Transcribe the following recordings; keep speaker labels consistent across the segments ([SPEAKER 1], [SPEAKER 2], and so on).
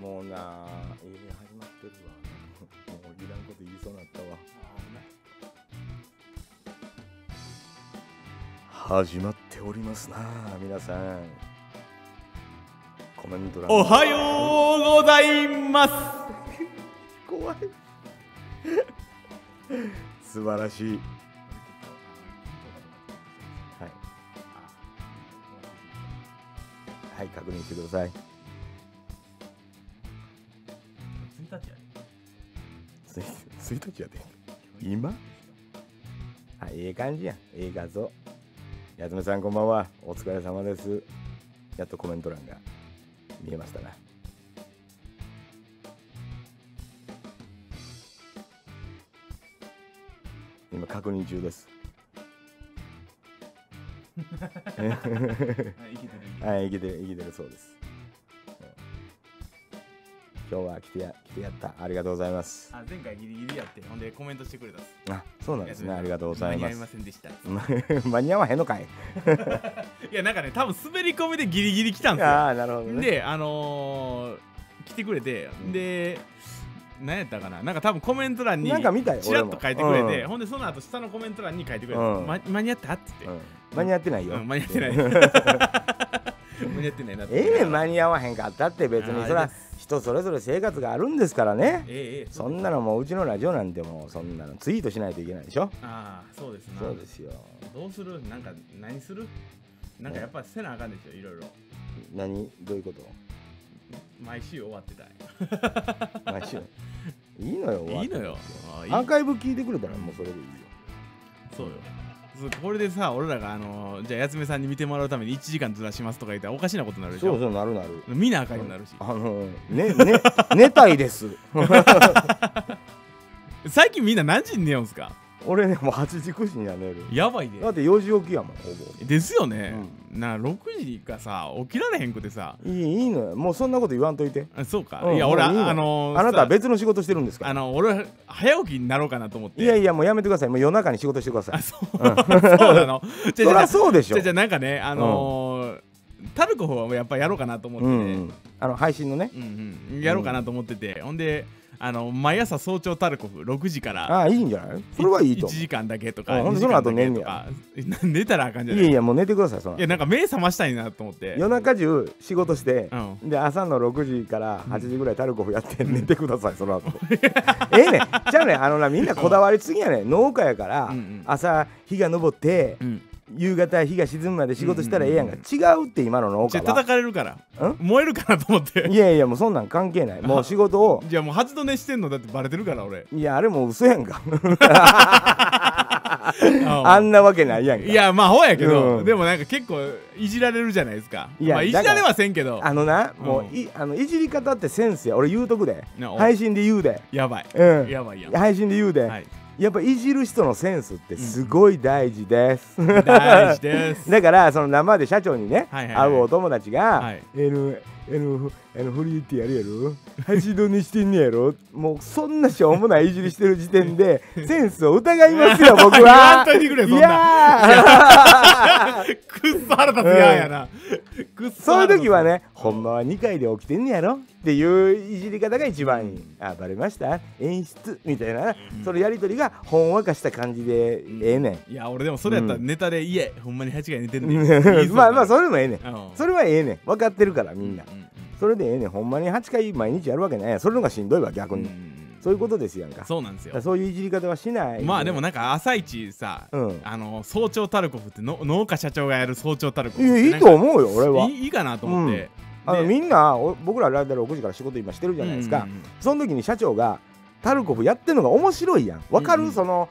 [SPEAKER 1] もうなあいいね始まってるわもういらんこと言いそうになったわ始まっておりますなあ皆さんコメント欄
[SPEAKER 2] おはようございます
[SPEAKER 1] 怖い 素晴らしいはいはい確認してください
[SPEAKER 2] 1日や
[SPEAKER 1] つい1日やで今あええ感じやんええ画像やつめさんこんばんはお疲れ様ですやっとコメント欄が見えましたな今確認中です
[SPEAKER 2] ではい生きてる生きてる
[SPEAKER 1] はい、生きてる、生きてるそうです。うん今日は来てや、来てやった、ありがとうございます。
[SPEAKER 2] あ前回ギリギリやってほんでコメントしてくれたっす
[SPEAKER 1] あ、そうなんですね、ありがとうござい
[SPEAKER 2] 間
[SPEAKER 1] ま
[SPEAKER 2] に合い
[SPEAKER 1] す
[SPEAKER 2] ま。せんでしたい
[SPEAKER 1] 間に合わへんのかい。
[SPEAKER 2] やなんかね多分滑り込みでギリギリ来たんすよ
[SPEAKER 1] ああ、なるほどね。
[SPEAKER 2] であのー、来てくれて、
[SPEAKER 1] うん
[SPEAKER 2] で何やったかななんか多分コメント欄に
[SPEAKER 1] なんか見たよ
[SPEAKER 2] チラッと書いてくれ
[SPEAKER 1] 俺
[SPEAKER 2] て、
[SPEAKER 1] もうん
[SPEAKER 2] ほんでその後下のコメント欄に書いてくれた、
[SPEAKER 1] うん
[SPEAKER 2] ま間に合ったって言
[SPEAKER 1] う
[SPEAKER 2] っ
[SPEAKER 1] ん間に合ってない
[SPEAKER 2] て、
[SPEAKER 1] よ。
[SPEAKER 2] うん間に合ってない 間に合ってないなって
[SPEAKER 1] ええねん間に合わへんかったって別に
[SPEAKER 2] あー
[SPEAKER 1] そ
[SPEAKER 2] あ
[SPEAKER 1] ら
[SPEAKER 2] りがとうござい
[SPEAKER 1] 人それぞれ生活があるんですからね
[SPEAKER 2] ええええ
[SPEAKER 1] そんなのもううちのラジオなんてもうそんなのツイートしないといけないでしょ
[SPEAKER 2] ああそうですな
[SPEAKER 1] そうですよ
[SPEAKER 2] どうするなんか何するなんかやっぱせなあかんでしょいろいろ
[SPEAKER 1] 何どういうこと
[SPEAKER 2] 毎週終わってたい
[SPEAKER 1] 毎 週いいのよ終わっ
[SPEAKER 2] い
[SPEAKER 1] て
[SPEAKER 2] いのよああいい
[SPEAKER 1] アーカイブ聞いてくれたらもうそれでいいよ
[SPEAKER 2] そうよそうこれでさ俺らがあのーじゃあやつめさんに見てもらうために1時間ずらしますとか言ったらおかしなことになるでし
[SPEAKER 1] そう
[SPEAKER 2] ょ
[SPEAKER 1] そうなるなる
[SPEAKER 2] 見なあかんようになるし
[SPEAKER 1] あのねね寝たいです
[SPEAKER 2] 最近みんな何時に寝ようんすか
[SPEAKER 1] 俺ねもう8時9時には寝る
[SPEAKER 2] やばいで
[SPEAKER 1] だって4時起きやもんほぼ
[SPEAKER 2] ですよね、な6時がさ起きられへんくてさ
[SPEAKER 1] いいいいのよもうそんなこと言わんといて
[SPEAKER 2] あそうか、
[SPEAKER 1] うん
[SPEAKER 2] いや俺
[SPEAKER 1] もういいの
[SPEAKER 2] あのー
[SPEAKER 1] あなたは
[SPEAKER 2] さ
[SPEAKER 1] 別の仕事してるんですか
[SPEAKER 2] あ
[SPEAKER 1] ら
[SPEAKER 2] の俺早起きになろうかなと思って
[SPEAKER 1] いやいやもうやめてくださいもう夜中に仕事してください
[SPEAKER 2] あ そうそうなのじゃ
[SPEAKER 1] そり
[SPEAKER 2] じゃ
[SPEAKER 1] ゃそうでし
[SPEAKER 2] じ
[SPEAKER 1] ょ
[SPEAKER 2] ゃじゃなんかねあのータルコフはやっぱやろうかなと思って
[SPEAKER 1] う
[SPEAKER 2] て、
[SPEAKER 1] んうん、あの配信のね
[SPEAKER 2] うんうんやろうかなと思ってて、ほんであの毎朝早朝タルコフ6時から
[SPEAKER 1] ああいいんじゃないそれはいいと
[SPEAKER 2] 1
[SPEAKER 1] 思
[SPEAKER 2] 時間だけとか
[SPEAKER 1] うんほん
[SPEAKER 2] 2
[SPEAKER 1] で
[SPEAKER 2] 時
[SPEAKER 1] その
[SPEAKER 2] 間
[SPEAKER 1] 後
[SPEAKER 2] だけとか寝たらあ かんじ
[SPEAKER 1] う
[SPEAKER 2] ゃ
[SPEAKER 1] い
[SPEAKER 2] な
[SPEAKER 1] や
[SPEAKER 2] い
[SPEAKER 1] い
[SPEAKER 2] い
[SPEAKER 1] やもう寝てくださいその
[SPEAKER 2] やなんか目覚ましたいなと思って
[SPEAKER 1] 夜中中仕事して
[SPEAKER 2] う、ん
[SPEAKER 1] で朝の6時から8時ぐらいタルコフやって寝てくださいその後 ええねんじゃあねあのなみんなこだわりすぎやねん農家やから、
[SPEAKER 2] うんうん
[SPEAKER 1] 朝日が昇って
[SPEAKER 2] うん
[SPEAKER 1] 夕方日が沈むまで仕事したらええやんが、
[SPEAKER 2] うん
[SPEAKER 1] 違うって今の農
[SPEAKER 2] じ
[SPEAKER 1] 家
[SPEAKER 2] ゃあ叩
[SPEAKER 1] は
[SPEAKER 2] かれるから
[SPEAKER 1] ん
[SPEAKER 2] 燃えるかなと思って
[SPEAKER 1] いやいやもうそんなん関係ない もう仕事を
[SPEAKER 2] じゃあもう初度寝してんのだってバレてるから俺
[SPEAKER 1] いやあれもう嘘やん かあ
[SPEAKER 2] あ
[SPEAKER 1] んなわけないやんか
[SPEAKER 2] いやまあほやけど、
[SPEAKER 1] うん
[SPEAKER 2] でもなんか結構いじられるじゃないですか
[SPEAKER 1] いや
[SPEAKER 2] まあ、いじられはせんけど
[SPEAKER 1] あのな、
[SPEAKER 2] うん
[SPEAKER 1] もういあのいじり方ってセンスや俺言うとくで
[SPEAKER 2] なお
[SPEAKER 1] 配信で言うで、
[SPEAKER 2] やばい、
[SPEAKER 1] うん、
[SPEAKER 2] やばいやば
[SPEAKER 1] 配信で言うで、
[SPEAKER 2] い、はい、
[SPEAKER 1] やっぱいじる人のセンスってすごい大事です、
[SPEAKER 2] 大事です
[SPEAKER 1] だからその生で社長にね、
[SPEAKER 2] はいはいは
[SPEAKER 1] 会
[SPEAKER 2] い
[SPEAKER 1] うお友達が「
[SPEAKER 2] はい
[SPEAKER 1] えのえのえのフリーってやるやろ八度にしてんねやろ」もうそんなしょうもないいじりしてる時点で センスを疑いますよ僕
[SPEAKER 2] 言わ
[SPEAKER 1] は
[SPEAKER 2] んといてくれそんない
[SPEAKER 1] やー
[SPEAKER 2] くっそ腹立つややな、くっそ
[SPEAKER 1] そういう
[SPEAKER 2] 腹立つ
[SPEAKER 1] 時はね、ほんまは2回で起きてんねやろっていういじり方が一番いい。あ、バレました演出みたいな、そのやりとりがほんわかした感じでええねん。
[SPEAKER 2] いや俺でもそれやったらネタで「いえほんまに8が寝てんね ん」
[SPEAKER 1] まあまあ
[SPEAKER 2] れ
[SPEAKER 1] それもええねん
[SPEAKER 2] うん
[SPEAKER 1] それはええねん分かってるからみんな
[SPEAKER 2] うんうん
[SPEAKER 1] それでええねんほんまに8回毎日やるわけないやんそれの方がしんどいわ逆
[SPEAKER 2] うん
[SPEAKER 1] に
[SPEAKER 2] うん
[SPEAKER 1] そういうことですやんかだか
[SPEAKER 2] そうなんですよ
[SPEAKER 1] らそういういじり方はしない
[SPEAKER 2] まあでもなんか朝一さ、
[SPEAKER 1] うん
[SPEAKER 2] あの早朝タルコフっての農家社長がやる早朝タルコ
[SPEAKER 1] い
[SPEAKER 2] フって
[SPEAKER 1] や
[SPEAKER 2] ない
[SPEAKER 1] いと思うよ俺
[SPEAKER 2] んか
[SPEAKER 1] はい
[SPEAKER 2] いいいかなと思って、
[SPEAKER 1] うんあのみんなお僕らライダー6時から仕事今してるじゃないですか
[SPEAKER 2] うんうんうん
[SPEAKER 1] その時に社長がタルコフやってるのが面白いやん分か
[SPEAKER 2] うんう
[SPEAKER 1] る
[SPEAKER 2] ん
[SPEAKER 1] その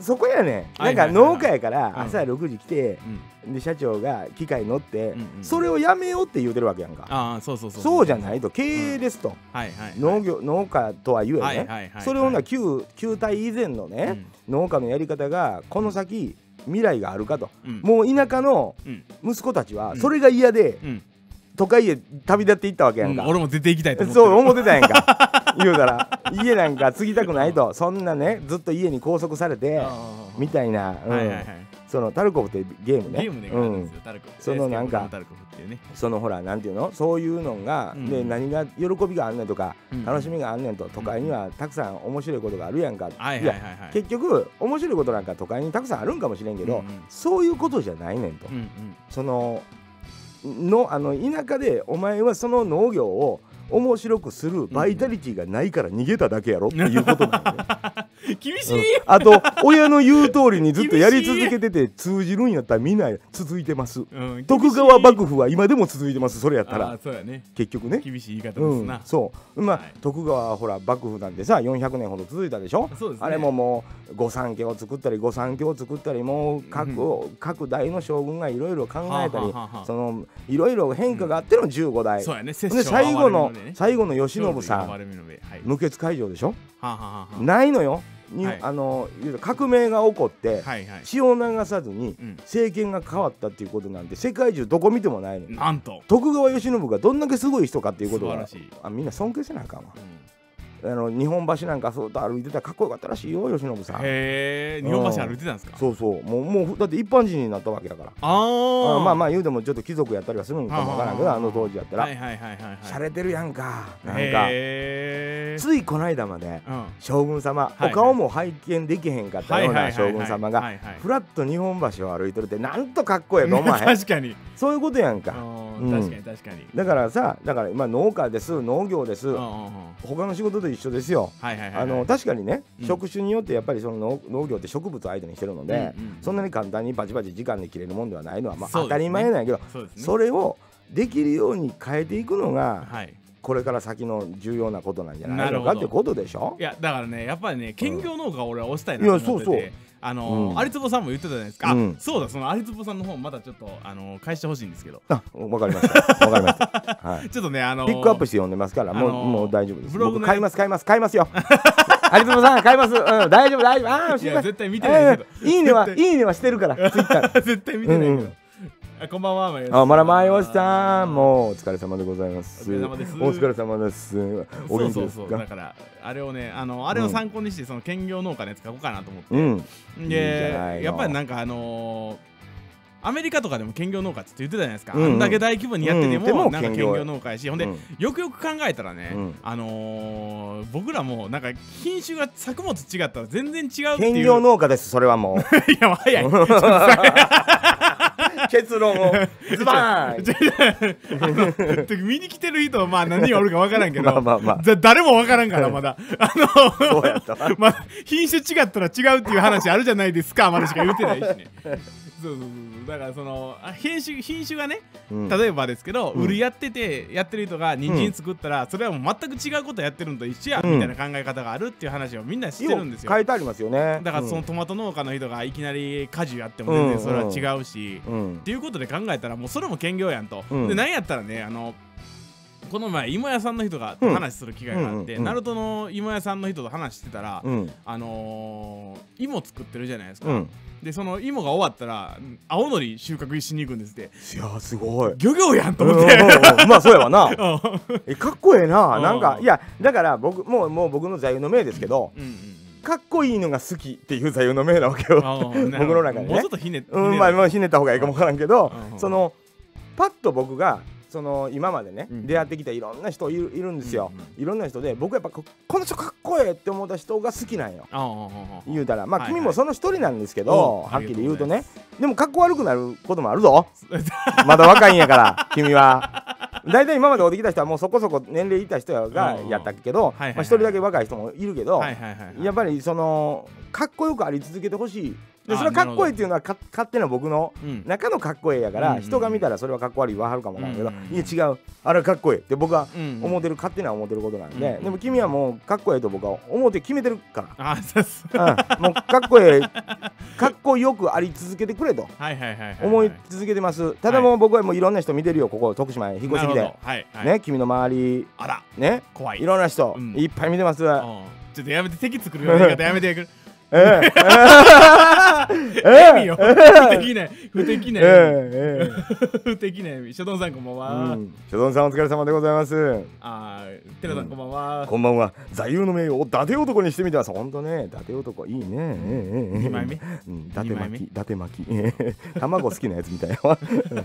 [SPEAKER 1] そこやねん
[SPEAKER 2] は
[SPEAKER 1] ないん
[SPEAKER 2] は
[SPEAKER 1] か
[SPEAKER 2] いはいはい
[SPEAKER 1] 農家やから朝6時来て
[SPEAKER 2] うん
[SPEAKER 1] で社長が機械乗って
[SPEAKER 2] うんうん
[SPEAKER 1] それをやめようって言うてるわけやんか
[SPEAKER 2] ああそうそうそう
[SPEAKER 1] そうじゃないと経営ですと
[SPEAKER 2] はいはいはい
[SPEAKER 1] 農業農家とは言えね、
[SPEAKER 2] はいはいはいはい
[SPEAKER 1] それをな旧旧体以前の
[SPEAKER 2] う
[SPEAKER 1] ね、
[SPEAKER 2] ん
[SPEAKER 1] 農家のやり方がこの先未来があるかと、
[SPEAKER 2] うん
[SPEAKER 1] もう田舎の
[SPEAKER 2] うん
[SPEAKER 1] 息子たちは
[SPEAKER 2] うん
[SPEAKER 1] それが嫌で、
[SPEAKER 2] うん
[SPEAKER 1] 都会へ旅立っていったわけやん
[SPEAKER 2] うん
[SPEAKER 1] か、
[SPEAKER 2] 俺も出ていきたいと思ってる
[SPEAKER 1] そう思ってたやんか 言うたら家なんか継ぎたくないとそんなねずっと家に拘束されて
[SPEAKER 2] ああ
[SPEAKER 1] みたいな、うん
[SPEAKER 2] はいはいはい
[SPEAKER 1] そのタルコフってゲームね
[SPEAKER 2] ゲームでや
[SPEAKER 1] う
[SPEAKER 2] るんで
[SPEAKER 1] ん
[SPEAKER 2] すよ、タルコフ
[SPEAKER 1] そのなんか
[SPEAKER 2] タルコフってっていうね、
[SPEAKER 1] そのほらなんていうのそういうのが、
[SPEAKER 2] うん
[SPEAKER 1] で何が喜びがあんねんとか、
[SPEAKER 2] うん
[SPEAKER 1] 楽しみがあんねんと都会にはたくさん面白いことがあるやんか、
[SPEAKER 2] はいはいはいはい
[SPEAKER 1] 結局面白いことなんか都会にたくさんあるんかもしれんけど、
[SPEAKER 2] うんうん
[SPEAKER 1] そういうことじゃないねんと、
[SPEAKER 2] うんうん
[SPEAKER 1] そののあの田舎でお前はその農業を面白くするバイタリティがないから逃げただけやろっていうことなんだよね、
[SPEAKER 2] 厳し
[SPEAKER 1] うん
[SPEAKER 2] い、
[SPEAKER 1] あと親の言う通りにずっとやり続けてて通じるんやったらみんな続いてます
[SPEAKER 2] うん、
[SPEAKER 1] 徳川幕府は今でも続いてますそれやっ
[SPEAKER 2] だ
[SPEAKER 1] た
[SPEAKER 2] らあー
[SPEAKER 1] ら
[SPEAKER 2] そうやね
[SPEAKER 1] 結局ね
[SPEAKER 2] 厳しい言い方
[SPEAKER 1] う
[SPEAKER 2] です
[SPEAKER 1] ん
[SPEAKER 2] な、、
[SPEAKER 1] そうまあ、
[SPEAKER 2] はい
[SPEAKER 1] 徳川はほら幕府なんてさ400年ほど続いたでしょ
[SPEAKER 2] そうですね
[SPEAKER 1] あれももう御三家を作ったり御三家を作ったりもう各,、各代の将軍がいろいろ考えたり、
[SPEAKER 2] はあはあはあはあ
[SPEAKER 1] そのいろいろ変化があっての15代、
[SPEAKER 2] そうやね摂
[SPEAKER 1] で
[SPEAKER 2] 政は
[SPEAKER 1] 最後の
[SPEAKER 2] 哀れみね
[SPEAKER 1] 最後の慶喜さ
[SPEAKER 2] は
[SPEAKER 1] ん
[SPEAKER 2] い、はい
[SPEAKER 1] 無血開城でしょ
[SPEAKER 2] はあはあはあ
[SPEAKER 1] ないのよ、に
[SPEAKER 2] はい
[SPEAKER 1] あの言うと革命が起こって、
[SPEAKER 2] はいはい
[SPEAKER 1] 血を流さずに
[SPEAKER 2] うん
[SPEAKER 1] 政権が変わったっていうことなんて世界中どこ見てもないのよ、
[SPEAKER 2] なんと、
[SPEAKER 1] 徳川慶喜がどんだけすごい人かっていうこと
[SPEAKER 2] 素晴ら
[SPEAKER 1] が
[SPEAKER 2] しい
[SPEAKER 1] あみんな尊敬せなあかんわ
[SPEAKER 2] うん
[SPEAKER 1] あの日本橋なんかそうと歩いてたらかっこよかったらしいよ慶喜さん
[SPEAKER 2] へえ日本橋歩いてたんですか
[SPEAKER 1] そうそうもうもうだって一般人になったわけだから
[SPEAKER 2] あー
[SPEAKER 1] あまあまあ言うてもちょっと貴族やったりはするんかもわからんけど
[SPEAKER 2] あー
[SPEAKER 1] あの当時やったら
[SPEAKER 2] はいはいはいはいはい
[SPEAKER 1] 洒落てるやんかなんか
[SPEAKER 2] へー
[SPEAKER 1] ついこの間まで
[SPEAKER 2] うん
[SPEAKER 1] 将軍様
[SPEAKER 2] はい
[SPEAKER 1] お顔も拝見できへんかったような将軍様が
[SPEAKER 2] はいはいはいはい
[SPEAKER 1] ふらっと日本橋を歩いてるってなんとかっこええと思わへん
[SPEAKER 2] 確かに
[SPEAKER 1] そういうことやん
[SPEAKER 2] う
[SPEAKER 1] かうん
[SPEAKER 2] ん確かに確かに
[SPEAKER 1] だからさだから今農家です農業です
[SPEAKER 2] うんうんうん
[SPEAKER 1] 他の仕事と一緒ですよ
[SPEAKER 2] はいはいはいはい
[SPEAKER 1] あの確かにね、
[SPEAKER 2] うん
[SPEAKER 1] 職種によってやっぱりその農農業って植物を相手にしてるので、
[SPEAKER 2] うんうん
[SPEAKER 1] そんなに簡単にバチバチ時間で切れるもんではないのは、まあ、
[SPEAKER 2] そう
[SPEAKER 1] 当
[SPEAKER 2] ですね
[SPEAKER 1] たり前なんやけど
[SPEAKER 2] そうですね
[SPEAKER 1] それをできるように変えていくのが
[SPEAKER 2] はい
[SPEAKER 1] これから先の重要なことなんじゃないの
[SPEAKER 2] な
[SPEAKER 1] かっ
[SPEAKER 2] るほ
[SPEAKER 1] て
[SPEAKER 2] ど
[SPEAKER 1] ことでしょ
[SPEAKER 2] いやだからねやっぱりね兼業農家を俺は推したいなと思ってて、
[SPEAKER 1] いやそうそう
[SPEAKER 2] あの
[SPEAKER 1] うん
[SPEAKER 2] ー有坪さんも言ってたじゃないですか、あ
[SPEAKER 1] うん
[SPEAKER 2] そうだその有坪さんの本まだちょっとあのー返してほしいんですけど
[SPEAKER 1] あわかりましたわかりました、はい、
[SPEAKER 2] ちょっとねあのー
[SPEAKER 1] ピックアップして読んでますからもう,、
[SPEAKER 2] あのー
[SPEAKER 1] もう大丈夫です
[SPEAKER 2] ブログの
[SPEAKER 1] 僕買います買います買いますよ有友さん買います、うん、大丈夫大丈夫ああ
[SPEAKER 2] い
[SPEAKER 1] 心
[SPEAKER 2] や
[SPEAKER 1] 配
[SPEAKER 2] 絶対見てないけど、
[SPEAKER 1] うんいいねはいいねはしてるからツイッター
[SPEAKER 2] 絶対見てないけど、
[SPEAKER 1] うんうん
[SPEAKER 2] あこんばんはまよし
[SPEAKER 1] あ、まだまよしさん、もうお疲れ様でございます。
[SPEAKER 2] お疲れ様です
[SPEAKER 1] お疲れ様です。お
[SPEAKER 2] そう
[SPEAKER 1] 元気
[SPEAKER 2] そ
[SPEAKER 1] で
[SPEAKER 2] う
[SPEAKER 1] すか。
[SPEAKER 2] そうだからあれをねあのあれを参考にして、その兼業農家のやつ書こうかなと思って、
[SPEAKER 1] うん、いいんじ
[SPEAKER 2] で
[SPEAKER 1] ゃないの
[SPEAKER 2] やっぱりなんかあのーアメリカとかでも兼業農家っつって言ってたじゃないですか、
[SPEAKER 1] うんうん
[SPEAKER 2] あんだけ大規模にやって
[SPEAKER 1] う
[SPEAKER 2] ても,、
[SPEAKER 1] んでも
[SPEAKER 2] なんか
[SPEAKER 1] 兼
[SPEAKER 2] 兼
[SPEAKER 1] 業
[SPEAKER 2] 業農家やしほんで、
[SPEAKER 1] うん
[SPEAKER 2] よくよく考えたらね、
[SPEAKER 1] うん
[SPEAKER 2] あのー僕らもなんか品種が作物違ったら全然違うっていう
[SPEAKER 1] 兼業農家です。それはもう
[SPEAKER 2] いや早い
[SPEAKER 1] 結論をズバ ーン。
[SPEAKER 2] てか見に来てる人まあ何人おるか分からんけど
[SPEAKER 1] まあまあまあ
[SPEAKER 2] ざ誰も分からんからまだあ
[SPEAKER 1] そ
[SPEAKER 2] の
[SPEAKER 1] うやったわ。
[SPEAKER 2] まあ品種違ったら違うっていう話あるじゃないですかまだしか言ってないしねそうそうそうそうだからそのあ品種品種がね
[SPEAKER 1] うん
[SPEAKER 2] 例えばですけど、
[SPEAKER 1] うん
[SPEAKER 2] 売りやっててやってる人が人参作ったら、それはもう全く違うことやってるのと一緒や、
[SPEAKER 1] うん
[SPEAKER 2] みたいな考え方があるっていう話をみんな知ってるんですよ
[SPEAKER 1] 書いてありますよね。
[SPEAKER 2] だからそのトマト農家の人がいきなり果樹やっても全然それは違うし、
[SPEAKER 1] うん、うん
[SPEAKER 2] っ、ていうことで考えたらもうそれも兼業やんと、
[SPEAKER 1] うん
[SPEAKER 2] でなんやったらねあのこの前芋屋さんの人が
[SPEAKER 1] うん
[SPEAKER 2] 話する機会があ
[SPEAKER 1] うん
[SPEAKER 2] って、
[SPEAKER 1] うんうん
[SPEAKER 2] ナルトの芋屋さんの人と話してたら、
[SPEAKER 1] うん、
[SPEAKER 2] あのー、芋作ってるじゃないですか、
[SPEAKER 1] うん。
[SPEAKER 2] でその芋が終わったらん青のり収穫しに行くんですって
[SPEAKER 1] いやー、すごい。
[SPEAKER 2] 漁業やんと
[SPEAKER 1] うん
[SPEAKER 2] 思
[SPEAKER 1] う
[SPEAKER 2] っ
[SPEAKER 1] ん
[SPEAKER 2] て、
[SPEAKER 1] うんまあそうやわ な
[SPEAKER 2] う
[SPEAKER 1] えかっこええな
[SPEAKER 2] うん
[SPEAKER 1] なんかいやだから僕もうもう僕の座右の銘ですけど
[SPEAKER 2] んうん
[SPEAKER 1] かっこいいのが好きっていう座右の銘なわけよ
[SPEAKER 2] うん、
[SPEAKER 1] 僕の中でね
[SPEAKER 2] もうちょっとひねって、
[SPEAKER 1] うん、まあ、まあひねった方がいいかもわからんけど、
[SPEAKER 2] うん
[SPEAKER 1] そのパッと僕がその今までね、
[SPEAKER 2] うん
[SPEAKER 1] 出会ってきたいろんな人いるいるんですよ、
[SPEAKER 2] うん
[SPEAKER 1] いろんな人で僕やっぱここの人かっこええって思った人が好きなんよ
[SPEAKER 2] ああ
[SPEAKER 1] 言うたらまあ、
[SPEAKER 2] はいは
[SPEAKER 1] 君
[SPEAKER 2] い
[SPEAKER 1] もその一人なんですけど、
[SPEAKER 2] うん
[SPEAKER 1] はっきり言うと
[SPEAKER 2] あ
[SPEAKER 1] ね
[SPEAKER 2] り
[SPEAKER 1] でもかっこ悪くなることもあるぞまだ若いんやから君は。大体今までおできた人はもうそこそこ年齢いった人やが
[SPEAKER 2] うん
[SPEAKER 1] やったけど
[SPEAKER 2] い
[SPEAKER 1] ま
[SPEAKER 2] は
[SPEAKER 1] あ
[SPEAKER 2] いは
[SPEAKER 1] 一
[SPEAKER 2] い
[SPEAKER 1] 人だけ若い人もいるけど、
[SPEAKER 2] はいはいはいはい
[SPEAKER 1] やっぱりそのかっこよくあり続けてほしいで
[SPEAKER 2] あ
[SPEAKER 1] それはか
[SPEAKER 2] な
[SPEAKER 1] っ
[SPEAKER 2] るほ
[SPEAKER 1] こ
[SPEAKER 2] ど
[SPEAKER 1] いいっていうのはか勝手な僕の
[SPEAKER 2] うん
[SPEAKER 1] 中のかっこええやか
[SPEAKER 2] うん
[SPEAKER 1] ら
[SPEAKER 2] うんうん
[SPEAKER 1] 人が見たらそれはかっこ悪いわはるかもわからんけど
[SPEAKER 2] うんうんうん
[SPEAKER 1] いや違うあれはかっこええって僕は
[SPEAKER 2] うん
[SPEAKER 1] 思ってる勝手な思ってることなん
[SPEAKER 2] うん
[SPEAKER 1] で
[SPEAKER 2] うん
[SPEAKER 1] でも君はもうかっこええと僕は思って決めてるか
[SPEAKER 2] あそうそう
[SPEAKER 1] らうんもうかっこ ええかっこよくあり続けてくれと
[SPEAKER 2] はいはいはいはい、はい、
[SPEAKER 1] 思い続けてますただもう僕はもういろんな人見てるよここ徳島へ引っ越してき
[SPEAKER 2] なる
[SPEAKER 1] て
[SPEAKER 2] ほどはいはい、
[SPEAKER 1] ね君の周り
[SPEAKER 2] あら
[SPEAKER 1] ね
[SPEAKER 2] 怖い
[SPEAKER 1] いろんな人
[SPEAKER 2] うん
[SPEAKER 1] いっぱい見てます
[SPEAKER 2] うんちょっとやめて敵作るような言い方やめてくる。
[SPEAKER 1] うんうん
[SPEAKER 2] 意味よ不敵な不敵な意
[SPEAKER 1] うんうん
[SPEAKER 2] 味不敵な意味ショドンさんこんばんは、
[SPEAKER 1] うん所存さんお疲れ様でございます
[SPEAKER 2] あーテラさんこんばんは、
[SPEAKER 1] こんばんは座右の銘を伊達男にしてみてますほんとね伊達男いいね
[SPEAKER 2] 二
[SPEAKER 1] 2
[SPEAKER 2] 枚目
[SPEAKER 1] うん、伊達
[SPEAKER 2] 二枚目
[SPEAKER 1] 巻き伊達巻き 卵好きなやつみたいなうん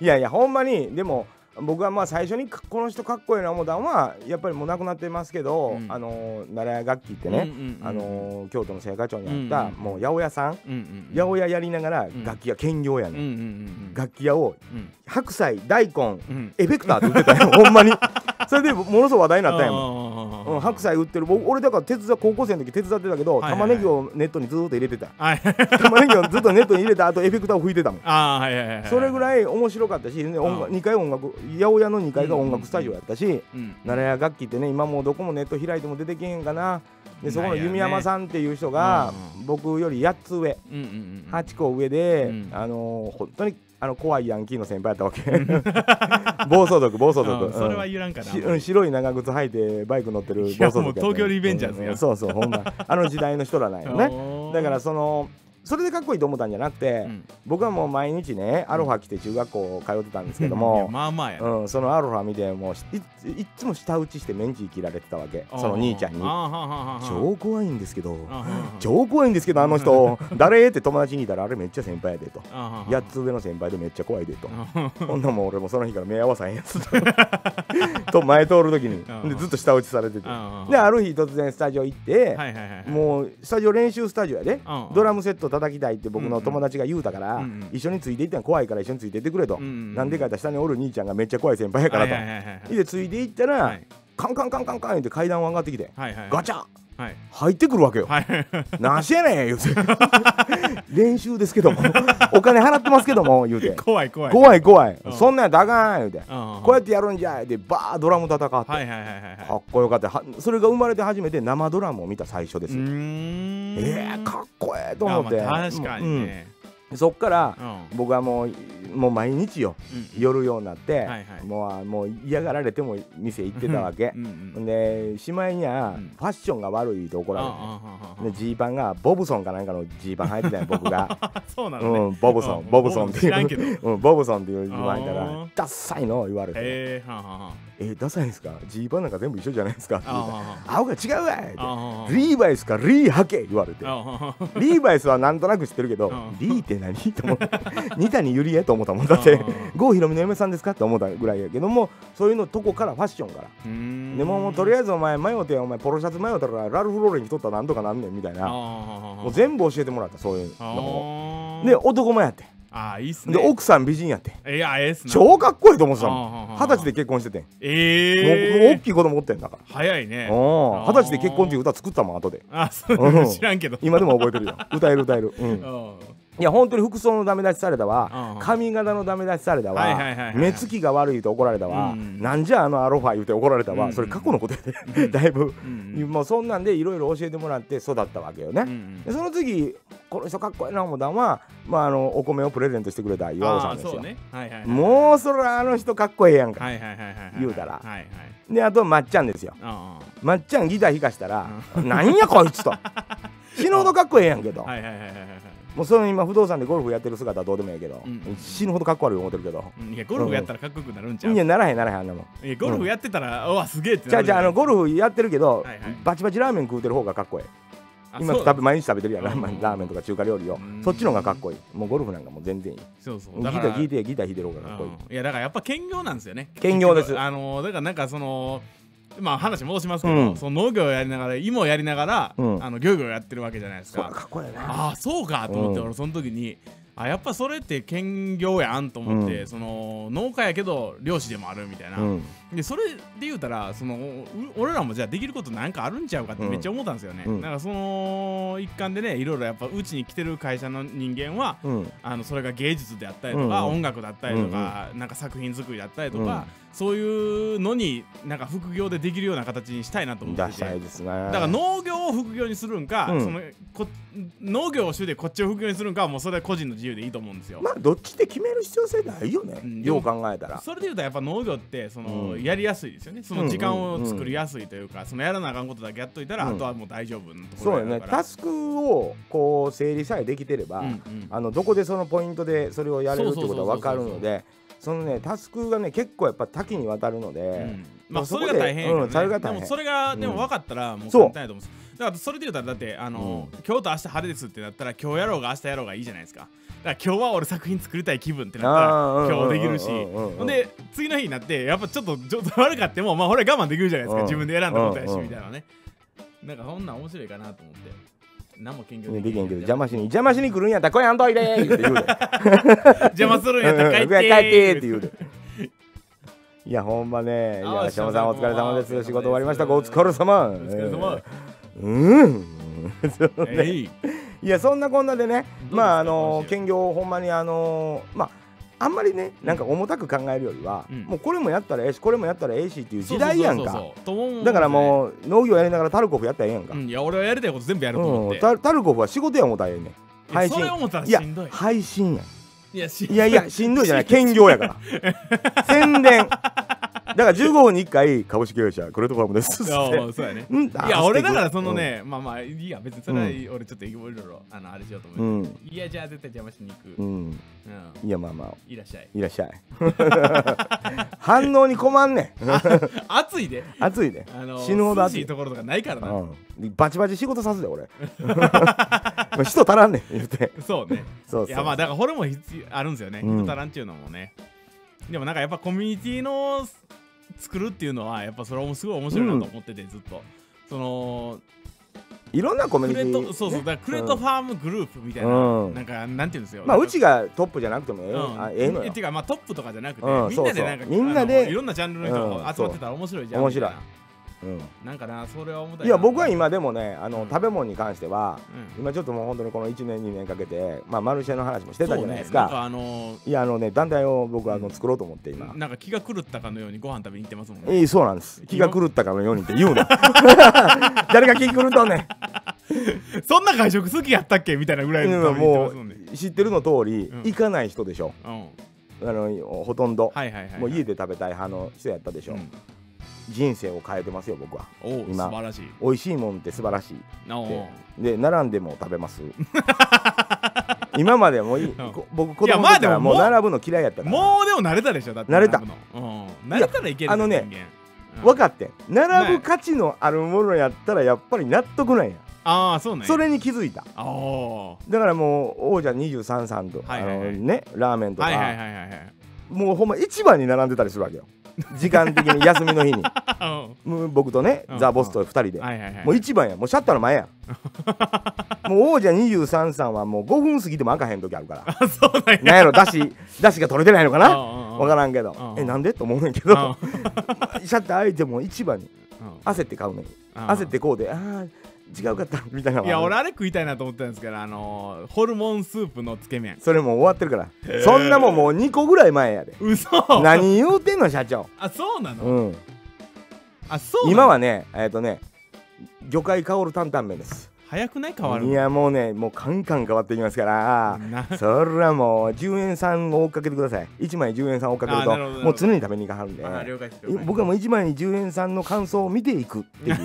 [SPEAKER 1] いやいやほんまにでも僕はまあ最初にかこの人かっこいいな思ったのはやっぱりもう亡くなってますけど、
[SPEAKER 2] うん
[SPEAKER 1] あのー奈良楽器って
[SPEAKER 2] うん
[SPEAKER 1] ね、
[SPEAKER 2] うんうん
[SPEAKER 1] あのー京都の青果町にあった、
[SPEAKER 2] うんうん
[SPEAKER 1] もう八百屋さん
[SPEAKER 2] うんうん
[SPEAKER 1] 八百屋やりながら
[SPEAKER 2] ん
[SPEAKER 1] 楽器屋兼業や
[SPEAKER 2] うん
[SPEAKER 1] ね、
[SPEAKER 2] う
[SPEAKER 1] ん、
[SPEAKER 2] んうん
[SPEAKER 1] 楽器屋を
[SPEAKER 2] うん
[SPEAKER 1] 白菜大根
[SPEAKER 2] うん
[SPEAKER 1] エフェクターって売って たよほんまにそれでものすごい話題になったんやもん
[SPEAKER 2] ん
[SPEAKER 1] う ん、白菜売ってる僕俺だから手伝高校生の時手伝ってたけど、
[SPEAKER 2] はいはい
[SPEAKER 1] 玉ねぎをネットにずっと入れてた
[SPEAKER 2] はい
[SPEAKER 1] 玉ねぎをずっとネットに入れた後エフェクターを吹いてたもん
[SPEAKER 2] あーはいはいはいはい
[SPEAKER 1] それぐらい面白かったし、ね、音
[SPEAKER 2] う
[SPEAKER 1] 楽
[SPEAKER 2] ん
[SPEAKER 1] 2階音楽八百屋の2階が音楽スタジオやったし
[SPEAKER 2] うん
[SPEAKER 1] 奈良屋楽器ってね今もうどこもネット開いても出てけへんかなでそこの
[SPEAKER 2] ないよね
[SPEAKER 1] 弓山さんっていう人が
[SPEAKER 2] う
[SPEAKER 1] 僕より8つ上
[SPEAKER 2] うんうんうん
[SPEAKER 1] 8個上で、
[SPEAKER 2] うん
[SPEAKER 1] あのー本当にあの怖いヤンキーの先輩やったわけ 暴走族暴走族、
[SPEAKER 2] うんそれはいらんかな
[SPEAKER 1] しうん白い長靴履いてバイク乗ってる暴走族やったね
[SPEAKER 2] いやもう東京リベンジャーズや
[SPEAKER 1] うんそうそうほんまあの時代の人らなん よね
[SPEAKER 2] ね
[SPEAKER 1] だからそのそれでかっこいいと思ったんじゃなくて、僕はもう毎日ねアロハ着て中学校通ってたんですけども、
[SPEAKER 2] まあまあやな
[SPEAKER 1] うん、そのアロハ見てもうしいついっつも舌打ちしてメンチ切られてたわけその兄ちゃんに
[SPEAKER 2] あーはんはんはんはん
[SPEAKER 1] 超怖いんですけど
[SPEAKER 2] あーはんはんはん
[SPEAKER 1] 超怖いんですけどあの人 誰って友達にいたらあれめっちゃ先輩やでと
[SPEAKER 2] あーはんはんはん
[SPEAKER 1] 8つ上の先輩でめっちゃ怖いでと
[SPEAKER 2] あーはん
[SPEAKER 1] ほんなもん俺もその日から目合わさへんやつ とと前通る時に
[SPEAKER 2] うん
[SPEAKER 1] でずっと舌打ちされてて
[SPEAKER 2] あー
[SPEAKER 1] である日突然スタジオ行って、
[SPEAKER 2] はいはいはいはい
[SPEAKER 1] もうスタジオ練習スタジオやで
[SPEAKER 2] うんうん
[SPEAKER 1] ドラムセット叩きたいって僕の友達が言うたから、
[SPEAKER 2] うんうん
[SPEAKER 1] 一緒についていったら怖いから一緒についていってくれと、
[SPEAKER 2] うんうん
[SPEAKER 1] なんでかやったら下におる兄ちゃんがめっちゃ怖い先輩やからと、
[SPEAKER 2] はいはいはいはい
[SPEAKER 1] でついていったら、
[SPEAKER 2] はい
[SPEAKER 1] カンカンカンカンカン言って階段を上がってきて、
[SPEAKER 2] はいはい
[SPEAKER 1] ガチャ
[SPEAKER 2] はい
[SPEAKER 1] 入ってくるわけよ、
[SPEAKER 2] はい はい
[SPEAKER 1] なんしやねん言うて 練習ですけどもお金払ってますけども言うて
[SPEAKER 2] 怖い怖いい
[SPEAKER 1] 怖い怖い、
[SPEAKER 2] うん
[SPEAKER 1] そんなんやったらあかん言うて、こうや
[SPEAKER 2] っ
[SPEAKER 1] ってやるんじゃいでバードラム叩かって、
[SPEAKER 2] はいはいはいはいはい
[SPEAKER 1] かっこよかったはそれが生まれて初めて生ドラムを見た最初で
[SPEAKER 2] う
[SPEAKER 1] す、
[SPEAKER 2] ーん
[SPEAKER 1] えー、かっこええと思って、
[SPEAKER 2] あまあ確かにね
[SPEAKER 1] うんそっから
[SPEAKER 2] うんうん
[SPEAKER 1] 僕はもうもう毎日よ夜ようになって、
[SPEAKER 2] はいはい
[SPEAKER 1] もうあもう嫌がられても店行ってたわけ
[SPEAKER 2] う、んうん
[SPEAKER 1] ん、でしまいには
[SPEAKER 2] うん
[SPEAKER 1] ファッションが悪いと怒られて、
[SPEAKER 2] あ
[SPEAKER 1] でジーパンがボブソンかなんかのジーパン履いて たよ僕が、
[SPEAKER 2] あ そうなのね
[SPEAKER 1] うん、ボブソ
[SPEAKER 2] うん
[SPEAKER 1] ンボブソンって
[SPEAKER 2] 知らん
[SPEAKER 1] い
[SPEAKER 2] け
[SPEAKER 1] う、
[SPEAKER 2] どへ
[SPEAKER 1] うん、ボブソンっていうジーパン履いた
[SPEAKER 2] あ
[SPEAKER 1] ら
[SPEAKER 2] ー
[SPEAKER 1] ダッサいの言われて
[SPEAKER 2] えはんはんはん
[SPEAKER 1] 「えダサいんすかジーパンなんか全部一緒じゃないですか」って言うから
[SPEAKER 2] あ
[SPEAKER 1] 青が違うわ」って
[SPEAKER 2] あああ
[SPEAKER 1] リーバイスかリーハケ言われて
[SPEAKER 2] ああ
[SPEAKER 1] リーバイスはなんとなく知ってるけど
[SPEAKER 2] うん
[SPEAKER 1] リーって何と 思って二谷ゆりえと思ったもんだって
[SPEAKER 2] うん
[SPEAKER 1] 郷ひろみの嫁さんですかって思ったぐらいやけどもそういうのとこからファッションから
[SPEAKER 2] うーん
[SPEAKER 1] でももうとりあえずお前迷うてお前ポロシャツ迷うたらラルフ・ローレン着とったらなんとかなんねんみたいなも
[SPEAKER 2] も
[SPEAKER 1] う全部教えてもらったそういうのも
[SPEAKER 2] 部
[SPEAKER 1] で男前やって
[SPEAKER 2] ああいいっす
[SPEAKER 1] で
[SPEAKER 2] ね
[SPEAKER 1] 奥さん美人やって
[SPEAKER 2] いやええっすね
[SPEAKER 1] 超かっこいいと思ってたもん
[SPEAKER 2] あー
[SPEAKER 1] 二十歳で結婚しててんもうも
[SPEAKER 2] ええ
[SPEAKER 1] う大きい子供おってんだから
[SPEAKER 2] 早い
[SPEAKER 1] うん
[SPEAKER 2] ねあー
[SPEAKER 1] 二十歳で結婚っていう歌作ったもん後で
[SPEAKER 2] あそう
[SPEAKER 1] うん
[SPEAKER 2] 知らんけど
[SPEAKER 1] 今でも覚えてるよ 歌える歌えるうん
[SPEAKER 2] うん
[SPEAKER 1] いや本当に服装のダメ出しされた
[SPEAKER 2] うんう
[SPEAKER 1] わ
[SPEAKER 2] ん
[SPEAKER 1] 髪型のダメ出しされた
[SPEAKER 2] はいはいはいは
[SPEAKER 1] わ
[SPEAKER 2] い
[SPEAKER 1] 目つきが悪いと怒られたわ
[SPEAKER 2] うん
[SPEAKER 1] なんじゃあのアロファ言うて怒られた
[SPEAKER 2] う
[SPEAKER 1] わ
[SPEAKER 2] ん
[SPEAKER 1] それ過去のことやで だいぶ
[SPEAKER 2] うん
[SPEAKER 1] もうそんなんでいろいろ教えてもらって育ったわけよ
[SPEAKER 2] う
[SPEAKER 1] ね
[SPEAKER 2] ん
[SPEAKER 1] でその次この人かっこいいな思ったんはまああのお米をプレゼントしてくれた岩尾さんです
[SPEAKER 2] あーそう
[SPEAKER 1] よ
[SPEAKER 2] ねはいはいはい
[SPEAKER 1] もうそれあの人かっこええやんか
[SPEAKER 2] はいはいはいはいはい
[SPEAKER 1] 言うたら
[SPEAKER 2] はいはい
[SPEAKER 1] であとまっちゃんですよ
[SPEAKER 2] あ
[SPEAKER 1] まっちゃんギター弾かしたらなんやこい つと死ぬほどかっこええやんけ
[SPEAKER 2] あ
[SPEAKER 1] ど
[SPEAKER 2] はいはいはいはいはいはい
[SPEAKER 1] もうその今不動産でゴルフやってる姿はどうでもいいけど
[SPEAKER 2] うん
[SPEAKER 1] 死ぬほどかっこ悪い思ってるけど
[SPEAKER 2] うんいやゴルフやったらかっこよくなるんちゃう
[SPEAKER 1] いやならへんならへんあんなもん
[SPEAKER 2] いやゴルフやってたらうわすげえって
[SPEAKER 1] じゃ
[SPEAKER 2] な
[SPEAKER 1] あ
[SPEAKER 2] る
[SPEAKER 1] じゃああのゴルフやってるけど、
[SPEAKER 2] はいはい
[SPEAKER 1] バチバチラーメン食うてる方がかっこいい
[SPEAKER 2] あ
[SPEAKER 1] 今
[SPEAKER 2] そう
[SPEAKER 1] 食べ毎日食べてるやんラーメ
[SPEAKER 2] う
[SPEAKER 1] ン
[SPEAKER 2] ん
[SPEAKER 1] ラーメンとか中華料理を
[SPEAKER 2] うん
[SPEAKER 1] そっちの方がかっこいいもうゴルフなんかもう全然いい
[SPEAKER 2] そうそう
[SPEAKER 1] ギタ
[SPEAKER 2] だか
[SPEAKER 1] ー
[SPEAKER 2] ら
[SPEAKER 1] 弾いてギター弾いてる方がかっこいい、
[SPEAKER 2] うんいやだからやっぱ兼業なんですよね
[SPEAKER 1] 兼業です
[SPEAKER 2] 結局あのーだからなんかそのまあ話戻しますけど、
[SPEAKER 1] うん
[SPEAKER 2] その農業をやりながら芋をやりながら、
[SPEAKER 1] うん
[SPEAKER 2] あの漁業をやってるわけじゃないです
[SPEAKER 1] そら
[SPEAKER 2] か
[SPEAKER 1] かっこいいな
[SPEAKER 2] ああそうかと思って、
[SPEAKER 1] うん
[SPEAKER 2] 俺その時にあやっぱそれって兼業やんと思って、
[SPEAKER 1] うん
[SPEAKER 2] その農家やけど漁師でもあるみたいな、
[SPEAKER 1] うん
[SPEAKER 2] でそれで言うたらそのう俺らもじゃあできることなんかあるんちゃうかって
[SPEAKER 1] うん
[SPEAKER 2] めっちゃ思ったんですよね、
[SPEAKER 1] うん
[SPEAKER 2] なんかその一環でねいろいろやっぱうちに来てる会社の人間は
[SPEAKER 1] うん
[SPEAKER 2] あのそれが芸術であったりとか、
[SPEAKER 1] うんうん
[SPEAKER 2] 音楽だったりとか、なんか作品作りだったりとか、そういうのになんか副業でできるような形にしたいなと思っ
[SPEAKER 1] 出
[SPEAKER 2] て
[SPEAKER 1] してたい
[SPEAKER 2] だ
[SPEAKER 1] ですね
[SPEAKER 2] から農業を副業にするんか、
[SPEAKER 1] うん
[SPEAKER 2] そのこ農業を主でこっちを副業にするんかはもうそれは個人の自由でいいと思うんですよ、
[SPEAKER 1] まあどっちって決める必要性ないよね、
[SPEAKER 2] うん
[SPEAKER 1] よう考えたら
[SPEAKER 2] それでいうとやっぱ農業ってその、
[SPEAKER 1] うん
[SPEAKER 2] やりやすいですよねそ
[SPEAKER 1] うん
[SPEAKER 2] の
[SPEAKER 1] うん
[SPEAKER 2] 時間を作りやすいというか、そのやらなあかんことだけやっといたら、
[SPEAKER 1] うん
[SPEAKER 2] あとはもう大丈夫のとこ
[SPEAKER 1] そう
[SPEAKER 2] ろ
[SPEAKER 1] よ
[SPEAKER 2] だ
[SPEAKER 1] ね
[SPEAKER 2] から
[SPEAKER 1] タスクをこう整理さえできてれば、
[SPEAKER 2] うんうん
[SPEAKER 1] あのどこでそのポイントでそれをやれるってことは分かるの
[SPEAKER 2] そうそうそう
[SPEAKER 1] でそのねタスクがね結構やっぱ多岐にわたるので、
[SPEAKER 2] うんまあ
[SPEAKER 1] そ
[SPEAKER 2] そ
[SPEAKER 1] こで
[SPEAKER 2] れが大変やから
[SPEAKER 1] う
[SPEAKER 2] ね
[SPEAKER 1] んそれが大変
[SPEAKER 2] でもそれがでも
[SPEAKER 1] うん
[SPEAKER 2] 分かったらもう
[SPEAKER 1] そう
[SPEAKER 2] 簡単やと思うんですだからそれで言うたらだってあの、今日と明日晴れですってなったら今日やろうが明日やろうがいいじゃないですかだから今日は俺作品作りたい気分ってなった
[SPEAKER 1] あー
[SPEAKER 2] ら
[SPEAKER 1] うん
[SPEAKER 2] 今日できるし
[SPEAKER 1] うんうんうんうん
[SPEAKER 2] ほんで次の日になってやっぱちょっと状態悪かってもまあ俺は我慢できるじゃないです
[SPEAKER 1] う
[SPEAKER 2] か、
[SPEAKER 1] ん
[SPEAKER 2] 自分で選んだことやし
[SPEAKER 1] うんうん
[SPEAKER 2] みたいなねなんかそんなん面白いかなと思って何も研究
[SPEAKER 1] ねできへんけど
[SPEAKER 2] 邪
[SPEAKER 1] 邪
[SPEAKER 2] 魔
[SPEAKER 1] 魔しに邪魔しに来るんやったら「これやんといで」って言うで
[SPEAKER 2] 邪魔するんやったら帰っ
[SPEAKER 1] う
[SPEAKER 2] て
[SPEAKER 1] ん上帰ってって 言うで。いやほんまね、い
[SPEAKER 2] あ
[SPEAKER 1] や
[SPEAKER 2] ー
[SPEAKER 1] シャモさんお
[SPEAKER 2] シャモ
[SPEAKER 1] 疲
[SPEAKER 2] さん
[SPEAKER 1] れ様です。
[SPEAKER 2] お疲れ様です
[SPEAKER 1] 仕事終わりましたか。お疲れ様。お
[SPEAKER 2] お疲れ様、
[SPEAKER 1] うん。そうね
[SPEAKER 2] えい
[SPEAKER 1] いやそんなこんなでね、
[SPEAKER 2] すか
[SPEAKER 1] まああの
[SPEAKER 2] 今週
[SPEAKER 1] 兼業をほんまにあのまあ。あんまりねなんか重たく考えるよりは、
[SPEAKER 2] うん
[SPEAKER 1] もうこれもやったらええしこれもやったらええしっていう時代やん
[SPEAKER 2] そう
[SPEAKER 1] か
[SPEAKER 2] そうそうそうと思うんですね
[SPEAKER 1] だからもう農業やりながらタルコフやったらええやんか、
[SPEAKER 2] うん、いや俺はやりたいこと全部やろうと思
[SPEAKER 1] うん
[SPEAKER 2] って、
[SPEAKER 1] タタルコフは仕事や思ったらええねん
[SPEAKER 2] いや
[SPEAKER 1] 配信
[SPEAKER 2] それ思ったら
[SPEAKER 1] いや
[SPEAKER 2] しんどい
[SPEAKER 1] 配信やん
[SPEAKER 2] いやしんど
[SPEAKER 1] いやい や、しんどいじゃない、兼業やから。宣伝。だから15分に1回、株式会社、クレートファームです。
[SPEAKER 2] いやまあそうやね
[SPEAKER 1] うん
[SPEAKER 2] いや俺だか
[SPEAKER 1] あ
[SPEAKER 2] ら
[SPEAKER 1] 素敵
[SPEAKER 2] そのね、まあまあいいや別にそれは、俺ちょっといろいろあのあれしようと
[SPEAKER 1] う
[SPEAKER 2] 思って、
[SPEAKER 1] ん、
[SPEAKER 2] いやじゃあ絶対邪魔しに行く、う
[SPEAKER 1] うんん、いや、まあまあ、
[SPEAKER 2] いらっしゃい
[SPEAKER 1] いらっしゃい。 反応に困んね
[SPEAKER 2] 暑いで
[SPEAKER 1] ん。暑いね。
[SPEAKER 2] あの
[SPEAKER 1] 死ぬほど
[SPEAKER 2] 涼
[SPEAKER 1] 暑
[SPEAKER 2] しい
[SPEAKER 1] い。
[SPEAKER 2] ところとかないからな、
[SPEAKER 1] うん、バチバチ仕事さすで俺 人足らんねん言って
[SPEAKER 2] そうね
[SPEAKER 1] そう
[SPEAKER 2] い
[SPEAKER 1] そう
[SPEAKER 2] やまあだからこれも必要あるんですよね、
[SPEAKER 1] うん
[SPEAKER 2] 人足らんっていうのもねでもなんかやっぱコミュニティの作るっていうのはやっぱそれもすごい面白いなと思ってて、ずっとその
[SPEAKER 1] いろんなコミ
[SPEAKER 2] クレ
[SPEAKER 1] ュニ
[SPEAKER 2] ー
[SPEAKER 1] テ
[SPEAKER 2] ト
[SPEAKER 1] ィ
[SPEAKER 2] そうそうだからクレートファームグループみたいな、
[SPEAKER 1] うん
[SPEAKER 2] なんかなんていうんですよ
[SPEAKER 1] まあ
[SPEAKER 2] な
[SPEAKER 1] う
[SPEAKER 2] んか
[SPEAKER 1] ちがトップじゃなくてもええ,、
[SPEAKER 2] うん
[SPEAKER 1] あええの
[SPEAKER 2] え
[SPEAKER 1] よ
[SPEAKER 2] てかまあトップとかじゃなくて、
[SPEAKER 1] うん
[SPEAKER 2] みんなでなんか
[SPEAKER 1] そうそうみんなで
[SPEAKER 2] あのいろんなジャンルの人
[SPEAKER 1] う
[SPEAKER 2] が
[SPEAKER 1] ん
[SPEAKER 2] 集まってたら面白いじゃん、
[SPEAKER 1] そう面白い
[SPEAKER 2] みたな
[SPEAKER 1] うん
[SPEAKER 2] なんかなそれは思った
[SPEAKER 1] いや僕は
[SPEAKER 2] 今、
[SPEAKER 1] 今でもねあの、
[SPEAKER 2] うん
[SPEAKER 1] 食べ物に関しては
[SPEAKER 2] うん
[SPEAKER 1] 今ちょっともう本当にこの1年2年かけて、まあ、マルシェの話もしてた
[SPEAKER 2] そ
[SPEAKER 1] じ
[SPEAKER 2] う
[SPEAKER 1] ゃない
[SPEAKER 2] ね
[SPEAKER 1] です
[SPEAKER 2] なん
[SPEAKER 1] か。
[SPEAKER 2] かあの
[SPEAKER 1] いやあのね団体を僕はあ
[SPEAKER 2] う
[SPEAKER 1] の
[SPEAKER 2] ん
[SPEAKER 1] 作ろうと思って今。
[SPEAKER 2] なんか気が狂ったかのようにご飯食べに行ってますもんね
[SPEAKER 1] ええそうなんです気が狂ったかのようにって言う な 誰が気狂ったんね
[SPEAKER 2] そんな外食好きやったっけみたいなぐらい
[SPEAKER 1] ん
[SPEAKER 2] の食べに行って
[SPEAKER 1] も
[SPEAKER 2] ますもんね
[SPEAKER 1] う知ってるの通り、
[SPEAKER 2] うん
[SPEAKER 1] 行かない人でしょ
[SPEAKER 2] うん
[SPEAKER 1] あのほとんど、
[SPEAKER 2] はいはいはいはい
[SPEAKER 1] もう家で食べたい派の人やったでしょ、
[SPEAKER 2] うん
[SPEAKER 1] 人生を変えてますよ僕は
[SPEAKER 2] おう素
[SPEAKER 1] 今
[SPEAKER 2] 晴らしい
[SPEAKER 1] 美味しいもんって素晴らしい
[SPEAKER 2] なお
[SPEAKER 1] でで並んでも食べます 今までもいい、
[SPEAKER 2] ん
[SPEAKER 1] こ僕子
[SPEAKER 2] いや
[SPEAKER 1] 供
[SPEAKER 2] まあ
[SPEAKER 1] だ
[SPEAKER 2] で
[SPEAKER 1] からも
[SPEAKER 2] も
[SPEAKER 1] う
[SPEAKER 2] もう
[SPEAKER 1] 並ぶの嫌いやったから
[SPEAKER 2] もうでも慣れたでしょだって
[SPEAKER 1] 慣れた
[SPEAKER 2] 並ぶのうん慣れたらいける
[SPEAKER 1] あのね
[SPEAKER 2] 人間うん
[SPEAKER 1] 分かってん並ぶ価値のあるものやったらやっぱり納得なんや、
[SPEAKER 2] ああそうね
[SPEAKER 1] それに気づいた
[SPEAKER 2] ああは
[SPEAKER 1] だからもう王者23さんと、
[SPEAKER 2] はいはいはい
[SPEAKER 1] あのねラーメン
[SPEAKER 2] い
[SPEAKER 1] とか、
[SPEAKER 2] はいはいはいはい
[SPEAKER 1] もうほんま市場に並んでたりするわけよ時間的に休みの日に
[SPEAKER 2] あ
[SPEAKER 1] もう僕とね、
[SPEAKER 2] うん
[SPEAKER 1] ザ・ボスと2人で、
[SPEAKER 2] うんはいはいはい
[SPEAKER 1] もう一番やもうシャッターの前やもう王者23さんはもう5分過ぎても開かへん時あるから
[SPEAKER 2] あそうなんや
[SPEAKER 1] なんやろだし だしが取れてないのかな分
[SPEAKER 2] わ
[SPEAKER 1] からんけど
[SPEAKER 2] うん
[SPEAKER 1] えなんでと思うねんけ
[SPEAKER 2] う
[SPEAKER 1] ど シャッター開いても一番に焦って買うねん
[SPEAKER 2] ん
[SPEAKER 1] 焦ってこうであー違うかったみたいなの
[SPEAKER 2] い
[SPEAKER 1] が
[SPEAKER 2] や俺あれ食いたいなと思ってたんですけどあのーホルモンスープのつけ麺
[SPEAKER 1] それもう終わってるから、そんなもんもう2個ぐらい前やで
[SPEAKER 2] 嘘
[SPEAKER 1] 何言うてんの社長、
[SPEAKER 2] あそうなの
[SPEAKER 1] うん、
[SPEAKER 2] あそうなの
[SPEAKER 1] 今はねえっ、とね魚介香る担々麺です
[SPEAKER 2] 早くない変わる
[SPEAKER 1] いやもうねもうカンカン変わっていきますから
[SPEAKER 2] な
[SPEAKER 1] そりゃもう10円さんを追っかけてください1枚10円さんを追っかける
[SPEAKER 2] あなるほど
[SPEAKER 1] ともう常に食べに行かはるんで
[SPEAKER 2] あ了解して
[SPEAKER 1] 僕はもう1枚10円さんの感想を見ていくっ ていう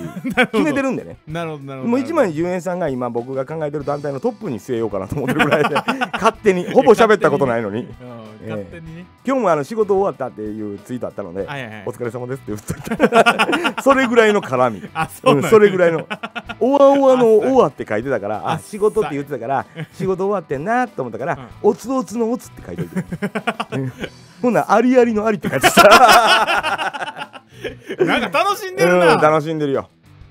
[SPEAKER 1] 決めてるんでね
[SPEAKER 2] なるほどなるほど
[SPEAKER 1] もう1枚10円さんが今僕が考えてる団体のトップに据えようかなと思ってるぐら いで勝手にほぼ喋ったことないのに
[SPEAKER 2] うん
[SPEAKER 1] ええ
[SPEAKER 2] 勝手にね
[SPEAKER 1] 今日もあの仕事終わったっていうツイートあったので、
[SPEAKER 2] はいはいはい
[SPEAKER 1] お疲れ様ですって言っといた それぐらいの絡み
[SPEAKER 2] あそ
[SPEAKER 1] う
[SPEAKER 2] うなんの
[SPEAKER 1] それぐらい の「おわおわの
[SPEAKER 2] あっさり
[SPEAKER 1] おわ」って書いてたから
[SPEAKER 2] あっ
[SPEAKER 1] あ
[SPEAKER 2] さり
[SPEAKER 1] 仕事って言ってたから仕事終わってんなと思ったから「おつおつのおつ」って書いて てほんなら「ありありのあり」って書いてた
[SPEAKER 2] なんか楽しんでる
[SPEAKER 1] うん
[SPEAKER 2] な
[SPEAKER 1] 楽しんでるよ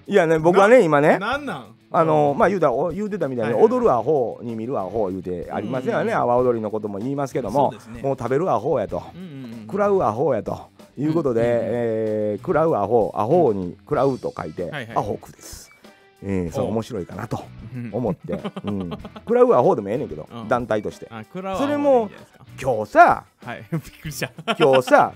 [SPEAKER 1] いやね僕はね今ね
[SPEAKER 2] なんなん
[SPEAKER 1] あのまあ言うたお言うてたみたいに、
[SPEAKER 2] はいはい
[SPEAKER 1] 踊るアホに見るアホ言うてありますよ
[SPEAKER 2] うんうん
[SPEAKER 1] ね
[SPEAKER 2] うん
[SPEAKER 1] 阿波踊りのことも言いますけども
[SPEAKER 2] そうですね
[SPEAKER 1] もう食べるアホやと
[SPEAKER 2] うんうんうん
[SPEAKER 1] 食らうアホやということで、
[SPEAKER 2] うんうんうん
[SPEAKER 1] えー食らうアホアホに食らうと書いて、
[SPEAKER 2] はいはい
[SPEAKER 1] アホクですえー、そう面白いかなと
[SPEAKER 2] うん
[SPEAKER 1] 思って、うん、食らうアホでもええねんけど、
[SPEAKER 2] うん
[SPEAKER 1] 団体として
[SPEAKER 2] あクラは
[SPEAKER 1] それも
[SPEAKER 2] いいじゃないですか
[SPEAKER 1] 今日さ
[SPEAKER 2] はい、 びっくりした。
[SPEAKER 1] 今日さ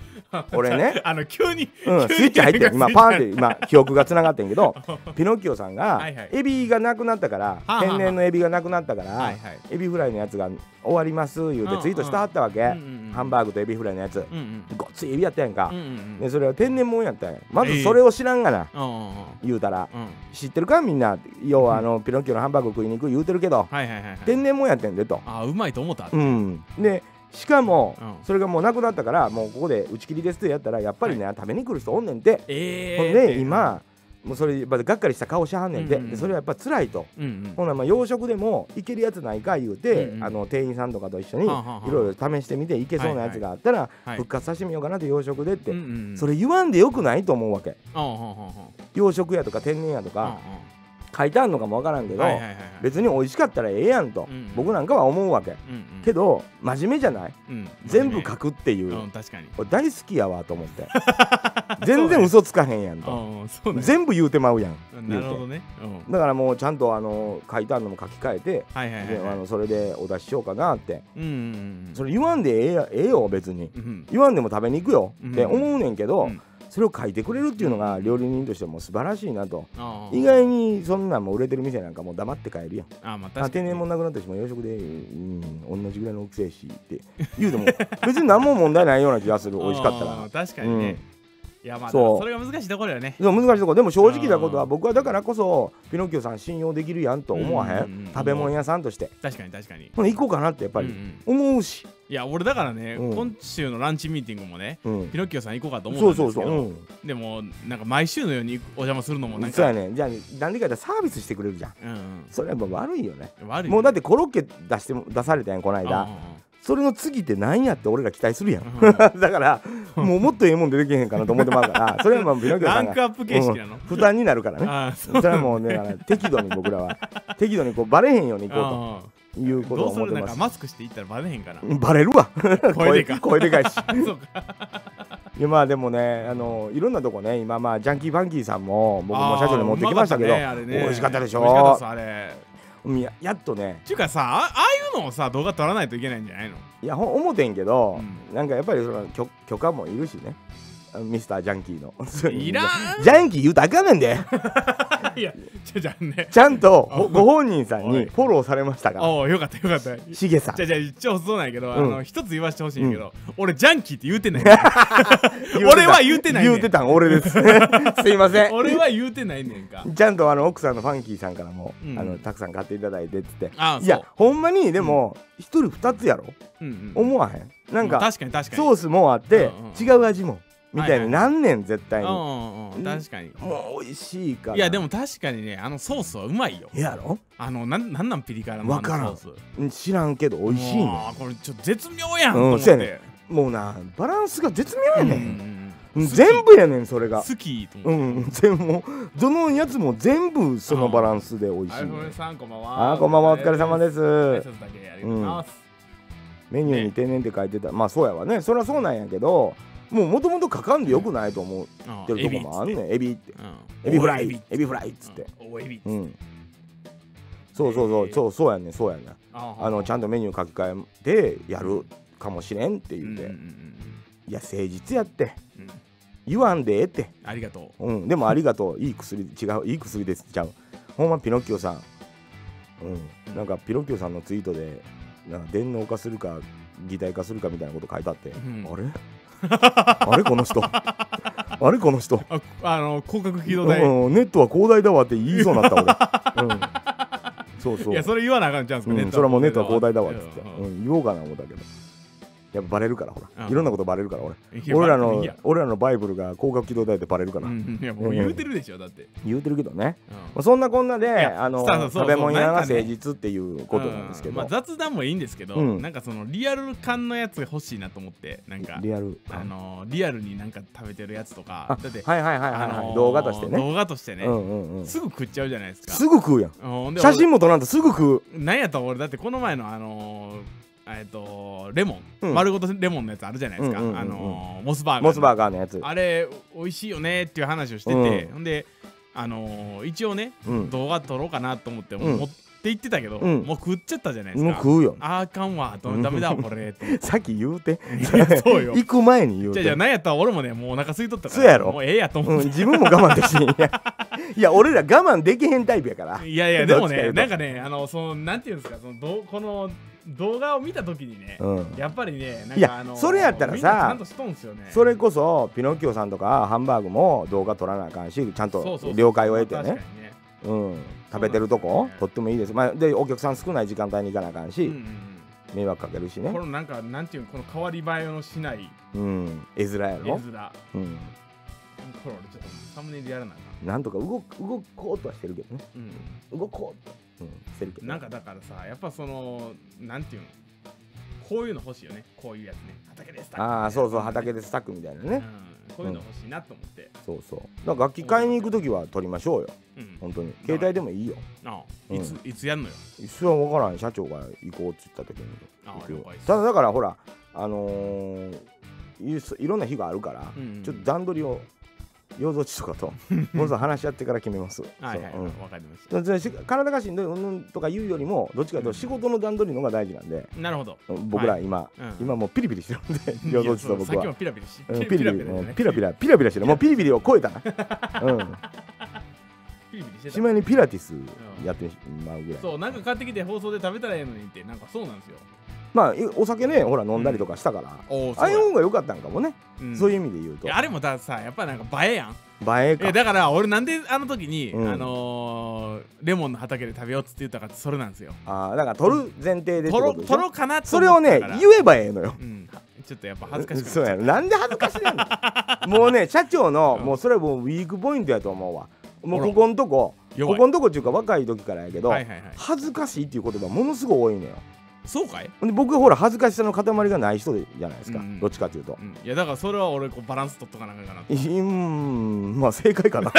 [SPEAKER 1] 俺ね、
[SPEAKER 2] あの急に、
[SPEAKER 1] うん、
[SPEAKER 2] 急に
[SPEAKER 1] スイッチ入ってる今パーンって今記憶がつながってんけ どピノキオさんが
[SPEAKER 2] はいはい
[SPEAKER 1] エビがなくなったから
[SPEAKER 2] あはあ
[SPEAKER 1] 天然のエビがなくなったか
[SPEAKER 2] は
[SPEAKER 1] ら
[SPEAKER 2] いはい。
[SPEAKER 1] エビフライのやつが終わります言う
[SPEAKER 2] うん
[SPEAKER 1] てツイートしてはったわけ
[SPEAKER 2] うんうんうん
[SPEAKER 1] ハンバーグとエビフライのやつ
[SPEAKER 2] うんうん。
[SPEAKER 1] ごっついエビやったやんか
[SPEAKER 2] うんうんうん。
[SPEAKER 1] でそれは天然もんやったんやま
[SPEAKER 2] ええ
[SPEAKER 1] ずそれを知らんがな
[SPEAKER 2] うんうんうん。
[SPEAKER 1] 言うたら
[SPEAKER 2] うん
[SPEAKER 1] 知ってるかみんな要はあのピノキオのハンバーグ食いに行く言うてるけど
[SPEAKER 2] はいはいはいはい。
[SPEAKER 1] 天然もんやってんでと
[SPEAKER 2] あー、うまいと思った。
[SPEAKER 1] うんでしかも
[SPEAKER 2] うん
[SPEAKER 1] それがもうなくなったからもうここで打ち切りですってやったらやっぱりね食べに来る人おんねんて
[SPEAKER 2] え
[SPEAKER 1] ほ
[SPEAKER 2] え
[SPEAKER 1] ん
[SPEAKER 2] ー。
[SPEAKER 1] で今もうそれまでがっかりした顔しはんねんで,、
[SPEAKER 2] うんうんうん
[SPEAKER 1] でそれはやっぱ辛いと、
[SPEAKER 2] うんうん。
[SPEAKER 1] ほんならまあ洋食でもいけるやつないか言うて、
[SPEAKER 2] うんうん
[SPEAKER 1] あの店員さんとかと一緒にい
[SPEAKER 2] はあはあはあ
[SPEAKER 1] ろいろ試してみていけそうなやつがあったら
[SPEAKER 2] はい
[SPEAKER 1] 復。活させてみようかなって洋食でって、
[SPEAKER 2] うんうんうん。
[SPEAKER 1] それ言わんでよくないと思うわけ
[SPEAKER 2] うんうんうんうん。
[SPEAKER 1] 洋食やとか天然やとか
[SPEAKER 2] う
[SPEAKER 1] 書いてあるのかもわからんけ
[SPEAKER 2] んうん
[SPEAKER 1] ど、
[SPEAKER 2] はいはいはいはい。
[SPEAKER 1] 別に美味しかったらええやんと、
[SPEAKER 2] うんうん
[SPEAKER 1] 僕なんかは思うわけ
[SPEAKER 2] うんうん
[SPEAKER 1] けど真面目じゃない
[SPEAKER 2] うん
[SPEAKER 1] 全部書くっていう、
[SPEAKER 2] うん、確かに。
[SPEAKER 1] 俺大好きやわと思って 全然嘘つかへんやん
[SPEAKER 2] う
[SPEAKER 1] と、
[SPEAKER 2] んうん、そうね。
[SPEAKER 1] 全部言うてまうやん
[SPEAKER 2] なるほどね。うん。
[SPEAKER 1] だからもうちゃんとあの書いてあるのも書き換えて、
[SPEAKER 2] はいはいはい
[SPEAKER 1] で
[SPEAKER 2] は
[SPEAKER 1] あ
[SPEAKER 2] い。
[SPEAKER 1] のそれでお出ししようかなって
[SPEAKER 2] うんうんうん。
[SPEAKER 1] それ言わんでええやええよ別に
[SPEAKER 2] うん
[SPEAKER 1] 言わんでも食べに行くよって
[SPEAKER 2] うん
[SPEAKER 1] 思うねんけど、
[SPEAKER 2] うん
[SPEAKER 1] それを書いてくれるっていうのが料理人としても素晴らしいなと、
[SPEAKER 2] あー
[SPEAKER 1] 意外にそんなんもう売れてる店なんかもう黙って帰るやん
[SPEAKER 2] あー、まあ確か
[SPEAKER 1] あ
[SPEAKER 2] に。
[SPEAKER 1] 定年もなくなってしまう洋食で、うん、同じぐらいの大きさやしって言うても 別に何も問題ないような気がする美味しかった
[SPEAKER 2] う
[SPEAKER 1] ら
[SPEAKER 2] ん。確かにね。いやまあ
[SPEAKER 1] そう
[SPEAKER 2] それが難しいところよね。
[SPEAKER 1] でも難しいとこでも正直なことは僕はだからこそピノキオさん信用できるやんと思わへ
[SPEAKER 2] うんうんうん
[SPEAKER 1] ん食べ物屋さんとして
[SPEAKER 2] 確かに確かに。やっ
[SPEAKER 1] ほな行こうかなってやっぱり思うし、
[SPEAKER 2] いや俺だからね、
[SPEAKER 1] うん
[SPEAKER 2] 今週のランチミーティングもね
[SPEAKER 1] うん
[SPEAKER 2] ピノキオさん行こうかと思
[SPEAKER 1] そ
[SPEAKER 2] っ
[SPEAKER 1] う
[SPEAKER 2] たん
[SPEAKER 1] そう
[SPEAKER 2] ですけ
[SPEAKER 1] そ
[SPEAKER 2] ど
[SPEAKER 1] う、うん
[SPEAKER 2] でもなんか毎週のようにお邪魔するのもなん
[SPEAKER 1] そう
[SPEAKER 2] か
[SPEAKER 1] やねじゃあ何でかってサービスしてくれるじゃん
[SPEAKER 2] うん
[SPEAKER 1] それはやっぱ悪いよね
[SPEAKER 2] うん、悪い
[SPEAKER 1] もうだってコロッケ出しても出されたやんこの
[SPEAKER 2] うん
[SPEAKER 1] 間それの次って何やって俺ら期待するやん
[SPEAKER 2] うん
[SPEAKER 1] だからもうもっとええもん出てけへんかなと思ってまう からそれはまあピノ
[SPEAKER 2] うん
[SPEAKER 1] キオ
[SPEAKER 2] ラ
[SPEAKER 1] さん
[SPEAKER 2] ンク
[SPEAKER 1] が
[SPEAKER 2] アップ形式なの、
[SPEAKER 1] 負担になるからね
[SPEAKER 2] ああそ
[SPEAKER 1] それはもうねだ から適度に僕らは適度にこうバレへんようにいこ
[SPEAKER 2] ああ
[SPEAKER 1] うということ
[SPEAKER 2] ど
[SPEAKER 1] を
[SPEAKER 2] うす
[SPEAKER 1] 思っ
[SPEAKER 2] る
[SPEAKER 1] て
[SPEAKER 2] なん
[SPEAKER 1] ま
[SPEAKER 2] か
[SPEAKER 1] す
[SPEAKER 2] マスクして行ったらバレへんかな
[SPEAKER 1] バレるわ
[SPEAKER 2] 声でか
[SPEAKER 1] 声でかいし
[SPEAKER 2] そうか
[SPEAKER 1] いやまあでもねあのいろんなとこね今まあジャンキーバンキーさんも僕も社長に持ってきましたけど
[SPEAKER 2] ああうまかったねあれね
[SPEAKER 1] 美味しかったでし
[SPEAKER 2] 美味しかった
[SPEAKER 1] ょ
[SPEAKER 2] っすあれ
[SPEAKER 1] うんややっとね
[SPEAKER 2] っていうかさあああいうのをさ動画撮らないといけないんじゃないの
[SPEAKER 1] いやほん思てんけど、
[SPEAKER 2] う
[SPEAKER 1] なんかやっぱりその許許可もいるしねあのミスタージャンキーの
[SPEAKER 2] いらん
[SPEAKER 1] ジャンキー言うたらあかんねんで
[SPEAKER 2] いやじゃじゃんね
[SPEAKER 1] ちゃんとほご本人さん
[SPEAKER 2] お
[SPEAKER 1] に
[SPEAKER 2] い
[SPEAKER 1] フォローされましたから
[SPEAKER 2] おおよかったよかった
[SPEAKER 1] しげさん
[SPEAKER 2] じゃあじゃあ一応そうなんやけど、あ
[SPEAKER 1] う
[SPEAKER 2] の
[SPEAKER 1] ん
[SPEAKER 2] 一つ言わしてほしいんやけど、俺ジャンキーって言う てないねん俺は言うてないねん
[SPEAKER 1] 言うてたん俺 ですすいません
[SPEAKER 2] 俺は言うてないねんか
[SPEAKER 1] ちゃんとあの奥さんのファンキーさんからも、
[SPEAKER 2] うん
[SPEAKER 1] あのたくさん買っていただいてっつって
[SPEAKER 2] ああ
[SPEAKER 1] い
[SPEAKER 2] そ
[SPEAKER 1] や
[SPEAKER 2] う、
[SPEAKER 1] ほんまにでも一、人二つやろ
[SPEAKER 2] うんうん、
[SPEAKER 1] 思わへんなんか,、
[SPEAKER 2] まあ確かに確かに
[SPEAKER 1] ソースもあって、
[SPEAKER 2] うんうん
[SPEAKER 1] 違う味もみたいない
[SPEAKER 2] ははい
[SPEAKER 1] なんねん絶対に、
[SPEAKER 2] うんうんうん確かに
[SPEAKER 1] もう美味しいから
[SPEAKER 2] いやでも確かにねあのソースはうまいよ
[SPEAKER 1] ええやろ
[SPEAKER 2] あのなんなんなんピリ辛の
[SPEAKER 1] わからん
[SPEAKER 2] あのソース
[SPEAKER 1] うん知らんけど美味しいねん
[SPEAKER 2] もうこれちょっと絶妙やんと
[SPEAKER 1] うん
[SPEAKER 2] 思っ
[SPEAKER 1] そ
[SPEAKER 2] て、
[SPEAKER 1] うやねもうなバランスが絶妙やねん、
[SPEAKER 2] うん
[SPEAKER 1] うん全部やねんそれ
[SPEAKER 2] 好
[SPEAKER 1] が
[SPEAKER 2] き好きと
[SPEAKER 1] う
[SPEAKER 2] 思っ
[SPEAKER 1] ん
[SPEAKER 2] て、
[SPEAKER 1] 全部もうどのやつも全部そのバランスで美味し
[SPEAKER 2] ア
[SPEAKER 1] い、
[SPEAKER 2] イフォンさんこんばんは
[SPEAKER 1] あーこんばんはお疲れ様
[SPEAKER 2] す
[SPEAKER 1] です
[SPEAKER 2] 挨拶だけありがとうございます、
[SPEAKER 1] メニューに天然って書いてたまあそうやわねそりゃそうなんやけどもうもともと書かんでよくないと思っ
[SPEAKER 2] うん
[SPEAKER 1] てるとこもあんね
[SPEAKER 2] エビっつ
[SPEAKER 1] んエビって
[SPEAKER 2] ってうん
[SPEAKER 1] エビフラ
[SPEAKER 2] おエ
[SPEAKER 1] イエビフライっつって
[SPEAKER 2] うんおエビっつって
[SPEAKER 1] うんそうそうそうそうそうやねんそうやねんあのちゃ
[SPEAKER 2] んと
[SPEAKER 1] んとメニュー書き換えてやるかもしれんって言って、いや誠実やって言わんでええって、
[SPEAKER 2] ありがとう
[SPEAKER 1] うん、でもありがとういい薬違ういい薬ですちゃうほんまピノッキオさん、うん、なんかピノッキオさんのツイートでなんか電脳化するか擬態化するかみたいなこと書いてあって、
[SPEAKER 2] ん
[SPEAKER 1] あれ あれこの人あれこの人
[SPEAKER 2] ああの広角機動隊、
[SPEAKER 1] うん、ネットは広大だわって言いそうになった俺、うん、そうそう
[SPEAKER 2] いやそれ言わなあかんちゃうんすか、
[SPEAKER 1] うん、それはもうネットは広大だわっつって、
[SPEAKER 2] うん
[SPEAKER 1] うん、言おうかな思ったけどやっぱバレるからほら、
[SPEAKER 2] うん
[SPEAKER 1] いろんなことバレるから俺
[SPEAKER 2] いや
[SPEAKER 1] 俺ら
[SPEAKER 2] まあい
[SPEAKER 1] の
[SPEAKER 2] いや
[SPEAKER 1] 俺らのバイブルが広角機動隊でバレるから、
[SPEAKER 2] うんいやもう言うてるでしょだって、
[SPEAKER 1] 言うてるけどね、
[SPEAKER 2] うん
[SPEAKER 1] まあ、そんなこんなで
[SPEAKER 2] や
[SPEAKER 1] あの
[SPEAKER 2] そうそうそう
[SPEAKER 1] 食べ物屋が
[SPEAKER 2] なんかね
[SPEAKER 1] 誠実っていうことなんですけど、
[SPEAKER 2] うまあ、雑談もいいんですけど、
[SPEAKER 1] うん
[SPEAKER 2] なんかそのリアル感のやつが欲しいなと思ってなんか
[SPEAKER 1] リアル
[SPEAKER 2] あのリアルになんか食べてるやつとかだって、
[SPEAKER 1] はいはいはいはい、はい
[SPEAKER 2] あのー
[SPEAKER 1] 動画としてね
[SPEAKER 2] 動画としてね、
[SPEAKER 1] うんうんうん、す
[SPEAKER 2] すぐ食っちゃうじゃないですか
[SPEAKER 1] ぐ食うやん
[SPEAKER 2] うんで
[SPEAKER 1] 写真も撮らんとすぐ食う
[SPEAKER 2] 俺なんやったら俺だってこの前のあのーえっとレモン、
[SPEAKER 1] うん
[SPEAKER 2] 丸ごとレモンのやつあるじゃないですか、
[SPEAKER 1] うんうんうんうん
[SPEAKER 2] あのーモスバーガーの
[SPEAKER 1] モスバーガーのやつ
[SPEAKER 2] あれ美味しいよねっていう話をしてて、
[SPEAKER 1] うん
[SPEAKER 2] ほんであのー一応ね、
[SPEAKER 1] うん
[SPEAKER 2] 動画撮ろうかなと思って、
[SPEAKER 1] うん
[SPEAKER 2] 持って行ってたけど、
[SPEAKER 1] うん
[SPEAKER 2] もう食っちゃったじゃないです
[SPEAKER 1] もう
[SPEAKER 2] か。
[SPEAKER 1] 食うよ
[SPEAKER 2] あーあかんわ、ダメだ、こ れ。と
[SPEAKER 1] さっき言うて
[SPEAKER 2] そうよ
[SPEAKER 1] 行く前に言う
[SPEAKER 2] じ
[SPEAKER 1] て
[SPEAKER 2] ゃあじゃあなんやったら俺もねもうお腹空いとったから
[SPEAKER 1] そうやろ
[SPEAKER 2] もうええやと
[SPEAKER 1] う
[SPEAKER 2] 思
[SPEAKER 1] ん、
[SPEAKER 2] って、
[SPEAKER 1] 自分も我慢できひんい やいや俺ら我慢できへんタイプやから
[SPEAKER 2] いやいやでも
[SPEAKER 1] どっちか言
[SPEAKER 2] ね
[SPEAKER 1] うと
[SPEAKER 2] なんかねあのそのなんていうんですかそのどうこの動画を見た時にね、
[SPEAKER 1] うん
[SPEAKER 2] やっぱりねなん
[SPEAKER 1] い
[SPEAKER 2] か
[SPEAKER 1] や
[SPEAKER 2] あの
[SPEAKER 1] それやったらさ
[SPEAKER 2] みんなちゃんとしとんすよね
[SPEAKER 1] それこそピノキオさんとかハンバーグも動画撮らなあかんしちゃん
[SPEAKER 2] そうそ
[SPEAKER 1] と
[SPEAKER 2] うそう
[SPEAKER 1] 了解を得て
[SPEAKER 2] まあ確
[SPEAKER 1] ね
[SPEAKER 2] かにね
[SPEAKER 1] うん食べてると
[SPEAKER 2] そうなん
[SPEAKER 1] こと
[SPEAKER 2] ですよね
[SPEAKER 1] ってもいいです、まあ、でお客さん少ない時間帯に行かなあかんし、
[SPEAKER 2] うんうん
[SPEAKER 1] 迷惑かけるし
[SPEAKER 2] うん
[SPEAKER 1] ね
[SPEAKER 2] こ、のなんかなんていうのこの変わり映えのしない
[SPEAKER 1] うん、絵面や
[SPEAKER 2] 絵
[SPEAKER 1] ろ
[SPEAKER 2] 面、こ、れ
[SPEAKER 1] うん、
[SPEAKER 2] 俺ちょっとサムネイルやらなあか
[SPEAKER 1] なんとか動く動こうとはしてるけどね
[SPEAKER 2] ん、
[SPEAKER 1] 動こうと、うん、してるけ
[SPEAKER 2] う
[SPEAKER 1] ど
[SPEAKER 2] ん、なんかだからさやっぱそのなんていうのこういうの欲しいよねこういうやつね畑です
[SPEAKER 1] ああそうそう畑でスタックみたいな
[SPEAKER 2] う
[SPEAKER 1] ね、
[SPEAKER 2] ん、こういうの欲しいなと思って、
[SPEAKER 1] そうそうだから楽器買いに行く時は撮りましょうよ
[SPEAKER 2] うん
[SPEAKER 1] 本当に携帯でもいいよ
[SPEAKER 2] ああ
[SPEAKER 1] うん
[SPEAKER 2] いつ、いつやんのよ
[SPEAKER 1] 一瞬は分からん社長が行こうって言った時に
[SPEAKER 2] あ
[SPEAKER 1] 行くよ
[SPEAKER 2] 了解です
[SPEAKER 1] ただだからほらあのーいそいろんな日があるから、
[SPEAKER 2] うんうんうん
[SPEAKER 1] ちょっと段取りを養蔵地とか ともうと話し合ってから決めます
[SPEAKER 2] はいはい
[SPEAKER 1] そ
[SPEAKER 2] わ、
[SPEAKER 1] ううん
[SPEAKER 2] かりまし
[SPEAKER 1] だからし体がしんどいうんうんとか言うよりもどっちかというと仕事の段取りの方が大事なんで、
[SPEAKER 2] たなるほど
[SPEAKER 1] うん僕ら今、
[SPEAKER 2] うん
[SPEAKER 1] 今もうピリピリしてるんで養蔵地と僕
[SPEAKER 2] いやそうさっ
[SPEAKER 1] は
[SPEAKER 2] きも。ピラピラし
[SPEAKER 1] うんピリピリ、
[SPEAKER 2] だ
[SPEAKER 1] うん
[SPEAKER 2] ね
[SPEAKER 1] ピラピラ、ピラピラしてる、もうピリピリを超え たな。うん、
[SPEAKER 2] ピリピリしてた
[SPEAKER 1] しまいにピラティスやってまうぐらい。
[SPEAKER 2] そうなんか買ってきて放送で食べたらええのにってなんかそうなんですよ
[SPEAKER 1] まあ、いお酒ね、ほら、飲んだりとかしたから、
[SPEAKER 2] お
[SPEAKER 1] ああいう方が良かったんかもね、そういう意味で言うと。
[SPEAKER 2] あれもださやっぱなんか映えやん
[SPEAKER 1] 映え
[SPEAKER 2] え
[SPEAKER 1] か。
[SPEAKER 2] だから俺なんであの時に、
[SPEAKER 1] うん
[SPEAKER 2] あのー、レモンの畑で食べようっつって言ったかってそれなんですよ
[SPEAKER 1] ああ、だから取る前提でって
[SPEAKER 2] と
[SPEAKER 1] こ
[SPEAKER 2] ろ
[SPEAKER 1] とでし
[SPEAKER 2] とろ
[SPEAKER 1] ょ。
[SPEAKER 2] かなと
[SPEAKER 1] それ
[SPEAKER 2] 思
[SPEAKER 1] を
[SPEAKER 2] った
[SPEAKER 1] ね
[SPEAKER 2] から、
[SPEAKER 1] 言えばええのよ。
[SPEAKER 2] うんはちょっとやっぱ恥ずかしくなっち
[SPEAKER 1] そ
[SPEAKER 2] ゃ
[SPEAKER 1] う
[SPEAKER 2] う
[SPEAKER 1] やろ。なんで恥ずかしいの もうね、社長の、
[SPEAKER 2] うん
[SPEAKER 1] もうそれはもうウィークポイントやと思うわ。もう
[SPEAKER 2] あら
[SPEAKER 1] ここんとこ、
[SPEAKER 2] 弱
[SPEAKER 1] こ
[SPEAKER 2] い
[SPEAKER 1] こんとこっていうか若い時からやけど、
[SPEAKER 2] はいはいはい
[SPEAKER 1] 恥ずかしいっていう言葉ものすごい多いのよ。
[SPEAKER 2] そうかい、
[SPEAKER 1] で僕はほら恥ずかしさの塊がない人じゃないですか、
[SPEAKER 2] うん
[SPEAKER 1] どっちかというと
[SPEAKER 2] う。ん、いやだからそれは俺こうバランス取っとかなあかんかなと
[SPEAKER 1] うーんまあ正解か な、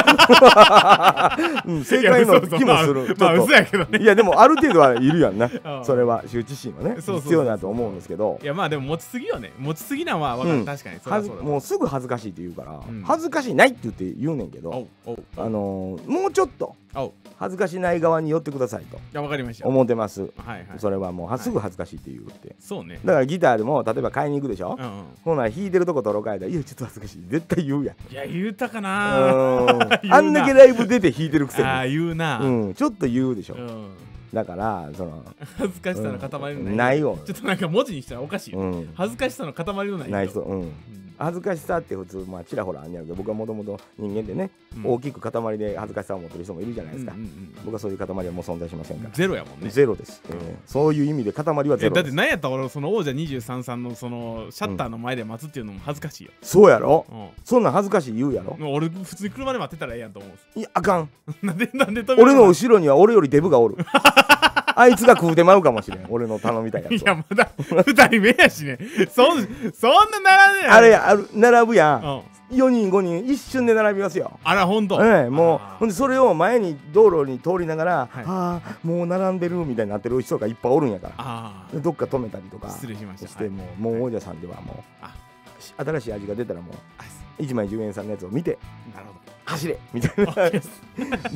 [SPEAKER 1] うん、正解
[SPEAKER 2] いや
[SPEAKER 1] の
[SPEAKER 2] 嘘嘘
[SPEAKER 1] 気もするちょっと
[SPEAKER 2] まあ、まあ、嘘やけど ね
[SPEAKER 1] いやでもある程度はいる やんな
[SPEAKER 2] ああ
[SPEAKER 1] それは羞恥心はね
[SPEAKER 2] そうそうそう
[SPEAKER 1] 必要だと思うんですけど
[SPEAKER 2] いやまあでも持ちすぎよね持ちすぎなんはわかる、
[SPEAKER 1] うん
[SPEAKER 2] 確かにそれ
[SPEAKER 1] は
[SPEAKER 2] は
[SPEAKER 1] ず
[SPEAKER 2] そうだ
[SPEAKER 1] もうすぐ恥ずかしいって言うから、
[SPEAKER 2] うん
[SPEAKER 1] 恥ずかしないって言って言うねんけ
[SPEAKER 2] お
[SPEAKER 1] ど、
[SPEAKER 2] うおうお
[SPEAKER 1] あ
[SPEAKER 2] う
[SPEAKER 1] のーもうちょっと
[SPEAKER 2] おう
[SPEAKER 1] 恥ずかしない側に寄ってくださいと
[SPEAKER 2] いやわかりました
[SPEAKER 1] 思ってます、
[SPEAKER 2] はいはい
[SPEAKER 1] それはもうはすぐ恥ずかしいって言うって、
[SPEAKER 2] そうね
[SPEAKER 1] だからギターでも例えば買いに行くでしょ、
[SPEAKER 2] うんうん
[SPEAKER 1] ほな弾いてるとことろかえたら「いやちょっと恥ずかしい」絶対言うやん
[SPEAKER 2] いや言うたか
[SPEAKER 1] う
[SPEAKER 2] な
[SPEAKER 1] ーん
[SPEAKER 2] な
[SPEAKER 1] あんだけライブ出て弾いてるくせに
[SPEAKER 2] ああ言うな
[SPEAKER 1] うん、ちょっと言うでしょ、
[SPEAKER 2] うん
[SPEAKER 1] だからその、
[SPEAKER 2] 恥ずかしさの塊のない,、
[SPEAKER 1] うんないよ
[SPEAKER 2] ちょっとなんか文字にしたらおかしいよ、
[SPEAKER 1] うん、
[SPEAKER 2] 恥ずかしさの塊のない
[SPEAKER 1] ない人、うん、
[SPEAKER 2] うん
[SPEAKER 1] 恥ずかしさって普通まあちらほらあんねやろうけど僕はもともと人間でね、
[SPEAKER 2] うん
[SPEAKER 1] 大きく塊で恥ずかしさを持ってる人もいるじゃないですか、
[SPEAKER 2] うんうん
[SPEAKER 1] 僕はそういう塊はもう存在しません
[SPEAKER 2] う
[SPEAKER 1] か
[SPEAKER 2] んゼロやもん
[SPEAKER 1] ら、
[SPEAKER 2] ね
[SPEAKER 1] ゼロです、ええそういう意味で塊はゼ
[SPEAKER 2] え
[SPEAKER 1] ロ
[SPEAKER 2] だ
[SPEAKER 1] で
[SPEAKER 2] って
[SPEAKER 1] す
[SPEAKER 2] なんやったら俺その王者23さんのそのシャッターの前で待つっていうのも恥ずかしいよ、
[SPEAKER 1] そうやろ
[SPEAKER 2] うん
[SPEAKER 1] そんなん恥ずかしい言うやろ、
[SPEAKER 2] もう俺普通に車で待ってたらええやんと思うんです
[SPEAKER 1] いやあかん
[SPEAKER 2] なんでなんで飛び
[SPEAKER 1] 俺の後ろには俺よりデブがおる あいつが食うてまうかもしれん俺の頼みたいや
[SPEAKER 2] い
[SPEAKER 1] つを
[SPEAKER 2] やまだ二人目やしねそんそんな並んでない
[SPEAKER 1] あれやある並ぶや、
[SPEAKER 2] うんん
[SPEAKER 1] 4人5人一瞬で並びますよ
[SPEAKER 2] あらほんと
[SPEAKER 1] ええ、もう
[SPEAKER 2] あ
[SPEAKER 1] ほんでそれを前に道路に通りながら、
[SPEAKER 2] はい
[SPEAKER 1] ああもう並んでるみたいになってる人がいっぱいおるんやから
[SPEAKER 2] あ
[SPEAKER 1] でどっか止めたりとか
[SPEAKER 2] あ失礼しました
[SPEAKER 1] して
[SPEAKER 2] はい
[SPEAKER 1] もうもう王者さんではも
[SPEAKER 2] あ
[SPEAKER 1] うし新しい味が出たらも
[SPEAKER 2] あす
[SPEAKER 1] う1枚10円さんのやつを見て
[SPEAKER 2] なるほ
[SPEAKER 1] 走れみたい
[SPEAKER 2] どオッケーっ す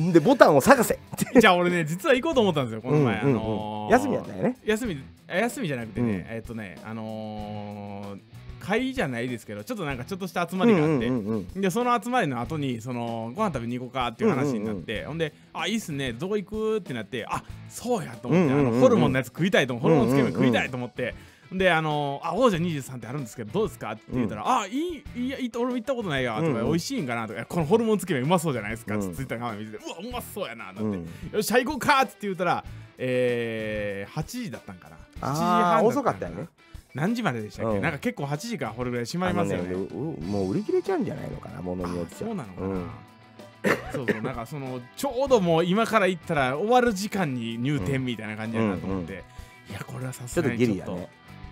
[SPEAKER 1] なでボタンを探せって
[SPEAKER 2] じゃあ俺ね実は行こうと思ったんですよこの前、
[SPEAKER 1] うんうんうん
[SPEAKER 2] あのー
[SPEAKER 1] 休みやったんやね
[SPEAKER 2] 休みあ休みじゃなくてね、
[SPEAKER 1] うん
[SPEAKER 2] えっとねあのー、会じゃないですけどちょっとなんかちょっとした集ま
[SPEAKER 1] うんう
[SPEAKER 2] りがあって、
[SPEAKER 1] んうんうん
[SPEAKER 2] でその集まりの後にそのご飯食べに行こうかっていう話になって、ほんで「あいいっすねどこ行く?」ってなって「あそうや」と思って、
[SPEAKER 1] うんうんうんうん
[SPEAKER 2] あのホルモンのやつ食いたいと思うホルモンつけ麺
[SPEAKER 1] うんうんう
[SPEAKER 2] 食
[SPEAKER 1] ん
[SPEAKER 2] いたいと思って。ほんであのあ王者23ってあるんですけどどうですか?」って言ったら「あいいいやいい俺も行ったことないや」とか、
[SPEAKER 1] うんうん
[SPEAKER 2] 美味しいんかな」とかいや「このホルモンつけ麺うまそうじゃないですか」
[SPEAKER 1] うん
[SPEAKER 2] つってツイッターの画面見てて「うわうまそうやな」なんて、
[SPEAKER 1] うん
[SPEAKER 2] よっしゃ行こうか」って言ったら、えー、8時だったんかな7
[SPEAKER 1] あー
[SPEAKER 2] 時半だん
[SPEAKER 1] 遅かったよね
[SPEAKER 2] 何時まででしたっけ、
[SPEAKER 1] うん
[SPEAKER 2] なんか結構8時からこれぐらい閉ま
[SPEAKER 1] あ
[SPEAKER 2] り
[SPEAKER 1] の
[SPEAKER 2] ます
[SPEAKER 1] ね
[SPEAKER 2] よね
[SPEAKER 1] うもう売り切れちゃうんじゃないのかなものによっ
[SPEAKER 2] あ
[SPEAKER 1] ちゃ
[SPEAKER 2] そうなのかな、
[SPEAKER 1] うん
[SPEAKER 2] そうそうなんかそのちょうどもう今から行ったら終わる時間に入店みたいな感じだなと思って、いやこれはさ
[SPEAKER 1] ち
[SPEAKER 2] す
[SPEAKER 1] ょっと
[SPEAKER 2] が
[SPEAKER 1] ギ
[SPEAKER 2] にちょっ
[SPEAKER 1] リ
[SPEAKER 2] と
[SPEAKER 1] やね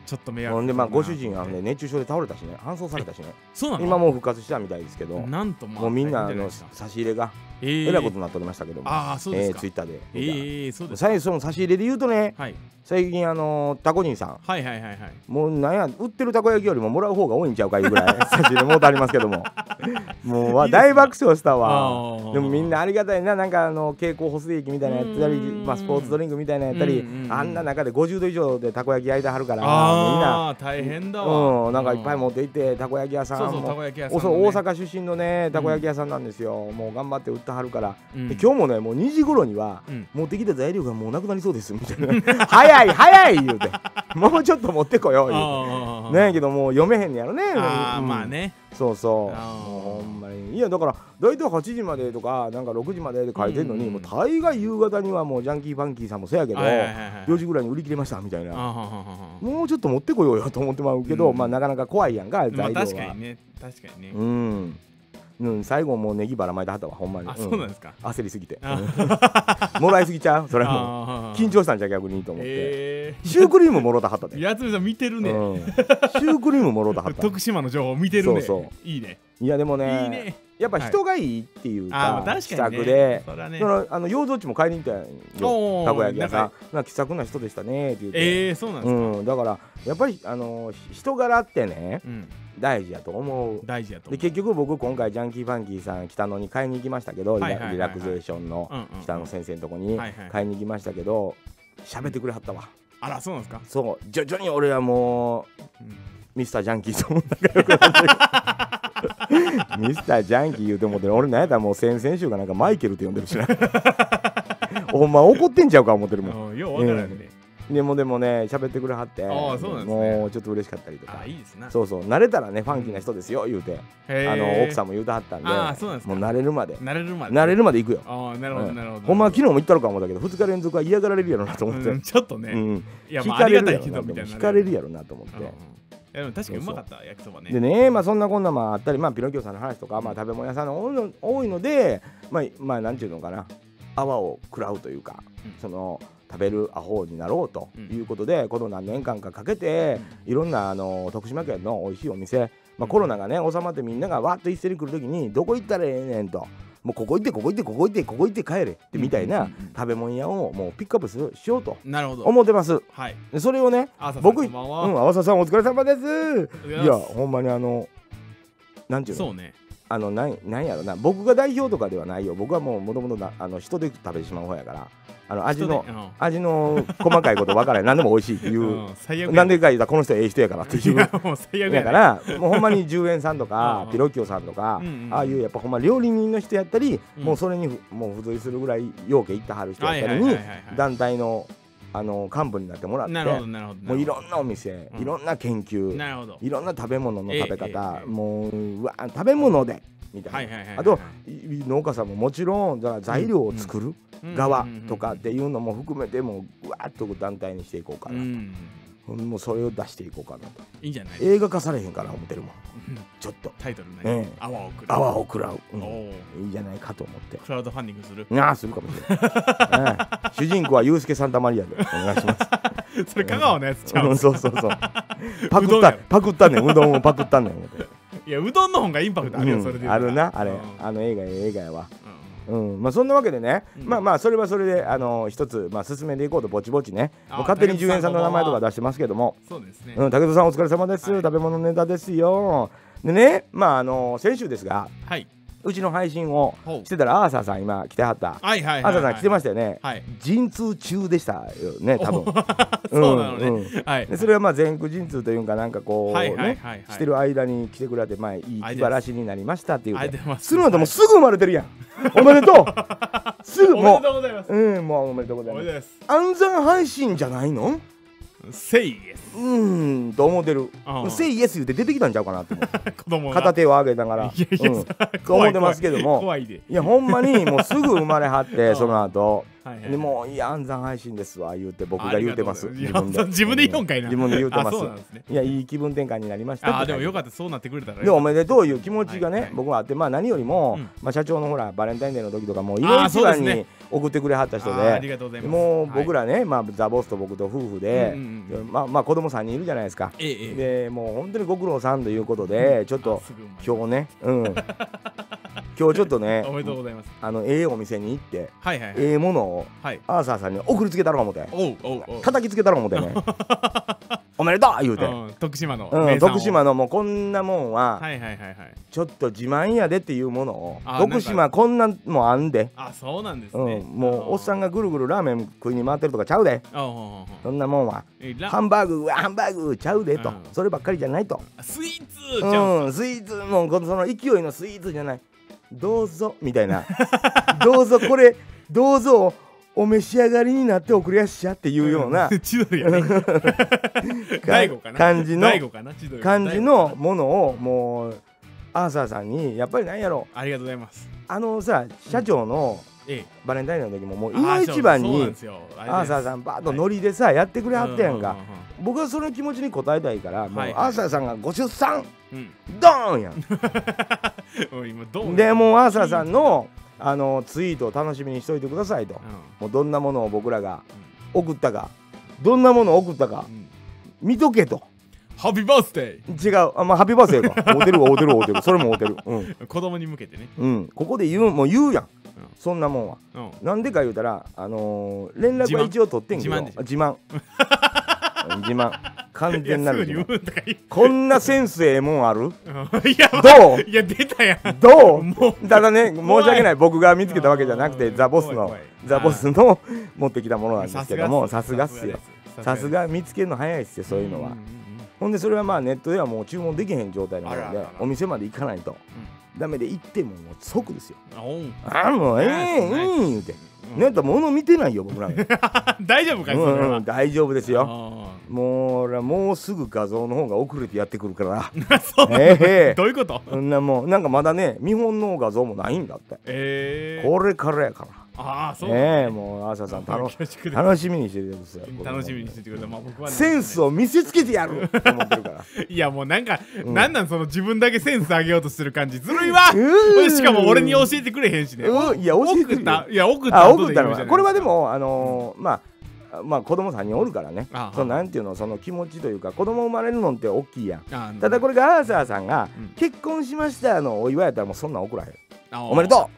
[SPEAKER 2] ちょっと迷惑
[SPEAKER 1] ほんでまあご主人
[SPEAKER 2] は
[SPEAKER 1] はね熱中症で倒れたしね搬送されたしね
[SPEAKER 2] そうなの
[SPEAKER 1] 今もう復活したみたいですけど
[SPEAKER 2] なんとまあ
[SPEAKER 1] もうみんなあ
[SPEAKER 2] 大変
[SPEAKER 1] の
[SPEAKER 2] じゃいですか
[SPEAKER 1] 差し入れが
[SPEAKER 2] えー
[SPEAKER 1] えらいことになっておりましたけども、
[SPEAKER 2] ああそうで
[SPEAKER 1] え
[SPEAKER 2] す
[SPEAKER 1] ー
[SPEAKER 2] か、
[SPEAKER 1] ツイッターで
[SPEAKER 2] え
[SPEAKER 1] 見
[SPEAKER 2] ーそう
[SPEAKER 1] た。
[SPEAKER 2] です
[SPEAKER 1] 最初の差し入れで言うとね、
[SPEAKER 2] はい、
[SPEAKER 1] 最近あのータコ人さん、
[SPEAKER 2] はいはいはいはい
[SPEAKER 1] もうなんや売ってるたこ焼きよりももらう方が多いんちゃうかいうぐ らい差し入れもうてありますけども、 もうわ
[SPEAKER 2] いいですね
[SPEAKER 1] 大爆笑したわ。
[SPEAKER 2] あー
[SPEAKER 1] でもみんなありがたいななんかあの蛍光補水液みたいなのやったり、
[SPEAKER 2] うん
[SPEAKER 1] まあ、スポーツドリンクみたいなのやったり、
[SPEAKER 2] うんうんうん
[SPEAKER 1] あんな中で50度以上でたこ焼き焼いてはるからみんな
[SPEAKER 2] あー大変だわ、
[SPEAKER 1] うん、なんかいっぱい持
[SPEAKER 2] っ
[SPEAKER 1] って行ってたこ焼き屋さん
[SPEAKER 2] そ
[SPEAKER 1] も
[SPEAKER 2] うそうたこ焼き屋さん
[SPEAKER 1] お
[SPEAKER 2] のね、
[SPEAKER 1] そう大阪出身のねたこ焼き屋さんなんですよ、もう頑張って売ってはるから、
[SPEAKER 2] うん
[SPEAKER 1] で今日もねもう2時頃には、
[SPEAKER 2] うん
[SPEAKER 1] 持ってきた材料がもうなくなりそうですみたいな 早い早い言うて もうちょっと持ってこよう言うて
[SPEAKER 2] あー
[SPEAKER 1] ねえけどもう読めへんねやろね
[SPEAKER 2] あー
[SPEAKER 1] うん
[SPEAKER 2] まあね
[SPEAKER 1] そうそう
[SPEAKER 2] あー
[SPEAKER 1] もうほんまにいやだから大体8時までとかなんか6時までで書いてるのに、
[SPEAKER 2] うん
[SPEAKER 1] もう大概夕方にはもうジャンキーファンキーさんもそうやけど、
[SPEAKER 2] はいはいはいはい
[SPEAKER 1] 4時ぐらいに売り切れましたみたいな
[SPEAKER 2] あーはははは
[SPEAKER 1] もうちょっと持ってこようよと思ってまうけど、
[SPEAKER 2] うん
[SPEAKER 1] まあなかなか怖いやんか材料
[SPEAKER 2] ま
[SPEAKER 1] は、
[SPEAKER 2] あ確かにね確かにね、
[SPEAKER 1] うん、うん、最後もうネギばらまいてはったわほんまに
[SPEAKER 2] あそうなん
[SPEAKER 1] ん
[SPEAKER 2] ですか、
[SPEAKER 1] 焦りすぎて
[SPEAKER 2] あ
[SPEAKER 1] もらいすぎちゃうそれも
[SPEAKER 2] あ
[SPEAKER 1] 緊張したんじゃう逆にと思って、
[SPEAKER 2] え
[SPEAKER 1] シュークリームもろたはったで、
[SPEAKER 2] ー、やつみさん見てる
[SPEAKER 1] うん、シ
[SPEAKER 2] ね、
[SPEAKER 1] ュークリームもろたは った
[SPEAKER 2] 徳島の情報見てるね
[SPEAKER 1] そうそ
[SPEAKER 2] いいね
[SPEAKER 1] いやでもね
[SPEAKER 2] いいね
[SPEAKER 1] やっぱ人がいいっていう
[SPEAKER 2] あ
[SPEAKER 1] か,、
[SPEAKER 2] ーまあ
[SPEAKER 1] 気
[SPEAKER 2] 確か
[SPEAKER 1] さ
[SPEAKER 2] に
[SPEAKER 1] く
[SPEAKER 2] ね
[SPEAKER 1] で
[SPEAKER 2] それはね
[SPEAKER 1] そのあの養蔵地も買いに行ったん
[SPEAKER 2] お
[SPEAKER 1] よ
[SPEAKER 2] ー
[SPEAKER 1] たこ焼き屋さん
[SPEAKER 2] な
[SPEAKER 1] なんんか気さくな人でしたねって言って、
[SPEAKER 2] えー、そうなんですか、
[SPEAKER 1] うん、だからやっぱりあのひ人柄ってね
[SPEAKER 2] うん、
[SPEAKER 1] 大事やと思う
[SPEAKER 2] 大事やと
[SPEAKER 1] で
[SPEAKER 2] 思う
[SPEAKER 1] 結局僕今回ジャンキーファンキーさん北野に買いに行きましたけど、
[SPEAKER 2] はいはいはいはい
[SPEAKER 1] リラリラクゼーションの
[SPEAKER 2] うんうんうん
[SPEAKER 1] 北野先生のとこに
[SPEAKER 2] はいはい
[SPEAKER 1] 買いに行きましたけど喋ってくれはったわ
[SPEAKER 2] あらそうなんですか、
[SPEAKER 1] そう徐々に俺はも
[SPEAKER 2] うん
[SPEAKER 1] うミスタージャンキーとも仲良くなってるミスタージャンキー言うてもって俺なんやったらもう先々週がなんかマイケルって呼んでるし なほんま怒ってんちゃうか思ってるもん
[SPEAKER 2] うんようわからんね、
[SPEAKER 1] でもでもね喋ってくれはって
[SPEAKER 2] ああそうなんですね
[SPEAKER 1] もうちょっと嬉しかったりとか
[SPEAKER 2] あいいですな
[SPEAKER 1] そうそう慣れたらねファンキーな人ですよ言うてあの奥さ
[SPEAKER 2] ん
[SPEAKER 1] んも言うてはったんで
[SPEAKER 2] ああそうなんです
[SPEAKER 1] も
[SPEAKER 2] か
[SPEAKER 1] う慣れるまで
[SPEAKER 2] 慣れるまで
[SPEAKER 1] 慣れるまで行くよ
[SPEAKER 2] ああなるほ
[SPEAKER 1] う
[SPEAKER 2] ど
[SPEAKER 1] ん
[SPEAKER 2] なるほど
[SPEAKER 1] ほんまは昨日も行ったのかもだけど2日連続は嫌がられるやろなと思って、う
[SPEAKER 2] うんんちょっとね、いやま
[SPEAKER 1] 惹
[SPEAKER 2] ああ
[SPEAKER 1] か
[SPEAKER 2] り
[SPEAKER 1] れ
[SPEAKER 2] が
[SPEAKER 1] る
[SPEAKER 2] た
[SPEAKER 1] やろ
[SPEAKER 2] い人
[SPEAKER 1] なと思
[SPEAKER 2] みたい
[SPEAKER 1] って
[SPEAKER 2] な
[SPEAKER 1] 惹かれ
[SPEAKER 2] る
[SPEAKER 1] るやろなと思って、
[SPEAKER 2] いやでも確かにうまかった焼きそばね
[SPEAKER 1] でねまあそんなこんなまああったりまあピノキオさんの話とか、まあ、食べ物屋さんの多いの多いのでまあまあなんていうのかな泡を食らうというか、
[SPEAKER 2] うん
[SPEAKER 1] その食べるアホになろうということで、この何年間かかけて、いろんなあの徳島県の美味しいお店、まあ、コロナがね収まってみんながわっと一斉に来るときにどこ行ったらええねんともうここ行ってここ行ってここ行ってここ行って帰れってみたい
[SPEAKER 2] うん
[SPEAKER 1] な
[SPEAKER 2] うんうんうん
[SPEAKER 1] 食べ物屋をもうピックアップするしようと
[SPEAKER 2] なるほど
[SPEAKER 1] 思ってます
[SPEAKER 2] はい
[SPEAKER 1] でそれをね
[SPEAKER 2] 朝さん
[SPEAKER 1] 僕
[SPEAKER 2] こ
[SPEAKER 1] うんん
[SPEAKER 2] ばんは
[SPEAKER 1] 浅田さんお疲れ様です
[SPEAKER 2] り
[SPEAKER 1] い
[SPEAKER 2] がとうございます
[SPEAKER 1] やほんまにあのなんていうの
[SPEAKER 2] そうね
[SPEAKER 1] あのなんなんやろな僕が代表とかではないよ僕はもうもともと人で食べてしまう方やからあの味の
[SPEAKER 2] 人でうん
[SPEAKER 1] 味の細かいこと分からない何でも美味しいっていううん
[SPEAKER 2] 最悪や
[SPEAKER 1] なんでか言うたらこの人ええ人やからって いう
[SPEAKER 2] いやもう最悪
[SPEAKER 1] だ
[SPEAKER 2] や
[SPEAKER 1] か
[SPEAKER 2] ね
[SPEAKER 1] らもうほんまに十円さんと
[SPEAKER 2] うん
[SPEAKER 1] か
[SPEAKER 2] うん
[SPEAKER 1] ピロキオさんとか
[SPEAKER 2] うんうんうん
[SPEAKER 1] ああいうやっぱほんま料理人の人やったり
[SPEAKER 2] うん
[SPEAKER 1] もうそれにふもう付随するぐらい養鶏行ってはる人
[SPEAKER 2] は
[SPEAKER 1] や
[SPEAKER 2] い
[SPEAKER 1] った
[SPEAKER 2] はい
[SPEAKER 1] り
[SPEAKER 2] はい
[SPEAKER 1] に
[SPEAKER 2] はいは
[SPEAKER 1] 団体のあの幹部になってもらっ
[SPEAKER 2] いなるほど
[SPEAKER 1] て
[SPEAKER 2] なるほど
[SPEAKER 1] もういろんなお店
[SPEAKER 2] うん
[SPEAKER 1] いろんな研究
[SPEAKER 2] なるほど
[SPEAKER 1] いろんな食べ物の食べ方
[SPEAKER 2] ええええええ
[SPEAKER 1] もううわ食べ物でみた
[SPEAKER 2] はいいはいはいはい
[SPEAKER 1] なあといい農家さんももちろんだから材料を作る側とかっていうのも含めてもううわーっと団体にしていこうか
[SPEAKER 2] う
[SPEAKER 1] な
[SPEAKER 2] んうん
[SPEAKER 1] もうそれを出していこうかなと
[SPEAKER 2] いいんじゃない
[SPEAKER 1] 映画化されへんから思ってるもんちょっと
[SPEAKER 2] タイトルね
[SPEAKER 1] ええ
[SPEAKER 2] 泡をくる
[SPEAKER 1] 泡を食らう、う
[SPEAKER 2] お
[SPEAKER 1] ん
[SPEAKER 2] お
[SPEAKER 1] いいんじゃないかと思って
[SPEAKER 2] クラウドファンディングする
[SPEAKER 1] なあするかもしれない、ええ主人公はユースケ・サンタマリアでお願いします
[SPEAKER 2] それ香川のや つちゃ
[SPEAKER 1] う
[SPEAKER 2] うん
[SPEAKER 1] そうそうそうパク
[SPEAKER 2] うど
[SPEAKER 1] っ
[SPEAKER 2] んや
[SPEAKER 1] た
[SPEAKER 2] ろ
[SPEAKER 1] パクったねうどんをパクったね思って
[SPEAKER 2] いやうどんの方がインパクトある
[SPEAKER 1] う
[SPEAKER 2] よ
[SPEAKER 1] ん
[SPEAKER 2] それで言うた
[SPEAKER 1] あ
[SPEAKER 2] ら
[SPEAKER 1] るなあれ、
[SPEAKER 2] うん
[SPEAKER 1] あの映画映画やわ
[SPEAKER 2] う
[SPEAKER 1] うんまあそんなわけでね、
[SPEAKER 2] うん
[SPEAKER 1] まあまあそれはそれであの一つまあ進めていこうとぼちぼちね
[SPEAKER 2] あ
[SPEAKER 1] もう勝手に
[SPEAKER 2] 竹
[SPEAKER 1] 十
[SPEAKER 2] 内さん
[SPEAKER 1] 円さんの名前とか出してますけども
[SPEAKER 2] んそうですね
[SPEAKER 1] うん武田さんお疲れ様です、
[SPEAKER 2] はい
[SPEAKER 1] 食べ物ネタですよでねまああの先週ですが
[SPEAKER 2] はいう
[SPEAKER 1] ちの配信を
[SPEAKER 2] ほう
[SPEAKER 1] してたらアーサーさん今来てはった
[SPEAKER 2] はいは
[SPEAKER 1] あ
[SPEAKER 2] いはい
[SPEAKER 1] んたさ
[SPEAKER 2] は
[SPEAKER 1] ん
[SPEAKER 2] い
[SPEAKER 1] 来てましたよね。
[SPEAKER 2] はい
[SPEAKER 1] 陣痛中でしたよね、多分。
[SPEAKER 2] そうなのね、
[SPEAKER 1] うんうん
[SPEAKER 2] はい
[SPEAKER 1] でそれはまあ前駆陣痛というか、なんかこう、
[SPEAKER 2] はいはい
[SPEAKER 1] ね、
[SPEAKER 2] はいはい
[SPEAKER 1] してる間に来てくれて、まあ、いい気晴らしになりましたっていう
[SPEAKER 2] あ
[SPEAKER 1] て。
[SPEAKER 2] 出ます
[SPEAKER 1] するのともうすぐ生まれてるやん。おめで とう。すぐ
[SPEAKER 2] おめ
[SPEAKER 1] も
[SPEAKER 2] でとうございます
[SPEAKER 1] う。うん、もうおめでとうござ
[SPEAKER 2] お
[SPEAKER 1] い
[SPEAKER 2] め
[SPEAKER 1] ま。
[SPEAKER 2] ですとうございます
[SPEAKER 1] 暗算配信じゃないの。
[SPEAKER 2] せいえ
[SPEAKER 1] うーん、と思ってる
[SPEAKER 2] あ。あ
[SPEAKER 1] せいイエス言って出てきたんちゃうかな って思う。
[SPEAKER 2] 子供が
[SPEAKER 1] 片手を上げながら。
[SPEAKER 2] いやいや、
[SPEAKER 1] うん
[SPEAKER 2] 怖
[SPEAKER 1] 思
[SPEAKER 2] い
[SPEAKER 1] ってますけども
[SPEAKER 2] 怖い怖いで、
[SPEAKER 1] いや、ほんま に、もうすぐ生まれはっ
[SPEAKER 2] あ
[SPEAKER 1] て、
[SPEAKER 2] あ
[SPEAKER 1] その後。
[SPEAKER 2] はいはい
[SPEAKER 1] でもういや暗算配信ですわ言うて僕が言うてます
[SPEAKER 2] ありがとうございますいや自分で言うんかいな
[SPEAKER 1] 自分で言うてま
[SPEAKER 2] あ
[SPEAKER 1] す
[SPEAKER 2] そうなんですね
[SPEAKER 1] いやいい気分転換になりました
[SPEAKER 2] ああでもよか
[SPEAKER 1] っ
[SPEAKER 2] ったそうなってくれたら
[SPEAKER 1] でおめでとういう気持ちがね、
[SPEAKER 2] はいはい
[SPEAKER 1] 僕はあってまあ何よりも、
[SPEAKER 2] うん
[SPEAKER 1] まあ、社長のほらバレンタインデーの時とかもうい
[SPEAKER 2] あ
[SPEAKER 1] ろ
[SPEAKER 2] ーそう
[SPEAKER 1] 一
[SPEAKER 2] で
[SPEAKER 1] 番
[SPEAKER 2] すね
[SPEAKER 1] に送ってくれはった人
[SPEAKER 2] あーあり
[SPEAKER 1] で
[SPEAKER 2] がとうございます
[SPEAKER 1] もう僕
[SPEAKER 2] ら、
[SPEAKER 1] らね、まあ、ザ・ボスと僕と夫婦で、
[SPEAKER 2] うんうんう
[SPEAKER 1] まあ、まあ子供3人いるじゃないですか、
[SPEAKER 2] ええええ
[SPEAKER 1] でもう本当にご苦労さんということで、ちょっと
[SPEAKER 2] あすぐ生ま
[SPEAKER 1] 今日
[SPEAKER 2] れ
[SPEAKER 1] ね、うん、今日ちょっと ね
[SPEAKER 2] おめでとうございます。
[SPEAKER 1] あのええお店に行って
[SPEAKER 2] はいはいはい。
[SPEAKER 1] ええものを
[SPEAKER 2] はい。
[SPEAKER 1] アーサーさんに送りつけたろう思て
[SPEAKER 2] おうおうおう。
[SPEAKER 1] 叩きつけたろう思 てねおめでとう言うて、
[SPEAKER 2] うん、徳島の
[SPEAKER 1] うん、
[SPEAKER 2] 名産を。
[SPEAKER 1] 徳島のもうこんなもんは
[SPEAKER 2] はいはいはいはい。
[SPEAKER 1] ちょっと自慢やでっていうものを
[SPEAKER 2] あ
[SPEAKER 1] 徳
[SPEAKER 2] な
[SPEAKER 1] 島こんなんもんあんで、
[SPEAKER 2] あ、そうなんです
[SPEAKER 1] うん
[SPEAKER 2] ね。
[SPEAKER 1] もうおっさ
[SPEAKER 2] ん。
[SPEAKER 1] んがぐるぐるラーメン食いに回ってるとかちゃうで
[SPEAKER 2] あほうほうほ
[SPEAKER 1] そ
[SPEAKER 2] うん
[SPEAKER 1] なもんは
[SPEAKER 2] えラ
[SPEAKER 1] ハンバーグはハンバーグちゃうでと、
[SPEAKER 2] うん
[SPEAKER 1] そればっかりじゃないと、
[SPEAKER 2] スイーツじゃん。
[SPEAKER 1] うん、スイーツもこのその勢いのスイーツじゃないどうぞみたいな どうぞこれどうぞお召し上がりになっておくれやっしゃっていうような
[SPEAKER 2] 千鳥 やね。大悟かな。
[SPEAKER 1] 感じの
[SPEAKER 2] 大悟かな。千鳥
[SPEAKER 1] 感じ。のものをもうアーサーさんにやっぱりなんやろ
[SPEAKER 2] ありがとうございます。
[SPEAKER 1] あのさ社長の
[SPEAKER 2] ええ。
[SPEAKER 1] バレンタインの時ももう
[SPEAKER 2] あ
[SPEAKER 1] 今一番
[SPEAKER 2] そうそうなん
[SPEAKER 1] に
[SPEAKER 2] ですよ
[SPEAKER 1] アーサーさんバーッとノリでさやってくれはったやんか。僕はその気持ちに応えたいからもうア
[SPEAKER 2] はいはい
[SPEAKER 1] ーサーさんがご出産
[SPEAKER 2] あれね
[SPEAKER 1] ドーンやん
[SPEAKER 2] うん。もう今どう。
[SPEAKER 1] でもうアーサーさんのあのツイートを楽しみにしといてくださいと
[SPEAKER 2] うん。
[SPEAKER 1] もうどんなものを僕らが送ったかどんなものを送ったか
[SPEAKER 2] うんうん
[SPEAKER 1] 見とけと
[SPEAKER 2] ハッピーバースデ
[SPEAKER 1] 違うあ、まあ、ハッピーバースデ ーか合うてるわ合うてるわ合うてるそれも合うてるうん、
[SPEAKER 2] ー。子供に向けてね。
[SPEAKER 1] うん、ここで言うもう言うやんそんなもんは
[SPEAKER 2] うん。
[SPEAKER 1] なんでか言うたらあのー連絡は一応取ってんけど
[SPEAKER 2] 自慢
[SPEAKER 1] 自慢 うん自慢完
[SPEAKER 2] いや
[SPEAKER 1] 全なる
[SPEAKER 2] すぐ
[SPEAKER 1] 自
[SPEAKER 2] に
[SPEAKER 1] 慢
[SPEAKER 2] うんとか言う
[SPEAKER 1] こんなセンスええもんある
[SPEAKER 2] うんいやば
[SPEAKER 1] どう
[SPEAKER 2] いや出たやん
[SPEAKER 1] どう
[SPEAKER 2] もう
[SPEAKER 1] ただね申し
[SPEAKER 2] い
[SPEAKER 1] 訳ない僕が見つけたわけじゃなくて
[SPEAKER 2] うん
[SPEAKER 1] ザ・ボス
[SPEAKER 2] 怖い
[SPEAKER 1] の
[SPEAKER 2] 怖い
[SPEAKER 1] ザ・ボスの持ってきたものなんですけどもさすがっすよ
[SPEAKER 2] す
[SPEAKER 1] さすが見つけるの早いっすよそういうのは、
[SPEAKER 2] んんん
[SPEAKER 1] ほんでそれはまあネットではもう注文できへん状態な
[SPEAKER 2] あ
[SPEAKER 1] の
[SPEAKER 2] らあら
[SPEAKER 1] で
[SPEAKER 2] あら
[SPEAKER 1] お店まで行かないと、ダメで行ってももう即ですよ
[SPEAKER 2] あおん
[SPEAKER 1] ああもうええ
[SPEAKER 2] ナイス
[SPEAKER 1] ええ言うて
[SPEAKER 2] うん
[SPEAKER 1] なんか物見てないよ 僕らう
[SPEAKER 2] 大丈夫かいそれ
[SPEAKER 1] んう
[SPEAKER 2] は
[SPEAKER 1] ん大丈夫ですよ
[SPEAKER 2] あ
[SPEAKER 1] もう俺はもうすぐ画像の方が遅れてやってくるから
[SPEAKER 2] ーそう なの
[SPEAKER 1] ええ
[SPEAKER 2] どういうこと
[SPEAKER 1] そんなもうなんかまだね見本の画像もないんだって
[SPEAKER 2] えー
[SPEAKER 1] これからやから
[SPEAKER 2] ああそう
[SPEAKER 1] ねえもう朝さん楽
[SPEAKER 2] 恐縮です
[SPEAKER 1] 楽しみにしてるんですよ
[SPEAKER 2] 楽しみにしててくださいまあ僕はね
[SPEAKER 1] センスを見せつけてや ると思ってるから
[SPEAKER 2] いやもうなんか
[SPEAKER 1] ん
[SPEAKER 2] なんなんその自分だけセンス上げようとする感じずるいわ
[SPEAKER 1] うー
[SPEAKER 2] しかも俺に教えてくれへんしね
[SPEAKER 1] うんいや教えてる
[SPEAKER 2] 送っ
[SPEAKER 1] よ
[SPEAKER 2] たいや送った
[SPEAKER 1] あ
[SPEAKER 2] 後
[SPEAKER 1] 送っ
[SPEAKER 2] で
[SPEAKER 1] た
[SPEAKER 2] 言う
[SPEAKER 1] の
[SPEAKER 2] じ
[SPEAKER 1] は
[SPEAKER 2] ゃな
[SPEAKER 1] いこれはでもあのーまあまあ子供さんにおるからね
[SPEAKER 2] あ
[SPEAKER 1] そのなんていうのその気持ちというか子供生まれるのって大きいやん
[SPEAKER 2] あ
[SPEAKER 1] ただこれがアーサーさんが
[SPEAKER 2] うん
[SPEAKER 1] 「結婚しました」のお祝いやったらもうそんなん送らへん「
[SPEAKER 2] あ
[SPEAKER 1] おめでと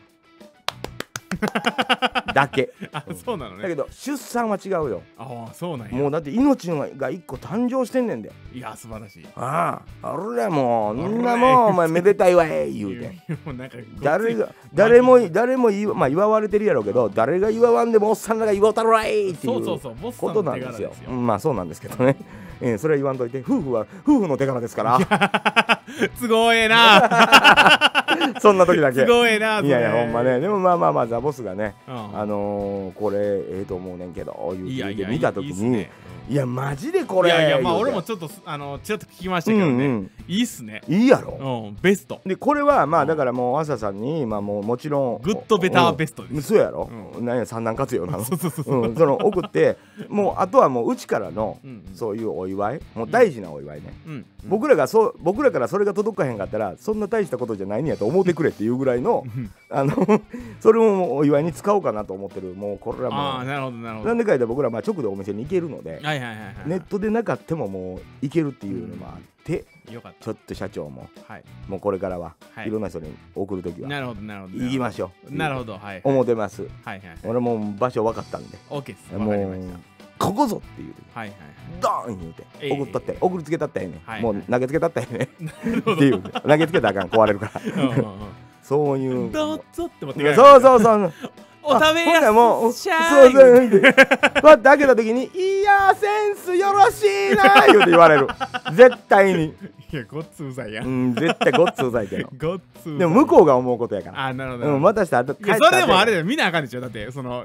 [SPEAKER 1] う! 」だけ
[SPEAKER 2] あそうなの
[SPEAKER 1] だ
[SPEAKER 2] ね
[SPEAKER 1] けど出産は違うよ
[SPEAKER 2] ああそうなんや
[SPEAKER 1] もうだって命のが一個誕生してんねんで
[SPEAKER 2] いや素晴らしい
[SPEAKER 1] あああれもうみんなもうお前めでたいわえ言うて
[SPEAKER 2] いやもうなんか
[SPEAKER 1] 誰
[SPEAKER 2] が
[SPEAKER 1] が誰も誰も言わまあ祝われてるやろうけど誰が祝わんでもおっさんらが祝うたろわいってい
[SPEAKER 2] そうそううそうボスさん
[SPEAKER 1] こ
[SPEAKER 2] の
[SPEAKER 1] と
[SPEAKER 2] 手
[SPEAKER 1] な
[SPEAKER 2] 柄
[SPEAKER 1] ん
[SPEAKER 2] で
[SPEAKER 1] ですす
[SPEAKER 2] よ
[SPEAKER 1] ようんまあそうなんですけどね ええそれは言わんといて夫婦は夫婦の手柄ですから
[SPEAKER 2] すごいな
[SPEAKER 1] そんな時だけ
[SPEAKER 2] すごいなそ
[SPEAKER 1] い
[SPEAKER 2] れ
[SPEAKER 1] やいやほんまねでもまあまあまあザボスがね
[SPEAKER 2] うん
[SPEAKER 1] あのーこれええと思うねんけど言う
[SPEAKER 2] いや
[SPEAKER 1] て
[SPEAKER 2] い
[SPEAKER 1] 言う
[SPEAKER 2] や
[SPEAKER 1] て見た時
[SPEAKER 2] いいっす
[SPEAKER 1] に
[SPEAKER 2] ね
[SPEAKER 1] いやマジでこ
[SPEAKER 2] い
[SPEAKER 1] れ
[SPEAKER 2] やいやまあ
[SPEAKER 1] 言うて
[SPEAKER 2] 俺もちょっとあのちょっと聞きましたけど
[SPEAKER 1] う
[SPEAKER 2] ね
[SPEAKER 1] ん
[SPEAKER 2] いいっすね
[SPEAKER 1] いいやろ
[SPEAKER 2] うんベスト
[SPEAKER 1] でこれはまあだからもう朝さんにまあもうもちろん
[SPEAKER 2] グッドベターベ
[SPEAKER 1] ス
[SPEAKER 2] ストです
[SPEAKER 1] そうやろ、
[SPEAKER 2] う
[SPEAKER 1] なんや三段活用なの
[SPEAKER 2] そうそうそうそう
[SPEAKER 1] うん、その送ってもうあとはもううちからの
[SPEAKER 2] うんうん
[SPEAKER 1] そういうお祝いもう大事なお祝いね、
[SPEAKER 2] うん
[SPEAKER 1] 僕らがそう僕らからそれが届かへんかったらそんな大したことじゃないんやと思ってくれっていうぐらいの
[SPEAKER 2] ん
[SPEAKER 1] あの それももうお祝いに使おうかなと思ってるもうこれは
[SPEAKER 2] ああ
[SPEAKER 1] も
[SPEAKER 2] なるほどなる
[SPEAKER 1] う
[SPEAKER 2] ほど
[SPEAKER 1] なんでかいたら僕らまあ直でお店に行けるので、
[SPEAKER 2] はいはいはいはい
[SPEAKER 1] ネットでなかってももう行けるっていうのもあって、
[SPEAKER 2] よかっ
[SPEAKER 1] ちょっと社長も
[SPEAKER 2] たはい
[SPEAKER 1] もうこれからは
[SPEAKER 2] はい
[SPEAKER 1] いろんな人に送るときは
[SPEAKER 2] なるほどなるほど
[SPEAKER 1] 行きましょう
[SPEAKER 2] なるほどはいはい
[SPEAKER 1] 思ってます
[SPEAKER 2] はいはい
[SPEAKER 1] 俺もう場所分かったんで
[SPEAKER 2] OK っすわ
[SPEAKER 1] も
[SPEAKER 2] かりまし
[SPEAKER 1] うここぞっていう
[SPEAKER 2] たはいはい
[SPEAKER 1] ドーン言うて
[SPEAKER 2] ええ
[SPEAKER 1] 送ったって送りつけたったらええねん
[SPEAKER 2] はい
[SPEAKER 1] もう投げつけたったらええねんっていう投げつけたらあかん壊れる から
[SPEAKER 2] はいうんうん
[SPEAKER 1] そういううん
[SPEAKER 2] どうぞって持って
[SPEAKER 1] い
[SPEAKER 2] 帰る
[SPEAKER 1] やそうそうそう
[SPEAKER 2] お食べ
[SPEAKER 1] ほんな
[SPEAKER 2] や
[SPEAKER 1] らもう
[SPEAKER 2] すしゃ
[SPEAKER 1] そう
[SPEAKER 2] ーい
[SPEAKER 1] そうそうバッて開けた時に「いやーセンスよろしいな」言うて言われる絶対に
[SPEAKER 2] いやごっつうざいや
[SPEAKER 1] うんん絶対ごっつうざいけど
[SPEAKER 2] ごっつ うざい
[SPEAKER 1] でも向こうが思うことやから
[SPEAKER 2] あーなるほどなるほ
[SPEAKER 1] う
[SPEAKER 2] ど
[SPEAKER 1] ん渡した後帰
[SPEAKER 2] い
[SPEAKER 1] った
[SPEAKER 2] や
[SPEAKER 1] 後
[SPEAKER 2] それでもあれだよ見なあかんでしょだってそのごっ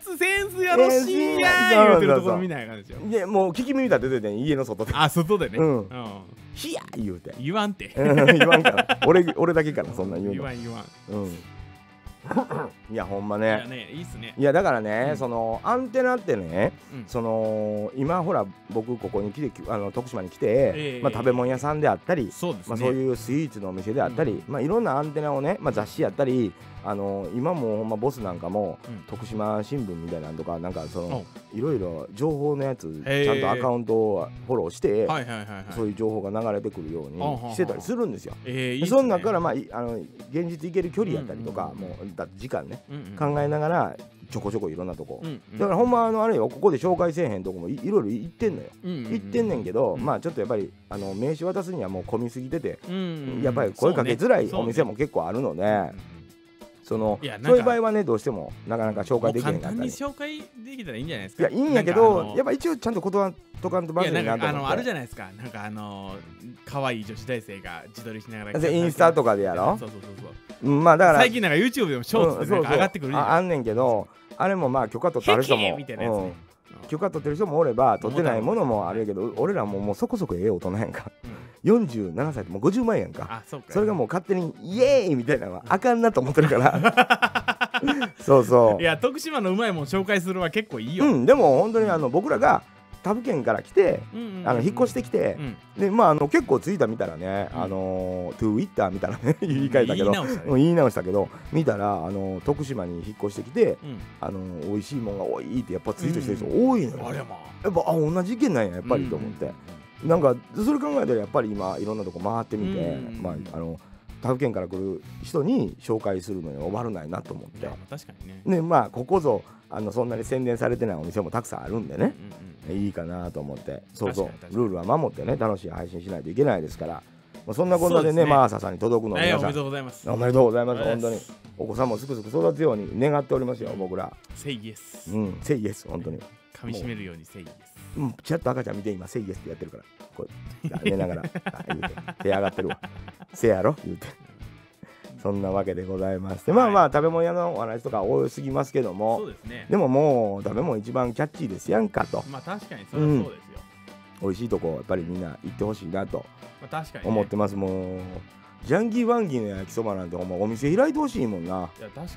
[SPEAKER 2] つセンスよろしいやー
[SPEAKER 1] えー
[SPEAKER 2] 言う
[SPEAKER 1] そうそうそ
[SPEAKER 2] てる
[SPEAKER 1] う
[SPEAKER 2] ところ見なあかんでしょ
[SPEAKER 1] でもう聞き耳立てててん家の外で
[SPEAKER 2] あ外でね
[SPEAKER 1] うん
[SPEAKER 2] うん
[SPEAKER 1] 「ひや!」言うて
[SPEAKER 2] 言わんて
[SPEAKER 1] うん言わんから俺俺だけからそんなん言う
[SPEAKER 2] 言
[SPEAKER 1] の
[SPEAKER 2] わん言わん
[SPEAKER 1] うんいやほんま
[SPEAKER 2] いや
[SPEAKER 1] ね
[SPEAKER 2] ねいいっすね
[SPEAKER 1] いやだからね、
[SPEAKER 2] うん
[SPEAKER 1] そのアンテナってね
[SPEAKER 2] うん
[SPEAKER 1] その今ほら僕ここに来てきあの徳島に来て、
[SPEAKER 2] ええ
[SPEAKER 1] まあ、食べ物屋さんであったり、
[SPEAKER 2] そうですね、
[SPEAKER 1] まあ、そういうスイーツのお店であったり、まあ、いろんなアンテナをね、まあ、雑誌やったり、あの今もほんまボスなんかも、
[SPEAKER 2] うん
[SPEAKER 1] 徳島新聞みたいなんとかなんかその
[SPEAKER 2] お
[SPEAKER 1] いろいろ情報のやつ
[SPEAKER 2] へー
[SPEAKER 1] ちゃんとアカウントをフォローして、
[SPEAKER 2] はいはいはいはい
[SPEAKER 1] そういう情報が流れてくるよう
[SPEAKER 2] あはは
[SPEAKER 1] にしてたりするんですよ。
[SPEAKER 2] えー、いい
[SPEAKER 1] で
[SPEAKER 2] っすね
[SPEAKER 1] その中から、まあ、いあの現実行ける距離やったりとか、
[SPEAKER 2] うんうんう
[SPEAKER 1] も
[SPEAKER 2] ん
[SPEAKER 1] うだって時間ね、
[SPEAKER 2] うんうん、
[SPEAKER 1] 考えながらちょこちょこいろんなとこ、
[SPEAKER 2] うんうん
[SPEAKER 1] だからほんまあのあれよここで紹介せえへんとこもいいろいろ行ってんのよ。
[SPEAKER 2] うんうんうん
[SPEAKER 1] 行ってんねんけど、
[SPEAKER 2] うん
[SPEAKER 1] まあちょっとやっぱりあの名刺渡すにはもう混みすぎてて
[SPEAKER 2] うんうんうん
[SPEAKER 1] やっぱり声かけづらい
[SPEAKER 2] そうね
[SPEAKER 1] お店も結構あるので、
[SPEAKER 2] そうね
[SPEAKER 1] その
[SPEAKER 2] いやなんか
[SPEAKER 1] そういう場合はねどうしてもなかなか紹介できへ
[SPEAKER 2] も
[SPEAKER 1] ん
[SPEAKER 2] う
[SPEAKER 1] かっ
[SPEAKER 2] 簡
[SPEAKER 1] た
[SPEAKER 2] 単
[SPEAKER 1] り
[SPEAKER 2] に
[SPEAKER 1] い
[SPEAKER 2] 紹介できたらいいんじゃないですか
[SPEAKER 1] やいいんやけ
[SPEAKER 2] なんかあ
[SPEAKER 1] ど
[SPEAKER 2] の
[SPEAKER 1] やっぱ一応ちゃんと断っとかんとまずい
[SPEAKER 2] いや
[SPEAKER 1] な
[SPEAKER 2] なん
[SPEAKER 1] と
[SPEAKER 2] かあの
[SPEAKER 1] 思
[SPEAKER 2] あ
[SPEAKER 1] っ
[SPEAKER 2] るじ
[SPEAKER 1] て
[SPEAKER 2] ゃないですかなんかあの可愛い女子大生が自撮りしながら
[SPEAKER 1] でインスタとかでやろ
[SPEAKER 2] そうそうそうそう
[SPEAKER 1] うんまあだから
[SPEAKER 2] 最近なんか YouTube でもショー
[SPEAKER 1] うん
[SPEAKER 2] ツでなん
[SPEAKER 1] そう
[SPEAKER 2] か
[SPEAKER 1] そう
[SPEAKER 2] 上がってくるじゃ
[SPEAKER 1] あ
[SPEAKER 2] な
[SPEAKER 1] あ
[SPEAKER 2] い
[SPEAKER 1] んねんけどあれもまあ許可取ってある人
[SPEAKER 2] へ
[SPEAKER 1] も、
[SPEAKER 2] けみたいなやつね
[SPEAKER 1] うん許可取ってる人もおれば取ってないものもあるやけど俺らももうそこそこええ大人やんか、47歳ってもう50万やんか
[SPEAKER 2] あそうか
[SPEAKER 1] それがもう勝手にイエーイみたいなのはあかんなと思ってるから そうそう
[SPEAKER 2] いや徳島のうまいもん紹介するは結構いいよ、
[SPEAKER 1] うん、でも本当にあの僕らが他府県から来て、
[SPEAKER 2] うんうんうん
[SPEAKER 1] あの引っ越してきて
[SPEAKER 2] う、ん
[SPEAKER 1] でまああの結構ツイッター見たらね、
[SPEAKER 2] うん
[SPEAKER 1] あのトゥーイッター見たらね言い換えたけど
[SPEAKER 2] 言い直したね
[SPEAKER 1] うん言い直したけど見たらあの徳島に引っ越してきて
[SPEAKER 2] うん
[SPEAKER 1] あの美味しいもんが多いってやっぱツイートしてる人多いのよ、
[SPEAKER 2] あれ
[SPEAKER 1] やっ
[SPEAKER 2] ま
[SPEAKER 1] ぱあ同じ意見なんややっぱりと思って、なんかそれ考えたらやっぱり今いろんなとこ回ってみて、
[SPEAKER 2] うん
[SPEAKER 1] まああの他府県から来る人に紹介するのに悪ないなと思っ
[SPEAKER 2] い
[SPEAKER 1] て
[SPEAKER 2] やまあ確かにね
[SPEAKER 1] ねまあここぞあのそんなに宣伝されてないお店もたくさんあるんでね
[SPEAKER 2] う、んうん
[SPEAKER 1] いいかなと思ってそうそう
[SPEAKER 2] 確かに確かに
[SPEAKER 1] ルールは守ってね楽しい配信しないといけないですから、まあ、そんなことでね
[SPEAKER 2] そうですね
[SPEAKER 1] マーサさんに届くのを
[SPEAKER 2] いや
[SPEAKER 1] 皆
[SPEAKER 2] おめ
[SPEAKER 1] さ
[SPEAKER 2] で
[SPEAKER 1] ん
[SPEAKER 2] とうございます
[SPEAKER 1] おめでとうございます
[SPEAKER 2] あり
[SPEAKER 1] 本
[SPEAKER 2] がと
[SPEAKER 1] 当
[SPEAKER 2] うござい
[SPEAKER 1] に
[SPEAKER 2] ます
[SPEAKER 1] お子さんもすくすく育つように願っておりますよ僕ら
[SPEAKER 2] セイイエス
[SPEAKER 1] うん「セイエス」本当に
[SPEAKER 2] 噛み締めるようにセイイエス
[SPEAKER 1] うんちらっと赤ちゃん見て今「セイエス」ってやってるからこう寝なが らあ言うて手上がってるわ「せやろ」言うてそんなわけでございまして、まあまあ食べ物屋のお話とか多すぎますけども
[SPEAKER 2] そうですね
[SPEAKER 1] でももう食べ物一番キャッチーですやんかと
[SPEAKER 2] まあ確かにそれはそうですよ、
[SPEAKER 1] 美味しいとこやっぱりみんな行ってほしいなと
[SPEAKER 2] まあ確かに、ね、
[SPEAKER 1] 思ってますもうジャンギーワンギーの焼きそばなんてほんまお店開いてほしいもんない
[SPEAKER 2] や確かにね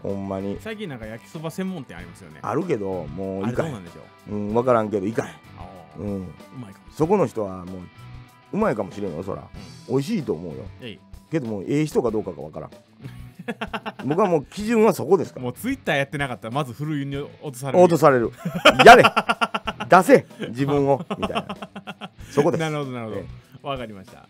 [SPEAKER 1] ほんまに
[SPEAKER 2] 最近なんか焼きそば専門店ありますよね
[SPEAKER 1] あるけどもう
[SPEAKER 2] あ
[SPEAKER 1] い
[SPEAKER 2] れ
[SPEAKER 1] か
[SPEAKER 2] どう
[SPEAKER 1] へ
[SPEAKER 2] なんんでしょう
[SPEAKER 1] うん分からんけどいか
[SPEAKER 2] あ
[SPEAKER 1] へ
[SPEAKER 2] ー
[SPEAKER 1] んうん
[SPEAKER 2] うまいかもし
[SPEAKER 1] そこの人はもううまいかもしれんよそら美味しいと思うよ
[SPEAKER 2] れないいやい
[SPEAKER 1] けどもうええ人かどうかが分 からん僕はもう基準はそこですから
[SPEAKER 2] やもうツイッターやってなかったらまず古いに落とされる
[SPEAKER 1] 落とされるやれ出せ自分をみたいなそこです
[SPEAKER 2] なるほどなるほ
[SPEAKER 1] え
[SPEAKER 2] どわかりました
[SPEAKER 1] い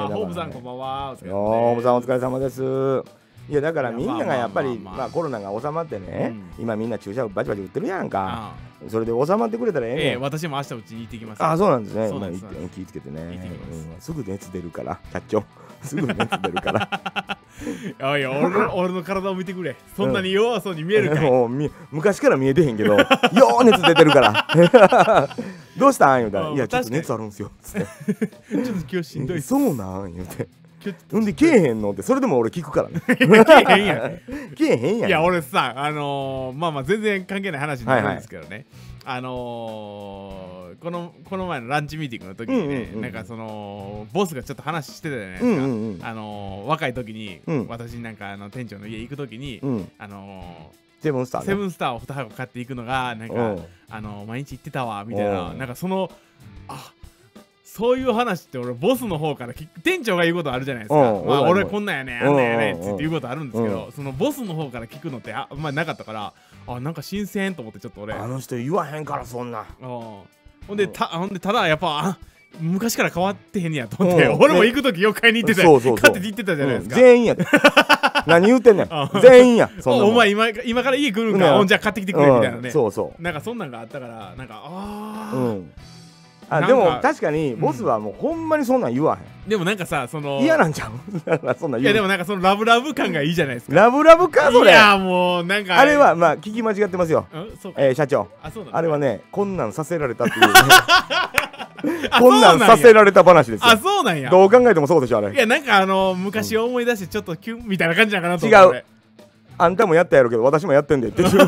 [SPEAKER 1] やだからね
[SPEAKER 2] ホームさんこんばんはお疲れ様です
[SPEAKER 1] おーさんお疲れ様です。いやだからみんながやっぱり
[SPEAKER 2] まあまあまあまあ
[SPEAKER 1] まあコロナが収まってね
[SPEAKER 2] うん、
[SPEAKER 1] 今みんな注射バチバチ打ってるやんか。
[SPEAKER 2] あ
[SPEAKER 1] それで収まってくれたらええ
[SPEAKER 2] え
[SPEAKER 1] ね
[SPEAKER 2] え
[SPEAKER 1] ん。
[SPEAKER 2] 私も明日うちに行ってきます
[SPEAKER 1] あ、そうなんですね。
[SPEAKER 2] そう
[SPEAKER 1] ま
[SPEAKER 2] な
[SPEAKER 1] あ
[SPEAKER 2] んで
[SPEAKER 1] い
[SPEAKER 2] す
[SPEAKER 1] 気をつけてね。
[SPEAKER 2] いってきます
[SPEAKER 1] うんすぐ熱出るから、社長。すぐ熱出るから。
[SPEAKER 2] あいや俺の俺の体を見てくれそんなに弱そうに 見えるかい、
[SPEAKER 1] もうみ昔から見えてへんけど、 よう熱出てるから。 どうしたん言うたら、
[SPEAKER 2] うん
[SPEAKER 1] いやちょっ
[SPEAKER 2] 確
[SPEAKER 1] と
[SPEAKER 2] かに
[SPEAKER 1] 熱あるんすよ。つっ
[SPEAKER 2] ちょっと今日しんどい
[SPEAKER 1] て
[SPEAKER 2] っす
[SPEAKER 1] そうなん言う て。
[SPEAKER 2] 今日ち
[SPEAKER 1] ほんでけえへんのってそれでも俺聞く からね。
[SPEAKER 2] ょっと変 やん
[SPEAKER 1] けえへんやん。
[SPEAKER 2] いや俺さあのーまあまあ全然関係ない話になるんですけどね、あのーこのこの前のランチミーティングの時にね、
[SPEAKER 1] うんうんうん
[SPEAKER 2] なんかそのボスがちょっと話してたじゃないです
[SPEAKER 1] う
[SPEAKER 2] か、
[SPEAKER 1] んうん
[SPEAKER 2] あのー若い時に、
[SPEAKER 1] うん
[SPEAKER 2] 私なんかあの店長の家行く時に、
[SPEAKER 1] うん。うん。
[SPEAKER 2] あの
[SPEAKER 1] セブンスター
[SPEAKER 2] ー
[SPEAKER 1] ね。
[SPEAKER 2] セブンスターを2箱買っていくのがなん
[SPEAKER 1] う
[SPEAKER 2] か
[SPEAKER 1] ん
[SPEAKER 2] あのー毎日行ってたわみたいな
[SPEAKER 1] うん
[SPEAKER 2] なんかそのあそういう話って俺ボスの方から聞く店長が言うことあるじゃないですか、
[SPEAKER 1] うん
[SPEAKER 2] まあ、
[SPEAKER 1] 俺
[SPEAKER 2] 俺こんなんやねんあんなんやねん
[SPEAKER 1] うん
[SPEAKER 2] って言って言うことあるんですけど、
[SPEAKER 1] う
[SPEAKER 2] そのボスの方から聞くのってああんまりなかったからあなんか新鮮と思ってちょっと俺
[SPEAKER 1] あの人言わへんからそんな。
[SPEAKER 2] うんほんでたほんでただやっぱあ昔から変わってへんねやと思って、
[SPEAKER 1] うん
[SPEAKER 2] 俺も行く時よく買いに行ってた
[SPEAKER 1] そうそうそう
[SPEAKER 2] 買ってって言ってたじゃないですか、
[SPEAKER 1] うん全員や で。何言ってんねん
[SPEAKER 2] う。ん
[SPEAKER 1] 全員や。そんな
[SPEAKER 2] お
[SPEAKER 1] もん
[SPEAKER 2] お前今今から家来るん
[SPEAKER 1] うん
[SPEAKER 2] か、ほんじゃあ買ってきてくれみたいな
[SPEAKER 1] う
[SPEAKER 2] ね
[SPEAKER 1] ん、そうそ
[SPEAKER 2] なんかそんなんがあったからなんかあ
[SPEAKER 1] う。
[SPEAKER 2] あ、
[SPEAKER 1] うん。
[SPEAKER 2] なん
[SPEAKER 1] あ
[SPEAKER 2] か
[SPEAKER 1] でも確かにボスはもうほんまにそんなん言わ
[SPEAKER 2] でもなんかさそ
[SPEAKER 1] へ
[SPEAKER 2] の
[SPEAKER 1] ん。嫌なんちゃう だからそんなん
[SPEAKER 2] いや
[SPEAKER 1] 言
[SPEAKER 2] で
[SPEAKER 1] う。
[SPEAKER 2] もなんかそのラブラブ感がいいじゃないですか
[SPEAKER 1] ラブラブかそ
[SPEAKER 2] い
[SPEAKER 1] れ。
[SPEAKER 2] やもうなんか
[SPEAKER 1] あれはまあ聞き間違ってますよ。
[SPEAKER 2] うんそうか
[SPEAKER 1] えー社長。
[SPEAKER 2] あそうなんだ
[SPEAKER 1] あれはねこんなんさせられたっていう
[SPEAKER 2] あ
[SPEAKER 1] こんなんさせ
[SPEAKER 2] る
[SPEAKER 1] られた話です
[SPEAKER 2] あ
[SPEAKER 1] よ。
[SPEAKER 2] そうなんや
[SPEAKER 1] どう考えてもそうでしょあ
[SPEAKER 2] い
[SPEAKER 1] れ。
[SPEAKER 2] やなんかあの昔を思い出してちょっとキュンみたいな感じなんかなと思
[SPEAKER 1] 違う
[SPEAKER 2] って俺
[SPEAKER 1] あんたもやったやろうけど私もやってんでっていう。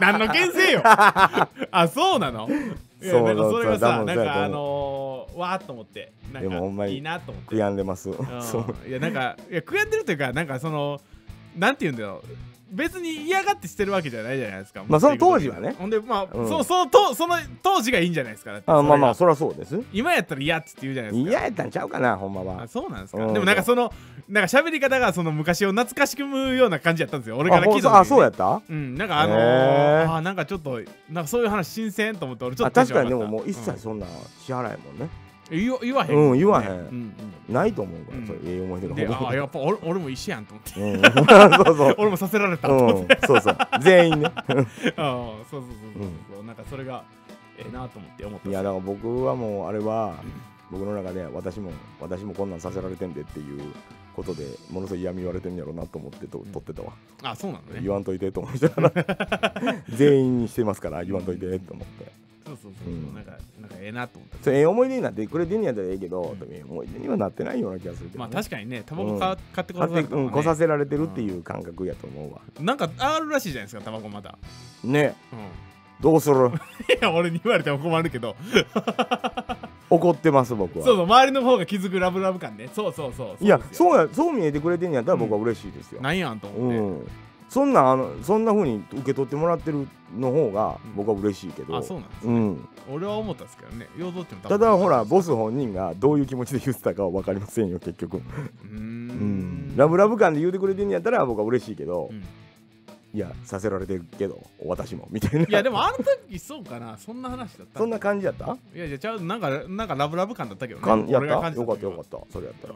[SPEAKER 2] 何の牽 制よあそうなのいや
[SPEAKER 1] そう
[SPEAKER 2] なんかそれが
[SPEAKER 1] そうだも
[SPEAKER 2] さ
[SPEAKER 1] ん
[SPEAKER 2] な
[SPEAKER 1] そうやと思
[SPEAKER 2] ん
[SPEAKER 1] う
[SPEAKER 2] かあのー、わーっと思ってなん
[SPEAKER 1] でもほんま
[SPEAKER 2] か
[SPEAKER 1] に
[SPEAKER 2] いいなと思って
[SPEAKER 1] 悔やんでます。そう。
[SPEAKER 2] うんいやなんかいや悔やんでるというかなんかそのなんて言うんだよ別に嫌がってしてるわけじゃないじゃないですか
[SPEAKER 1] まあその当時はね
[SPEAKER 2] ほんでまあ、
[SPEAKER 1] うん
[SPEAKER 2] そうそのとその当時がいいんじゃないですかだって
[SPEAKER 1] あまあまあ
[SPEAKER 2] それが
[SPEAKER 1] そりゃそうです
[SPEAKER 2] 今やったら嫌っつって言うじゃないですか
[SPEAKER 1] 嫌やったんちゃうかなほんまは
[SPEAKER 2] あそうなんですか、
[SPEAKER 1] うん
[SPEAKER 2] でもなんかそのなんか喋り方がその昔を懐かしくむような感じやったんですよ俺から
[SPEAKER 1] あ
[SPEAKER 2] 聞い
[SPEAKER 1] ほん
[SPEAKER 2] た時にね
[SPEAKER 1] とあそうやった
[SPEAKER 2] うんなんかあのー
[SPEAKER 1] へー
[SPEAKER 2] あなんかちょっとなんかそういう話新鮮と思って俺ちょ
[SPEAKER 1] あ
[SPEAKER 2] っとテン
[SPEAKER 1] 確
[SPEAKER 2] ション
[SPEAKER 1] か
[SPEAKER 2] 上
[SPEAKER 1] にで
[SPEAKER 2] がった
[SPEAKER 1] ももう一切そんなん支払いもんね
[SPEAKER 2] うん言わ言わへんけどね、
[SPEAKER 1] うん言わへん
[SPEAKER 2] うん
[SPEAKER 1] ないと思うから
[SPEAKER 2] うん
[SPEAKER 1] そういうええ思い出
[SPEAKER 2] うん
[SPEAKER 1] が
[SPEAKER 2] であ
[SPEAKER 1] ほ
[SPEAKER 2] あ
[SPEAKER 1] ん
[SPEAKER 2] や
[SPEAKER 1] ま
[SPEAKER 2] っぱ俺俺も一緒やんと思って
[SPEAKER 1] うんそうそう
[SPEAKER 2] 俺もさせられたと思って、
[SPEAKER 1] うんそうそう全員ね
[SPEAKER 2] ああそうそうそうそうそう、なんかそれがええなと思って思った
[SPEAKER 1] いやだから僕はもうあれは僕の中で私も私もこんなんさせられてんでっていうことでものすごい嫌み言われてんやろうなと思ってと撮ってたわ
[SPEAKER 2] あそうなのね
[SPEAKER 1] 言わんといてと思ってたら 全員にしてますから言わんといてと思って
[SPEAKER 2] そうそうそう、
[SPEAKER 1] うん
[SPEAKER 2] なんかなんかええなと思った
[SPEAKER 1] それええ思い出になってくれてんやったらええけどでもええ思い出にはなってないような気がするけど、ね
[SPEAKER 2] まあ確かにねタバコか、
[SPEAKER 1] うん
[SPEAKER 2] 買ってこ
[SPEAKER 1] 買
[SPEAKER 2] さ
[SPEAKER 1] って
[SPEAKER 2] れたとか、ね
[SPEAKER 1] うん、こさせられてるっていう感覚やと思うわ
[SPEAKER 2] なんかあるらしいじゃないですかタバコまだ、
[SPEAKER 1] ね
[SPEAKER 2] うん、 い
[SPEAKER 1] どうする
[SPEAKER 2] や俺に言われても困るけど
[SPEAKER 1] 怒ってます僕は
[SPEAKER 2] そうそう周りの方が気づくラブラブ感ねそうそうそう
[SPEAKER 1] いや
[SPEAKER 2] う
[SPEAKER 1] そうやそう見えてくれてんやったら僕は嬉しいですよ、
[SPEAKER 2] なんやんと思って、
[SPEAKER 1] うん、そんなあのそんな風に受け取ってもらってるの方が
[SPEAKER 2] うん
[SPEAKER 1] 僕は嬉しいけど、
[SPEAKER 2] あそうなんです
[SPEAKER 1] うん、
[SPEAKER 2] 俺は思ったんですけどね要造っても
[SPEAKER 1] ただほら
[SPEAKER 2] う
[SPEAKER 1] ボス本人がどういう気持ちで言ってたかは分かりませんよ結局、
[SPEAKER 2] ー
[SPEAKER 1] うん
[SPEAKER 2] ん
[SPEAKER 1] ラブラブ感で言うてくれてんやったら僕は嬉しいけど、
[SPEAKER 2] うん
[SPEAKER 1] いやさせられてるけど私もみたいない
[SPEAKER 2] やでもあの時そうかなそんな話だった
[SPEAKER 1] そんな感じやった、
[SPEAKER 2] いやいやちゃうなんかなんかラブラブ感だったけどね
[SPEAKER 1] かんやっ
[SPEAKER 2] 俺が
[SPEAKER 1] た
[SPEAKER 2] 感じ
[SPEAKER 1] よかったよ
[SPEAKER 2] 時
[SPEAKER 1] か
[SPEAKER 2] は
[SPEAKER 1] ったそれやったら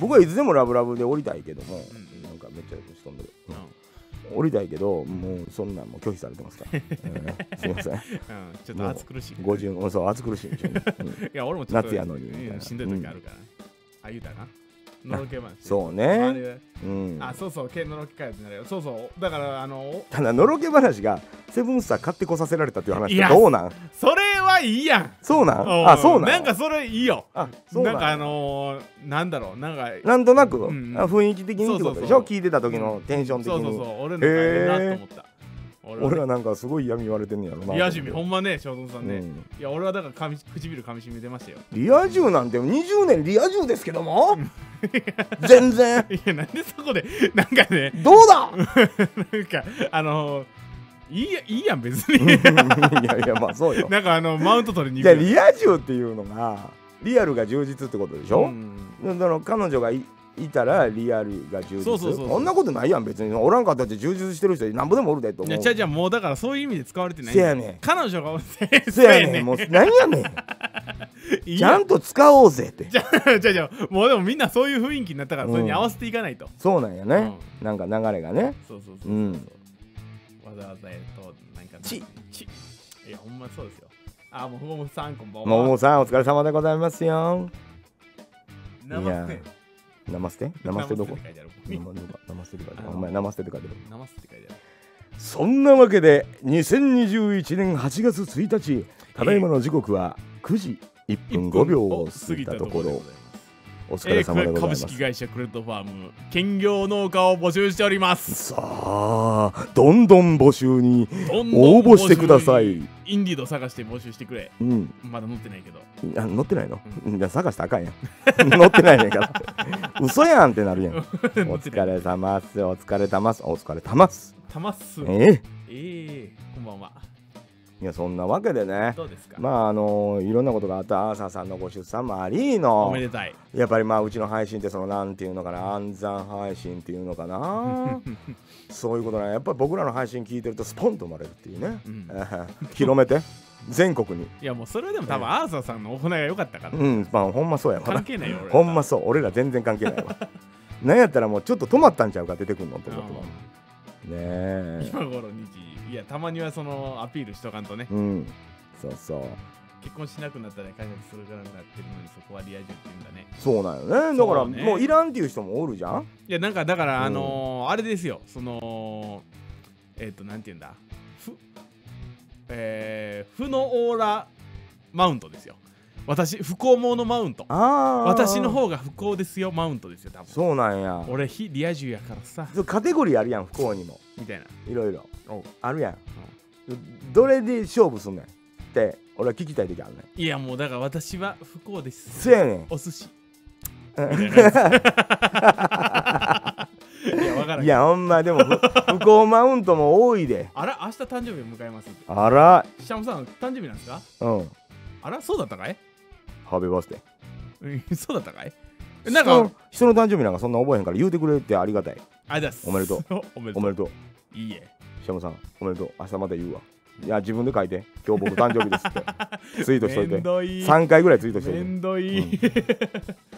[SPEAKER 1] 僕はいつでもラブラブで降りたいけども、
[SPEAKER 2] うん
[SPEAKER 1] なんかめっちゃ落ち飛んでる、
[SPEAKER 2] うん
[SPEAKER 1] 降りたいけどもうそんなんもう拒否されてます から、うんすいません
[SPEAKER 2] うんうんちょっと暑苦しい
[SPEAKER 1] 50うんそう暑苦しいんでしょうん
[SPEAKER 2] いや俺もちょっと
[SPEAKER 1] 夏やのにみたいな
[SPEAKER 2] うんしんどい時あるから、あ言うたなのろけ話
[SPEAKER 1] そう
[SPEAKER 2] あ
[SPEAKER 1] ね、
[SPEAKER 2] れ
[SPEAKER 1] うん、
[SPEAKER 2] あそうそうけのろけ会ってなるよそうそうだからあの
[SPEAKER 1] ただのろけ話がセブンスター買ってこさせられたっていう話
[SPEAKER 2] いや
[SPEAKER 1] どうなん
[SPEAKER 2] それはいいやん
[SPEAKER 1] そうなん
[SPEAKER 2] うん
[SPEAKER 1] あそうなん
[SPEAKER 2] なんかそれいいよ
[SPEAKER 1] あそう
[SPEAKER 2] な
[SPEAKER 1] なん
[SPEAKER 2] ん
[SPEAKER 1] や
[SPEAKER 2] かあのー、なんだろうなんか
[SPEAKER 1] なんとなく、
[SPEAKER 2] ん
[SPEAKER 1] あ雰囲気的にってことでし
[SPEAKER 2] そうそう
[SPEAKER 1] ょ
[SPEAKER 2] そう
[SPEAKER 1] 聞いてた時のテンション的
[SPEAKER 2] そう
[SPEAKER 1] に
[SPEAKER 2] そうそう俺の中でいいなと思った、
[SPEAKER 1] 俺
[SPEAKER 2] は
[SPEAKER 1] はなんかすごい嫌み言われてんのやろな
[SPEAKER 2] リア充ほんまね正蔵さんね、
[SPEAKER 1] うん
[SPEAKER 2] いや俺はだからかみ唇噛みしめてましたよ
[SPEAKER 1] リア充なんて20年リア充ですけども全然
[SPEAKER 2] いやなんでそこでなんかね
[SPEAKER 1] どうだ
[SPEAKER 2] なんかあのー、いいやいいやん別に
[SPEAKER 1] いやいやまあそうよ
[SPEAKER 2] なんかあのマウント取りに
[SPEAKER 1] じゃ
[SPEAKER 2] 行く
[SPEAKER 1] リア充っていうのがリアルが充実ってことでしょ、
[SPEAKER 2] うん
[SPEAKER 1] だから彼女がいいたらリアルが充実
[SPEAKER 2] そうそうそうそう
[SPEAKER 1] こんなことないやん別におらんかったって充実してる人なんぼでもおるでと
[SPEAKER 2] い
[SPEAKER 1] 思
[SPEAKER 2] や
[SPEAKER 1] う
[SPEAKER 2] じゃあじゃあもうだからそういう意味で使われてない
[SPEAKER 1] せやねん
[SPEAKER 2] 彼女が
[SPEAKER 1] そやねんもう何やねん
[SPEAKER 2] いい
[SPEAKER 1] ちゃ
[SPEAKER 2] や
[SPEAKER 1] んと使おうぜって
[SPEAKER 2] じゃあじゃあじゃあもうでもみんなそういう雰囲気になったから
[SPEAKER 1] うん
[SPEAKER 2] それに合わせていかないと、
[SPEAKER 1] そうなんやね、なんか流れがね
[SPEAKER 2] そうそうそうう、
[SPEAKER 1] ん
[SPEAKER 2] わざわざえっとなんか
[SPEAKER 1] ち
[SPEAKER 2] ちいやほんまそうですよあもうほんまさんこんばん
[SPEAKER 1] も
[SPEAKER 2] は
[SPEAKER 1] もさんお疲れ様でございますよ
[SPEAKER 2] ナマステ
[SPEAKER 1] ナマステナマステどこ
[SPEAKER 2] ナマって書いてある
[SPEAKER 1] ナマナマステって書いてあ
[SPEAKER 2] あ
[SPEAKER 1] るお前ナマステって書いてある
[SPEAKER 2] ナマステって書いてある
[SPEAKER 1] そんなわけで2021年8月1日ただいまの時刻は9時1分5秒を過ぎたところお疲
[SPEAKER 2] え
[SPEAKER 1] れ
[SPEAKER 2] ー
[SPEAKER 1] 様でございま
[SPEAKER 2] 株
[SPEAKER 1] す
[SPEAKER 2] 式会社クレッドファーム兼業農家を募集しております
[SPEAKER 1] さあどんどん募集に
[SPEAKER 2] どんどん
[SPEAKER 1] 応募してください
[SPEAKER 2] インディード探して募集してくれ
[SPEAKER 1] うん
[SPEAKER 2] まだ載ってないけど
[SPEAKER 1] あ載ってないの、いや探したらあかんやん載ってないねん からって嘘やんって なるやんお疲れ様っすお疲れ様っすお疲れ様っす
[SPEAKER 2] たまっす
[SPEAKER 1] え
[SPEAKER 2] え
[SPEAKER 1] え
[SPEAKER 2] えこんばんはい
[SPEAKER 1] やそんなわけでね
[SPEAKER 2] どうですか、
[SPEAKER 1] まああのいろんなことがあったアーサーさんのご出産もあり
[SPEAKER 2] お
[SPEAKER 1] の
[SPEAKER 2] めでたい
[SPEAKER 1] やっぱりまあうちの配信ってそのなんていうのかな暗算配信っていうのか なそういうことなやっぱり僕らの配信聞いてるとスポンと生まれるっていうね、
[SPEAKER 2] うん
[SPEAKER 1] 広めて全国に
[SPEAKER 2] いやもうそれでも多分アーサーさんの行いが良かったから、
[SPEAKER 1] うんまあほんまそうやわな
[SPEAKER 2] 関係ないよ俺
[SPEAKER 1] ほんまそう俺ら全然関係ない わなんやったらもうちょっと止まったんちゃうか出てくんのって
[SPEAKER 2] うん
[SPEAKER 1] 思ってますねえ
[SPEAKER 2] 今頃日時いやたまにはそのアピールしとかんとね
[SPEAKER 1] うんそうそう
[SPEAKER 2] 結婚しなくなったら解約するからなってるのにそこはリア充って言うんだね
[SPEAKER 1] そうなんよねだから
[SPEAKER 2] そうね
[SPEAKER 1] もういらんっていう人もおるじゃん
[SPEAKER 2] いやなんかだから
[SPEAKER 1] うん
[SPEAKER 2] あのーあれですよそのえっ、となんて言うんだふえー、負のオーラマウントですよ私不幸者マウント
[SPEAKER 1] ああ
[SPEAKER 2] 私の方が不幸ですよマウントですよ多分
[SPEAKER 1] そうなんや
[SPEAKER 2] 俺非リア充やからさ
[SPEAKER 1] そうカテゴリーあるやん不幸にも
[SPEAKER 2] みたいない
[SPEAKER 1] ろいろ
[SPEAKER 2] おう
[SPEAKER 1] あるやんどれで勝負すんねんって俺は聞きたい時あるねん
[SPEAKER 2] いやもうだから私は不幸です
[SPEAKER 1] せやねん
[SPEAKER 2] お寿司
[SPEAKER 1] うん
[SPEAKER 2] みたいなやいや、わからん
[SPEAKER 1] いやほんまでもふ 不幸マウントも多いで
[SPEAKER 2] あら、明日誕生日を迎えます。
[SPEAKER 1] あら
[SPEAKER 2] シャムさん、誕生日なんですか
[SPEAKER 1] うん
[SPEAKER 2] あら、そうだったかい
[SPEAKER 1] ハーベバースデ
[SPEAKER 2] うんそうだったかい
[SPEAKER 1] ー
[SPEAKER 2] なん
[SPEAKER 1] 人の
[SPEAKER 2] か、
[SPEAKER 1] 人の誕生日なんかそんな覚えへんから言うてくれてありがたい
[SPEAKER 2] あれだっす
[SPEAKER 1] おめでとう。
[SPEAKER 2] おめ
[SPEAKER 1] お
[SPEAKER 2] でと
[SPEAKER 1] め
[SPEAKER 2] う。
[SPEAKER 1] でとう
[SPEAKER 2] いいえ。
[SPEAKER 1] シャムさんおめでとう明日また言うわいや自分で書いて今日僕誕生日ですって ツイートしとい
[SPEAKER 2] め
[SPEAKER 1] て
[SPEAKER 2] んどい。
[SPEAKER 1] 3回ぐらいツイートしとい
[SPEAKER 2] め
[SPEAKER 1] て
[SPEAKER 2] んどい。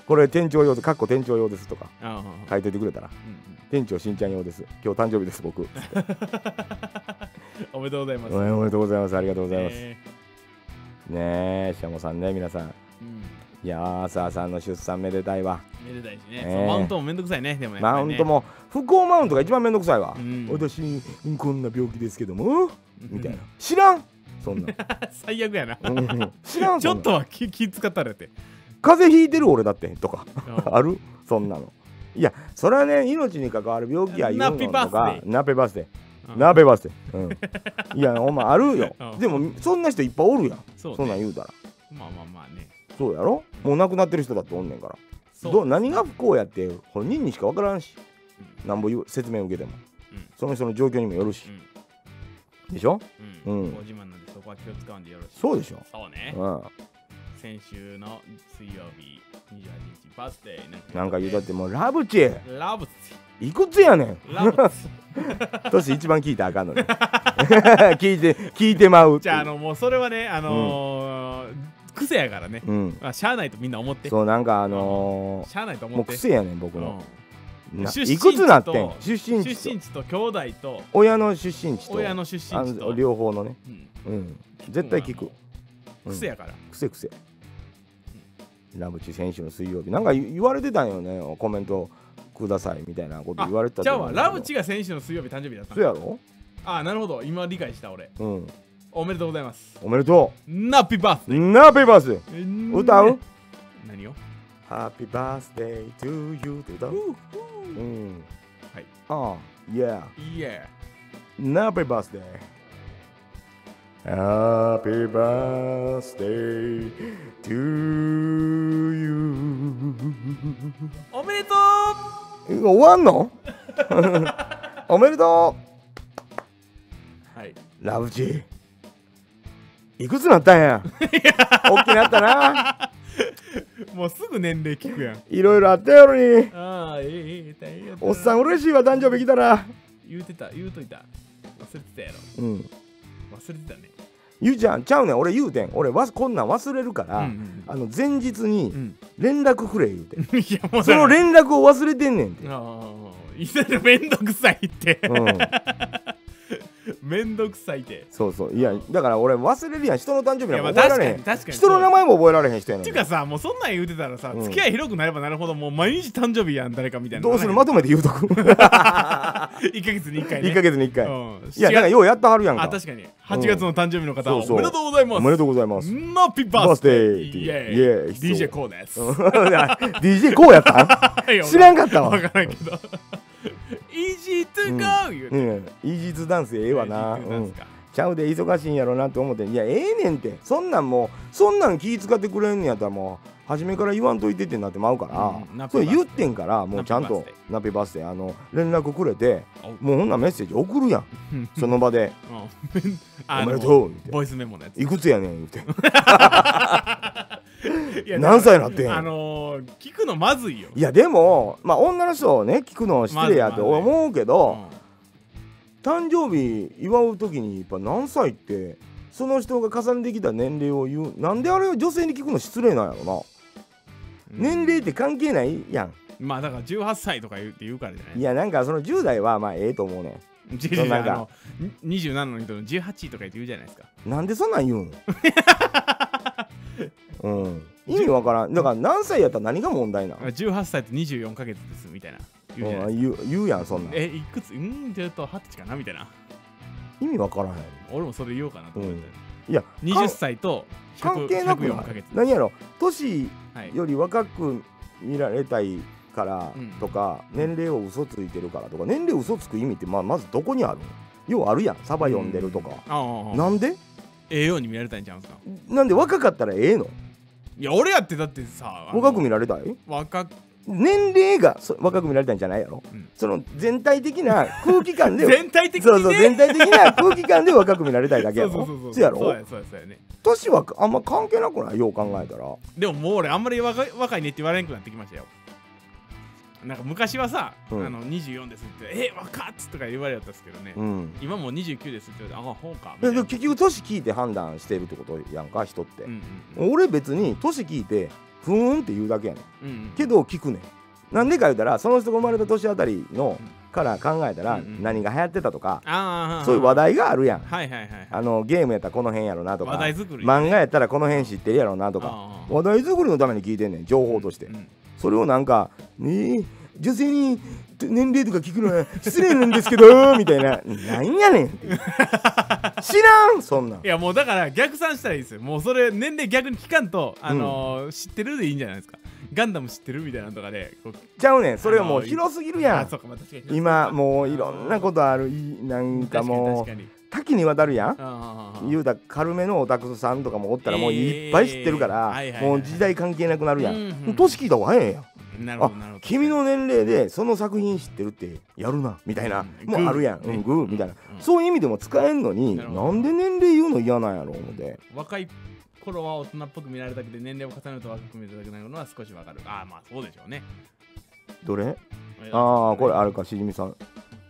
[SPEAKER 1] これ店長用ですかっこ店長用ですとか
[SPEAKER 2] あ
[SPEAKER 1] 書いといてくれたら
[SPEAKER 2] うんうん
[SPEAKER 1] 店長しんちゃん用です今日誕生日です 僕
[SPEAKER 2] おめでとうございます。
[SPEAKER 1] おめでとうございますありがとうございますね
[SPEAKER 2] え
[SPEAKER 1] えシャムさんね皆さん
[SPEAKER 2] ーうん
[SPEAKER 1] いやーアーサーさんの出産めでたいわ
[SPEAKER 2] めでたいしね
[SPEAKER 1] ね。
[SPEAKER 2] そうマウントもめんどくさいね。でもね。
[SPEAKER 1] マウントも不幸マウントが一番めんどくさいわ、
[SPEAKER 2] うん
[SPEAKER 1] 私こんな病気ですけども
[SPEAKER 2] やっぱりね
[SPEAKER 1] みたいな。知らんそんな
[SPEAKER 2] 最悪やな。
[SPEAKER 1] うん知らん
[SPEAKER 2] ち
[SPEAKER 1] そ
[SPEAKER 2] ょ
[SPEAKER 1] ん
[SPEAKER 2] っ
[SPEAKER 1] な
[SPEAKER 2] とは気気使ったらって。
[SPEAKER 1] 風邪ひいてる俺だってとか
[SPEAKER 2] うん
[SPEAKER 1] あるそんなのいやそれはね命に関わる病気やいうのと
[SPEAKER 2] ナピバー
[SPEAKER 1] か
[SPEAKER 2] ス
[SPEAKER 1] ナペバースデ
[SPEAKER 2] う
[SPEAKER 1] ー
[SPEAKER 2] ん
[SPEAKER 1] ナペバースデー、 うん、いやお前あるよ
[SPEAKER 2] うん
[SPEAKER 1] でもそんな人いっぱいおるやん
[SPEAKER 2] そうね
[SPEAKER 1] そんなん言うたら
[SPEAKER 2] まあまあまあね。
[SPEAKER 1] そうやろもう亡くなってる人だっておんねんから
[SPEAKER 2] そう
[SPEAKER 1] どう何が不幸やって本人にしか分からんしなんぼ言う説明受けても、
[SPEAKER 2] うん
[SPEAKER 1] その人の状況にもよるし
[SPEAKER 2] う、ん
[SPEAKER 1] でしょ
[SPEAKER 2] うん
[SPEAKER 1] うん
[SPEAKER 2] ご自慢なんでそこは気を使うんでよろしい。
[SPEAKER 1] そうでしょ
[SPEAKER 2] そうね。
[SPEAKER 1] うん、
[SPEAKER 2] 先週の水曜日28日バースデーなん。
[SPEAKER 1] なんか言うたっててもうラブチェ
[SPEAKER 2] ラブツ
[SPEAKER 1] いくつやねん
[SPEAKER 2] ラブツ
[SPEAKER 1] 年一番聞いたらあかんのに 聞いて聞いてまうって
[SPEAKER 2] じ
[SPEAKER 1] いう
[SPEAKER 2] ゃああのもうそれはねあのー癖やからね。
[SPEAKER 1] うん
[SPEAKER 2] まあしゃあないとみんな思って。し
[SPEAKER 1] そうなんかあの
[SPEAKER 2] ゃあないと
[SPEAKER 1] ー、も
[SPEAKER 2] 思
[SPEAKER 1] う
[SPEAKER 2] って。
[SPEAKER 1] 癖やねん僕の、
[SPEAKER 2] う
[SPEAKER 1] ない
[SPEAKER 2] 出身地
[SPEAKER 1] い
[SPEAKER 2] と
[SPEAKER 1] くつなってん出
[SPEAKER 2] ん
[SPEAKER 1] 身
[SPEAKER 2] 出
[SPEAKER 1] 地と
[SPEAKER 2] 身地と兄弟と
[SPEAKER 1] 親の出身地と
[SPEAKER 2] 親の出身地
[SPEAKER 1] あの
[SPEAKER 2] と。
[SPEAKER 1] 両方のね
[SPEAKER 2] うん
[SPEAKER 1] うん絶対聞く、うん
[SPEAKER 2] 癖やから。
[SPEAKER 1] 癖癖ラブチ選手の水曜日なんか言言われてたんよねコメントくださいみたいなこと言われてた
[SPEAKER 2] じゃ
[SPEAKER 1] と
[SPEAKER 2] あ
[SPEAKER 1] 思う
[SPEAKER 2] わ
[SPEAKER 1] んだけ
[SPEAKER 2] ラ
[SPEAKER 1] ど
[SPEAKER 2] ブチが選手の水曜日誕生日だった
[SPEAKER 1] そうやろ
[SPEAKER 2] ああなるほど今理解した俺
[SPEAKER 1] うん
[SPEAKER 2] おめでとうございます
[SPEAKER 1] おめでと
[SPEAKER 2] ナッピーバース
[SPEAKER 1] うなペーパース
[SPEAKER 2] デー
[SPEAKER 1] 歌う
[SPEAKER 2] 何を
[SPEAKER 1] ？Happy birthday to you って歌ううん
[SPEAKER 2] はい
[SPEAKER 1] ああ Yeah
[SPEAKER 2] いえ
[SPEAKER 1] Happy birthday Happy birthday to you
[SPEAKER 2] おめでと
[SPEAKER 1] 終わんの おめでと
[SPEAKER 2] うはいう
[SPEAKER 1] ラブジーいくつなったんや大きなったな
[SPEAKER 2] もうすぐ年齢聞くやん
[SPEAKER 1] いろいろあったやろに
[SPEAKER 2] ああええええ
[SPEAKER 1] おっさ
[SPEAKER 2] ん
[SPEAKER 1] ん嬉しいわ誕生日来たら
[SPEAKER 2] 言うてた言うといた忘れてたやろ
[SPEAKER 1] うん
[SPEAKER 2] 忘れてたね
[SPEAKER 1] ゆうちゃんちゃうねん俺言うてん俺わこんなん忘れるから、
[SPEAKER 2] うんうん
[SPEAKER 1] あの前日に
[SPEAKER 2] ん
[SPEAKER 1] 連絡くれ言う てん、
[SPEAKER 2] いやもう
[SPEAKER 1] その連絡を忘れてんねんて、
[SPEAKER 2] ああいやめんどくさいって
[SPEAKER 1] うん、
[SPEAKER 2] めんどくさいって
[SPEAKER 1] そうそういやだから俺忘れるやん人の誕生日なんか
[SPEAKER 2] いやまあ
[SPEAKER 1] 覚えられへん
[SPEAKER 2] 確かに確かに
[SPEAKER 1] 人の名前も覚えられへん人や
[SPEAKER 2] っ
[SPEAKER 1] ね
[SPEAKER 2] てい
[SPEAKER 1] ん
[SPEAKER 2] うかさもうそんなん言うてたらさ、
[SPEAKER 1] うん
[SPEAKER 2] 付き合い広くなればなるほどもう毎日誕生日やん誰かみたいな
[SPEAKER 1] どうするまとめて言うとく1
[SPEAKER 2] 1ヶ月に1回ね
[SPEAKER 1] ヶ月に1回、
[SPEAKER 2] うん、
[SPEAKER 1] いやなんかようやったはるやん
[SPEAKER 2] あ
[SPEAKER 1] か
[SPEAKER 2] 確かに8月の誕生日の方、
[SPEAKER 1] そうそう
[SPEAKER 2] おめでとうございます
[SPEAKER 1] おめでとうございます
[SPEAKER 2] ノッピーバースデー
[SPEAKER 1] バースデー
[SPEAKER 2] イエ
[SPEAKER 1] イエーイ
[SPEAKER 2] ーイ DJ コー です、
[SPEAKER 1] DJ こうやった
[SPEAKER 2] はい
[SPEAKER 1] 知らんかったわ
[SPEAKER 2] 分からんけど Easy to go、言う
[SPEAKER 1] う
[SPEAKER 2] て
[SPEAKER 1] んイージーズダンスええわな、
[SPEAKER 2] Easy to dance
[SPEAKER 1] うん
[SPEAKER 2] か
[SPEAKER 1] ちゃうで忙しいんやろなって思っていやええねんってそんなんもうそんなん気使ってくれんねやったらもう初めから言わんといてってなってまうか
[SPEAKER 2] うんナ
[SPEAKER 1] ら
[SPEAKER 2] ッ
[SPEAKER 1] そ
[SPEAKER 2] ペバースデー
[SPEAKER 1] れ言ってんからもうちゃんとナペバースデーあの連絡くれて
[SPEAKER 2] お
[SPEAKER 1] もうほんならメッセージ送るやんその場で
[SPEAKER 2] う
[SPEAKER 1] 「
[SPEAKER 2] ん
[SPEAKER 1] お
[SPEAKER 2] あの
[SPEAKER 1] めでとう」みたいな
[SPEAKER 2] ボイスメモのや
[SPEAKER 1] いくつやねん」言う
[SPEAKER 2] つい
[SPEAKER 1] て「
[SPEAKER 2] や
[SPEAKER 1] 何歳なってん」
[SPEAKER 2] あのー、聞くのまずいよ
[SPEAKER 1] いやでもまあ女の人をね聞くの失礼やと思うけど、
[SPEAKER 2] うん
[SPEAKER 1] 誕生日祝う時にやっぱ何歳ってその人が重ねてきた年齢を言うなんであれを女性に聞くの失礼なんやろな、年齢って関係ないやん
[SPEAKER 2] まあだから18歳とか言うって言うからじゃない
[SPEAKER 1] いやなんかその10代はまあええと思うね
[SPEAKER 2] 違う
[SPEAKER 1] そ
[SPEAKER 2] 違
[SPEAKER 1] う
[SPEAKER 2] う
[SPEAKER 1] な
[SPEAKER 2] あ
[SPEAKER 1] んか
[SPEAKER 2] のに27の人の18とか言って言うじゃないですか
[SPEAKER 1] んなんでそんなん言うん うん意味わからんだから何歳やったら何が問題なん、うん
[SPEAKER 2] 18歳と24ヶ月ですみたいな言うじゃないですか
[SPEAKER 1] 言う言うやんそんなん
[SPEAKER 2] えいくつうんちょっと20歳かなみたいな
[SPEAKER 1] 意味わからへん
[SPEAKER 2] 俺もそれ言おうかなと思って
[SPEAKER 1] いや
[SPEAKER 2] た20歳と100
[SPEAKER 1] 関係なく
[SPEAKER 2] 104
[SPEAKER 1] な
[SPEAKER 2] ヶ
[SPEAKER 1] い
[SPEAKER 2] 月
[SPEAKER 1] 何やろ年
[SPEAKER 2] はい
[SPEAKER 1] より若く見られたいから
[SPEAKER 2] うん
[SPEAKER 1] とか、年齢を嘘ついてるからとか年齢嘘つく意味ってまあまずどこにあるのようあるやんサバ読んでるとか、
[SPEAKER 2] ああああ
[SPEAKER 1] なんで
[SPEAKER 2] ええように見られたんちゃうんすか
[SPEAKER 1] なんで若かったらええの
[SPEAKER 2] いや俺やってだってさあの
[SPEAKER 1] 若く見られたい
[SPEAKER 2] 若
[SPEAKER 1] 年齢がそ若く見られたんじゃないやろ、
[SPEAKER 2] うん
[SPEAKER 1] その全体的 な空気感で
[SPEAKER 2] 全体的に
[SPEAKER 1] そう
[SPEAKER 2] ね
[SPEAKER 1] そう全体的な空気感で若く見られたいだけや
[SPEAKER 2] そ
[SPEAKER 1] ろ
[SPEAKER 2] うそうそう
[SPEAKER 1] そうや
[SPEAKER 2] そう
[SPEAKER 1] ろ
[SPEAKER 2] やそうやそうやね
[SPEAKER 1] 年はあんま関係なくないよう考えたら
[SPEAKER 2] でももう俺あんまり若い若いねって言われなくなってきましたよなんか昔はさ「
[SPEAKER 1] うん
[SPEAKER 2] あの24です」って言って「え若っ!」つとか言われよったっすけどね、
[SPEAKER 1] うん
[SPEAKER 2] 今もう29ですって言われて「あほうか」み
[SPEAKER 1] え
[SPEAKER 2] たい
[SPEAKER 1] で
[SPEAKER 2] な
[SPEAKER 1] も結局年聞いて判断してるってことやんか人って
[SPEAKER 2] うん、
[SPEAKER 1] 俺別に年聞いてふーんって言うだけやねん
[SPEAKER 2] うんうん
[SPEAKER 1] けど聞くねんなんでか言うたらその人が生まれた年あたりの
[SPEAKER 2] うん
[SPEAKER 1] から考えたら
[SPEAKER 2] うんうん
[SPEAKER 1] 何が流行ってたとか
[SPEAKER 2] ああ
[SPEAKER 1] そういう話題があるやん
[SPEAKER 2] はいはいはい
[SPEAKER 1] あのゲームやったらこの辺やろなと
[SPEAKER 2] 話
[SPEAKER 1] か
[SPEAKER 2] 題作り
[SPEAKER 1] 漫画やったらこの辺知ってるやろなとか
[SPEAKER 2] ああ
[SPEAKER 1] 話題作りのために聞いてんねん情報として
[SPEAKER 2] うん
[SPEAKER 1] それをなんか「えー、女性に年齢とか聞くのは失礼なんですけ ど」みたいな「なんやねん」っていう知らんそんなん
[SPEAKER 2] いやもうだから逆算したらいいですよもうそれ年齢逆に聞かんと、あのー知ってるでいいんじゃないですかガンダム知ってるみたいなのとかでこう
[SPEAKER 1] ちゃうねんそれはもう広すぎるや
[SPEAKER 2] あ
[SPEAKER 1] ん
[SPEAKER 2] そうかまあ確かに
[SPEAKER 1] 今もういろんなことあるいなんかも
[SPEAKER 2] 確か
[SPEAKER 1] う
[SPEAKER 2] に確かに
[SPEAKER 1] 多岐にわたるやん
[SPEAKER 2] ああ
[SPEAKER 1] 言うたら軽めのオタクさんとかもおったらもういっぱい知ってるか
[SPEAKER 2] えーはいはい
[SPEAKER 1] ら
[SPEAKER 2] はい
[SPEAKER 1] もう時代関係なくなるや
[SPEAKER 2] うんうん
[SPEAKER 1] ん
[SPEAKER 2] うん
[SPEAKER 1] 年聞いた方が早いやん
[SPEAKER 2] なるほ
[SPEAKER 1] あ
[SPEAKER 2] どなるほど
[SPEAKER 1] 君の年齢でその作品知ってるってやるなみたいな
[SPEAKER 2] うん
[SPEAKER 1] もうあるやん
[SPEAKER 2] グー
[SPEAKER 1] うんグーみたいな
[SPEAKER 2] うん
[SPEAKER 1] そういう意味でも使えんのに
[SPEAKER 2] なるほ
[SPEAKER 1] な
[SPEAKER 2] ど
[SPEAKER 1] んで年齢言うの嫌なんやろ思って
[SPEAKER 2] 若い頃は大人っぽく見られたくて年齢を重ねると若く見られたくなるのは少しわかるああまあそうでしょうね
[SPEAKER 1] どれああこれ
[SPEAKER 2] あ
[SPEAKER 1] あれかしじみさん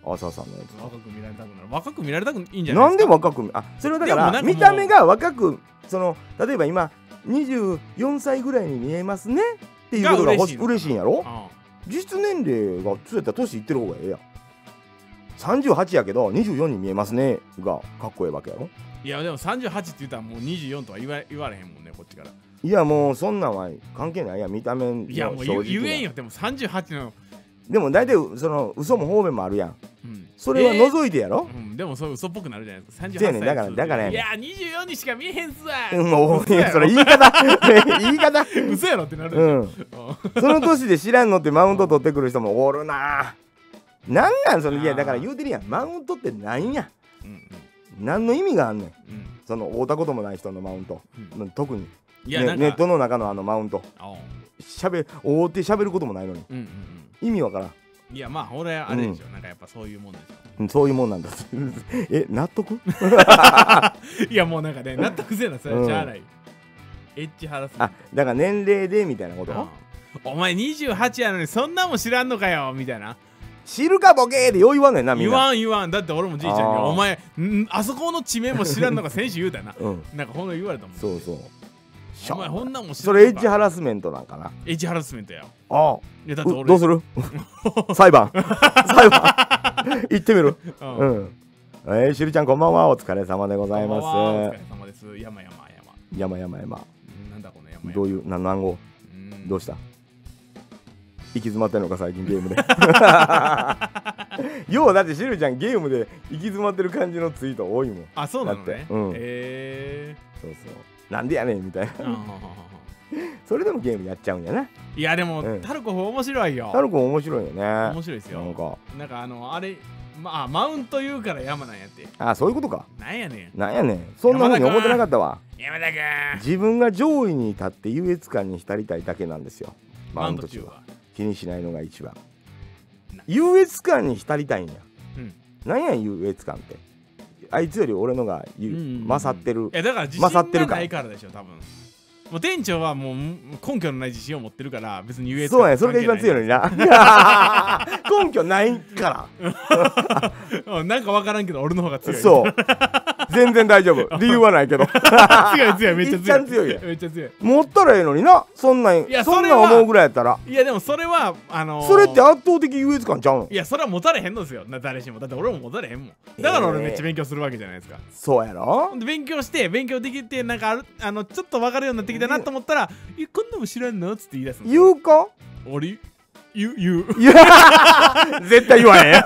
[SPEAKER 1] 朝さんのやつ
[SPEAKER 2] 若く見られたくなる若く見られたくいいんじゃない
[SPEAKER 1] なんで若く見あそれはだか
[SPEAKER 2] でも
[SPEAKER 1] ら
[SPEAKER 2] なんかもう
[SPEAKER 1] 見た目が若くその例えば今24歳ぐらいに見えますねっていうことが欲し
[SPEAKER 2] が
[SPEAKER 1] 嬉しいんやろ
[SPEAKER 2] あ
[SPEAKER 1] 実年齢がそうやったら年いってる方がええやん38やけど24に見えますねがかっこええわけやろ
[SPEAKER 2] いやでも38って言ったらもう24とは言わ言われへんもんねこっちから
[SPEAKER 1] いやもうそんなんは関係ないやん見た目の
[SPEAKER 2] いやもう
[SPEAKER 1] 正直
[SPEAKER 2] 言
[SPEAKER 1] な
[SPEAKER 2] 言えんよでも38の、
[SPEAKER 1] でも大体その嘘も方便もあるやん
[SPEAKER 2] うん、
[SPEAKER 1] それは
[SPEAKER 2] えー
[SPEAKER 1] 除いてやろ、
[SPEAKER 2] うん、でもそう嘘っぽくなるじゃないですか38
[SPEAKER 1] せやね
[SPEAKER 2] 歳
[SPEAKER 1] んだからだからや
[SPEAKER 2] い
[SPEAKER 1] ねん
[SPEAKER 2] や24にしか見えへんっすわ
[SPEAKER 1] うん、もういやそ
[SPEAKER 2] 嘘
[SPEAKER 1] れ言い
[SPEAKER 2] や
[SPEAKER 1] 方言い方
[SPEAKER 2] ろ嘘やろってなるでし
[SPEAKER 1] う
[SPEAKER 2] ょ
[SPEAKER 1] んその年で知らんのってマウント取ってくる人もおるなぁなんなんそのいやだから言うてるやんマウントってなんや
[SPEAKER 2] うんうん
[SPEAKER 1] 何の意味があんねん
[SPEAKER 2] うん
[SPEAKER 1] その会うたこともない人のマウント、
[SPEAKER 2] う
[SPEAKER 1] 特に
[SPEAKER 2] いや
[SPEAKER 1] ね
[SPEAKER 2] なんか
[SPEAKER 1] ネットの中のあのマウント
[SPEAKER 2] あうん
[SPEAKER 1] しゃべ覆ってしゃべることもないのに
[SPEAKER 2] うんうん
[SPEAKER 1] 意味わからん
[SPEAKER 2] うんいやまあ俺はあれでしょ、なんかやっぱそういうもんでし
[SPEAKER 1] うんそういうもんなんだ え納得
[SPEAKER 2] ょ いやもうなんかね納得せえなそれはしゃあない、エッチハラスメン
[SPEAKER 1] あだから年齢でみたいなこ
[SPEAKER 2] ト
[SPEAKER 1] と
[SPEAKER 2] うんお前28やのにそんなんも知らんのかよみたいな
[SPEAKER 1] 知るかボケーでよう言わんねんなみん
[SPEAKER 2] 言
[SPEAKER 1] な
[SPEAKER 2] わん言わんだって俺もじいちゃんに
[SPEAKER 1] あー
[SPEAKER 2] お前んあそこの地名も知らんのか選手言うたよな
[SPEAKER 1] うん
[SPEAKER 2] なんかほんの言われたもん
[SPEAKER 1] そうそうしゃ
[SPEAKER 2] お前ほんなんも知
[SPEAKER 1] そ
[SPEAKER 2] らん
[SPEAKER 1] れエ
[SPEAKER 2] の
[SPEAKER 1] ッジ
[SPEAKER 2] か
[SPEAKER 1] ハラスメントなんかな
[SPEAKER 2] エッジハラスメントや
[SPEAKER 1] ああ
[SPEAKER 2] いやだって
[SPEAKER 1] う
[SPEAKER 2] 俺
[SPEAKER 1] どうする 裁 判裁判 行ってみる
[SPEAKER 2] うん
[SPEAKER 1] うんえー、しゅりちゃんこんばんはお疲れ様でござい
[SPEAKER 2] こんばんは
[SPEAKER 1] ま
[SPEAKER 2] お疲
[SPEAKER 1] す
[SPEAKER 2] れ様です。山山山。
[SPEAKER 1] 山山山
[SPEAKER 2] なんだこの山山。
[SPEAKER 1] どういうな何号
[SPEAKER 2] うん
[SPEAKER 1] どうした行き詰まってんのか最近ゲー ムでようだってしるちゃんゲームで行き詰まってる感じのツイート多いもん
[SPEAKER 2] あ、そうな
[SPEAKER 1] だ
[SPEAKER 2] の
[SPEAKER 1] っ
[SPEAKER 2] ね
[SPEAKER 1] て。うん
[SPEAKER 2] え
[SPEAKER 1] そうそうなんでやねんみたいな
[SPEAKER 2] ー。あはははは
[SPEAKER 1] それでもゲームやっちゃうんやない
[SPEAKER 2] やでも、
[SPEAKER 1] うん
[SPEAKER 2] タルコフ面白いよ。
[SPEAKER 1] タルコ面白いよね
[SPEAKER 2] 面白いですよ。
[SPEAKER 1] なんか
[SPEAKER 2] なんかあの、あれ、まあ、マウント言うから山なんやって。
[SPEAKER 1] あそういうことか
[SPEAKER 2] なんやねん。
[SPEAKER 1] なんやねんそんなふうに思ってなかったわ
[SPEAKER 2] 山田くん。
[SPEAKER 1] 自分が上位に立って優越感に浸りたいだけなん ですよマウント中
[SPEAKER 2] 中
[SPEAKER 1] は。気にしないのが一番
[SPEAKER 2] な
[SPEAKER 1] 優越感に浸りたいんや
[SPEAKER 2] うん。
[SPEAKER 1] なんや優越感ってあいつより俺のがゆ勝ってる
[SPEAKER 2] いやだから自信
[SPEAKER 1] 勝ってる
[SPEAKER 2] が
[SPEAKER 1] から
[SPEAKER 2] ないからでしょ、多分。もう店長はもう根拠のない自信を持ってるから別に優越感
[SPEAKER 1] そうやねそれが一番強いのにな 根拠ないか
[SPEAKER 2] のなんかわからんけど俺の方が
[SPEAKER 1] ら
[SPEAKER 2] 強い
[SPEAKER 1] そう全然大丈夫理由はないけど
[SPEAKER 2] 強い強いめっちゃ強
[SPEAKER 1] いっ
[SPEAKER 2] い
[SPEAKER 1] ちゃん強いやん
[SPEAKER 2] めっちゃ強い
[SPEAKER 1] 持ったらええのになそんなん
[SPEAKER 2] いや
[SPEAKER 1] そん
[SPEAKER 2] それ
[SPEAKER 1] なん
[SPEAKER 2] は
[SPEAKER 1] 思うぐらいやったら
[SPEAKER 2] いやでもそれはあのー
[SPEAKER 1] それって圧倒的優越感ちゃうの
[SPEAKER 2] いやそれは持たれへんのですよな誰しもだって俺も持たれへんもんだから俺
[SPEAKER 1] ええ
[SPEAKER 2] めっちゃ勉強するわけじゃないですか、
[SPEAKER 1] そうや
[SPEAKER 2] ほ
[SPEAKER 1] ろ
[SPEAKER 2] んで勉強して勉強できてなんかあるあのちょっと分かるようになってきたなと思ったら「えこんなも知らんの?」っつって言い出すの
[SPEAKER 1] 言うか
[SPEAKER 2] 俺言う言う
[SPEAKER 1] いや 絶対言わへん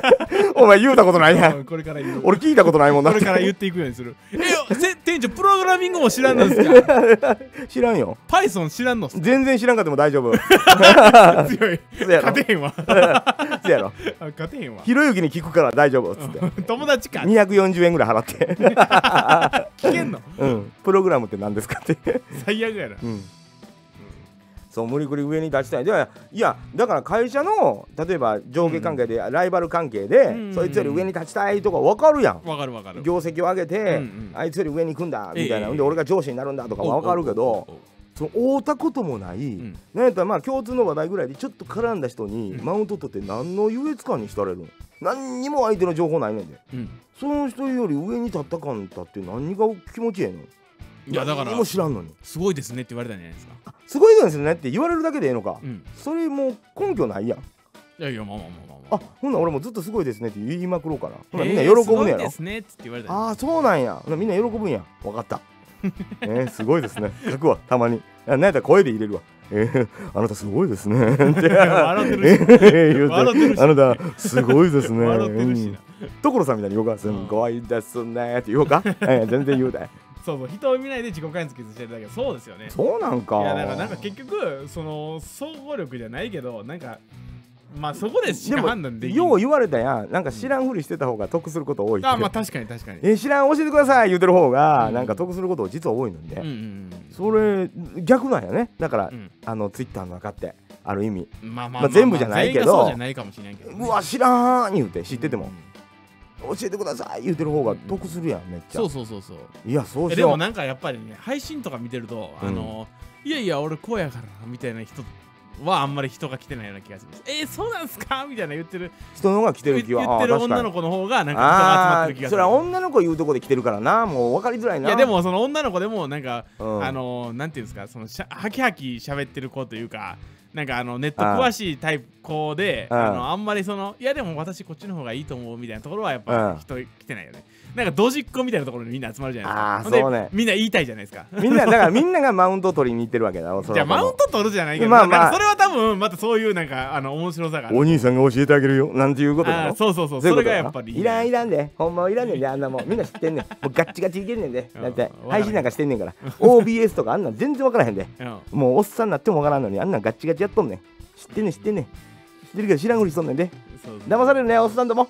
[SPEAKER 1] お前言うたことないやん
[SPEAKER 2] これから言う
[SPEAKER 1] 俺聞いたことないもん
[SPEAKER 2] こ
[SPEAKER 1] な
[SPEAKER 2] れから言っていくようにするえよせ店長プログラミングも知らんのですか
[SPEAKER 1] 知らんよ
[SPEAKER 2] Python 知らんのっす
[SPEAKER 1] 全然知らんかっても大丈夫
[SPEAKER 2] 強い
[SPEAKER 1] そうやろ
[SPEAKER 2] 勝てへんわ
[SPEAKER 1] そうやろ
[SPEAKER 2] あ勝てへんわ
[SPEAKER 1] ひろゆきに聞くから大丈夫っつって
[SPEAKER 2] 友達か
[SPEAKER 1] 240円ぐらい払って
[SPEAKER 2] 聞けんの
[SPEAKER 1] うん、プログラムって何ですかって、
[SPEAKER 2] 最悪やな
[SPEAKER 1] うん、そう無理くり上に出したいではいやだから会社の例えば上下関係で、ライバル関係で、
[SPEAKER 2] うん
[SPEAKER 1] そいつより上に立ちたいとか分かるやん、
[SPEAKER 2] わかるわかる
[SPEAKER 1] 業績を上げて、
[SPEAKER 2] うんうん
[SPEAKER 1] あいつより上に行くんだみたいな、
[SPEAKER 2] ええ
[SPEAKER 1] で俺が上司になるんだとか分かるけど、
[SPEAKER 2] おうおうおう
[SPEAKER 1] その会うたこともない、
[SPEAKER 2] ん
[SPEAKER 1] なんやったらまあ共通の話題ぐらいでちょっと絡んだ人に
[SPEAKER 2] うん
[SPEAKER 1] マウント取って何の優越感に浸れるの何にも相手の情報ないねんで
[SPEAKER 2] おううん
[SPEAKER 1] その人より上に立った感だって何が気持ちええの
[SPEAKER 2] いやだから
[SPEAKER 1] 何も知らんのに
[SPEAKER 2] すごいですねって言われたんじゃないですか
[SPEAKER 1] あすごいですねって言われるだけでええのか、
[SPEAKER 2] うん
[SPEAKER 1] それもう根拠ないやん
[SPEAKER 2] いやいやまあまあまあまあ
[SPEAKER 1] あ
[SPEAKER 2] まあ
[SPEAKER 1] ほんなら俺もずっとすごいですねって言いまくろうかなほんならみん
[SPEAKER 2] へ
[SPEAKER 1] な
[SPEAKER 2] え
[SPEAKER 1] 喜ぶねや
[SPEAKER 2] すごい
[SPEAKER 1] ろ
[SPEAKER 2] ですねっつって言われたんじゃない
[SPEAKER 1] ああそうなんやほなみんな喜ぶんやわかった えー、すごいですね書くわたまにあなんやったら声で入れるわえー、あなたすごいですねって
[SPEAKER 2] 笑ってるし
[SPEAKER 1] えー
[SPEAKER 2] 笑って
[SPEAKER 1] 言う
[SPEAKER 2] る
[SPEAKER 1] て
[SPEAKER 2] し
[SPEAKER 1] あなたすごいですね
[SPEAKER 2] 笑ってるしな、
[SPEAKER 1] うん所さんみたいに言おうかすんごいですねって言おうか、えー全然言うだよ
[SPEAKER 2] そうそう人を見ないで自己完結してるだけそうですよね
[SPEAKER 1] そうなんか
[SPEAKER 2] いやだからなんか結局その総合力じゃないけどなんかまあそこでし
[SPEAKER 1] で
[SPEAKER 2] か
[SPEAKER 1] も
[SPEAKER 2] 判断でき
[SPEAKER 1] よう
[SPEAKER 2] ない
[SPEAKER 1] 言われたやんなんか知らんふりしてた方が得すること多いって
[SPEAKER 2] あまあ確かに確かに
[SPEAKER 1] えー知らん教えてください言うてる方が、
[SPEAKER 2] うん
[SPEAKER 1] なんか得すること実は多いので、
[SPEAKER 2] うんうん
[SPEAKER 1] それ逆なんやねだから、
[SPEAKER 2] うん
[SPEAKER 1] あのツイッターの中ってある意味
[SPEAKER 2] うんまあまあ
[SPEAKER 1] まあ全部じゃないけど
[SPEAKER 2] 全員がそうじゃないかもしれないけどね
[SPEAKER 1] うわ知らん言うて知ってて
[SPEAKER 2] う
[SPEAKER 1] も
[SPEAKER 2] ん
[SPEAKER 1] 教えてください言うてる方が得するやんめっちゃ
[SPEAKER 2] そうそうそうそう
[SPEAKER 1] いやそう
[SPEAKER 2] え
[SPEAKER 1] し
[SPEAKER 2] で
[SPEAKER 1] よ
[SPEAKER 2] も
[SPEAKER 1] う
[SPEAKER 2] なんかやっぱりね配信とか見てると
[SPEAKER 1] うん
[SPEAKER 2] あのいやいや俺こうやからなみたいな人はあんまり人が来てないような気がしますえーそうなんすかみたいな言ってる
[SPEAKER 1] 人の方が来て
[SPEAKER 2] 言
[SPEAKER 1] る気は
[SPEAKER 2] ってる
[SPEAKER 1] あー確か
[SPEAKER 2] 女
[SPEAKER 1] に
[SPEAKER 2] の子の方がなんか人が集まっ
[SPEAKER 1] あ
[SPEAKER 2] てる気
[SPEAKER 1] ー
[SPEAKER 2] が
[SPEAKER 1] そ
[SPEAKER 2] す
[SPEAKER 1] れ
[SPEAKER 2] る
[SPEAKER 1] は女の子言うとこで来てるからなもう分かりづらい
[SPEAKER 2] い
[SPEAKER 1] ない
[SPEAKER 2] やで、もその女の子でもなんか
[SPEAKER 1] うん
[SPEAKER 2] あのなんていうんですかそのしゃハキハキ喋ってる子というかなんかあのネット詳しいタイプ子で
[SPEAKER 1] うん
[SPEAKER 2] あのあんまりそのいやでも私こっちの方がいいと思うみたいなところはやっ
[SPEAKER 1] うん
[SPEAKER 2] ぱ人来てないよねなんかドジっ子みたいなところにみんな集まるじゃないです
[SPEAKER 1] あー
[SPEAKER 2] か
[SPEAKER 1] そう
[SPEAKER 2] ほん
[SPEAKER 1] ね
[SPEAKER 2] でみんな言いたいじゃな いですか
[SPEAKER 1] みんなだからみんながマウント取りに行ってるわけ だろそ
[SPEAKER 2] じゃ
[SPEAKER 1] の
[SPEAKER 2] あ
[SPEAKER 1] 子
[SPEAKER 2] マ
[SPEAKER 1] の
[SPEAKER 2] ウント取るじゃないけど
[SPEAKER 1] まあまあ
[SPEAKER 2] なんかそれは多分またそういうなんかあの面白さがある
[SPEAKER 1] お兄さんが教えてあげるよなんていうことだ
[SPEAKER 2] あ
[SPEAKER 1] ろ
[SPEAKER 2] ーそうそうそう
[SPEAKER 1] そういうこ
[SPEAKER 2] それ
[SPEAKER 1] と
[SPEAKER 2] が
[SPEAKER 1] だ
[SPEAKER 2] や
[SPEAKER 1] な
[SPEAKER 2] っぱり
[SPEAKER 1] いらんいらんでほんまはいらんねんであんなもんみんな知ってんねんもうガッチガチいけんねんで
[SPEAKER 2] うん
[SPEAKER 1] だって
[SPEAKER 2] うん
[SPEAKER 1] 配信なんかしてんねんから OBS とかあんなん全然分からへんで
[SPEAKER 2] うん
[SPEAKER 1] もうおっさんになっても分からんのにあんなんガッチガチやっとんねん知ってんねん知ってんねん知ってるけど知らんふりしとんねんで
[SPEAKER 2] そうそう
[SPEAKER 1] 騙されるねおっさん ども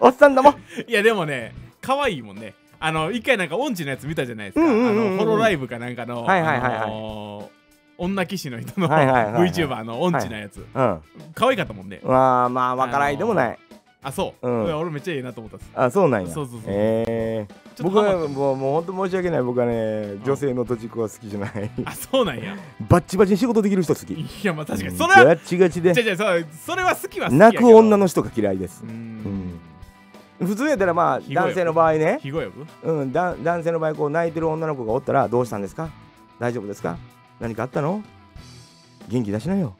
[SPEAKER 1] おっさんども
[SPEAKER 2] いやでもね可愛いもんねあの一回なんかオンチのやつ見たじゃないですか、
[SPEAKER 1] うんうんうんうん
[SPEAKER 2] あのホロライブかなんかの、
[SPEAKER 1] はいはいはいはい
[SPEAKER 2] あのー女騎士の人の、
[SPEAKER 1] はいはいはいは い
[SPEAKER 2] VTuber のオンチのやつ、
[SPEAKER 1] うんま
[SPEAKER 2] 可愛かったもんね
[SPEAKER 1] あまあ分からいでもない
[SPEAKER 2] あそう、
[SPEAKER 1] うん
[SPEAKER 2] いや俺めっちゃいいなと思ったっす
[SPEAKER 1] あそうなんや
[SPEAKER 2] そうそうそう
[SPEAKER 1] ええ
[SPEAKER 2] ちょっ
[SPEAKER 1] 僕
[SPEAKER 2] とハマ
[SPEAKER 1] は
[SPEAKER 2] った
[SPEAKER 1] もうもう本当申し訳ない僕はね女性の土地子は好きじゃない
[SPEAKER 2] あそうな んや
[SPEAKER 1] バッチバチに仕事できる人好き
[SPEAKER 2] いやまあ確かにそれは
[SPEAKER 1] ガッチガチで
[SPEAKER 2] じゃじゃそうそれは好きは好きや
[SPEAKER 1] 泣
[SPEAKER 2] けど
[SPEAKER 1] く女の人が嫌いです
[SPEAKER 2] うー
[SPEAKER 1] うん
[SPEAKER 2] ん
[SPEAKER 1] 普通やったらまあ
[SPEAKER 2] ひどい
[SPEAKER 1] 男性の場合ね、
[SPEAKER 2] 肥後欲
[SPEAKER 1] うん、だ男性の場合こう泣いてる女の子がおったらどうしたんですか大丈夫ですか何かあったの元気出しなよ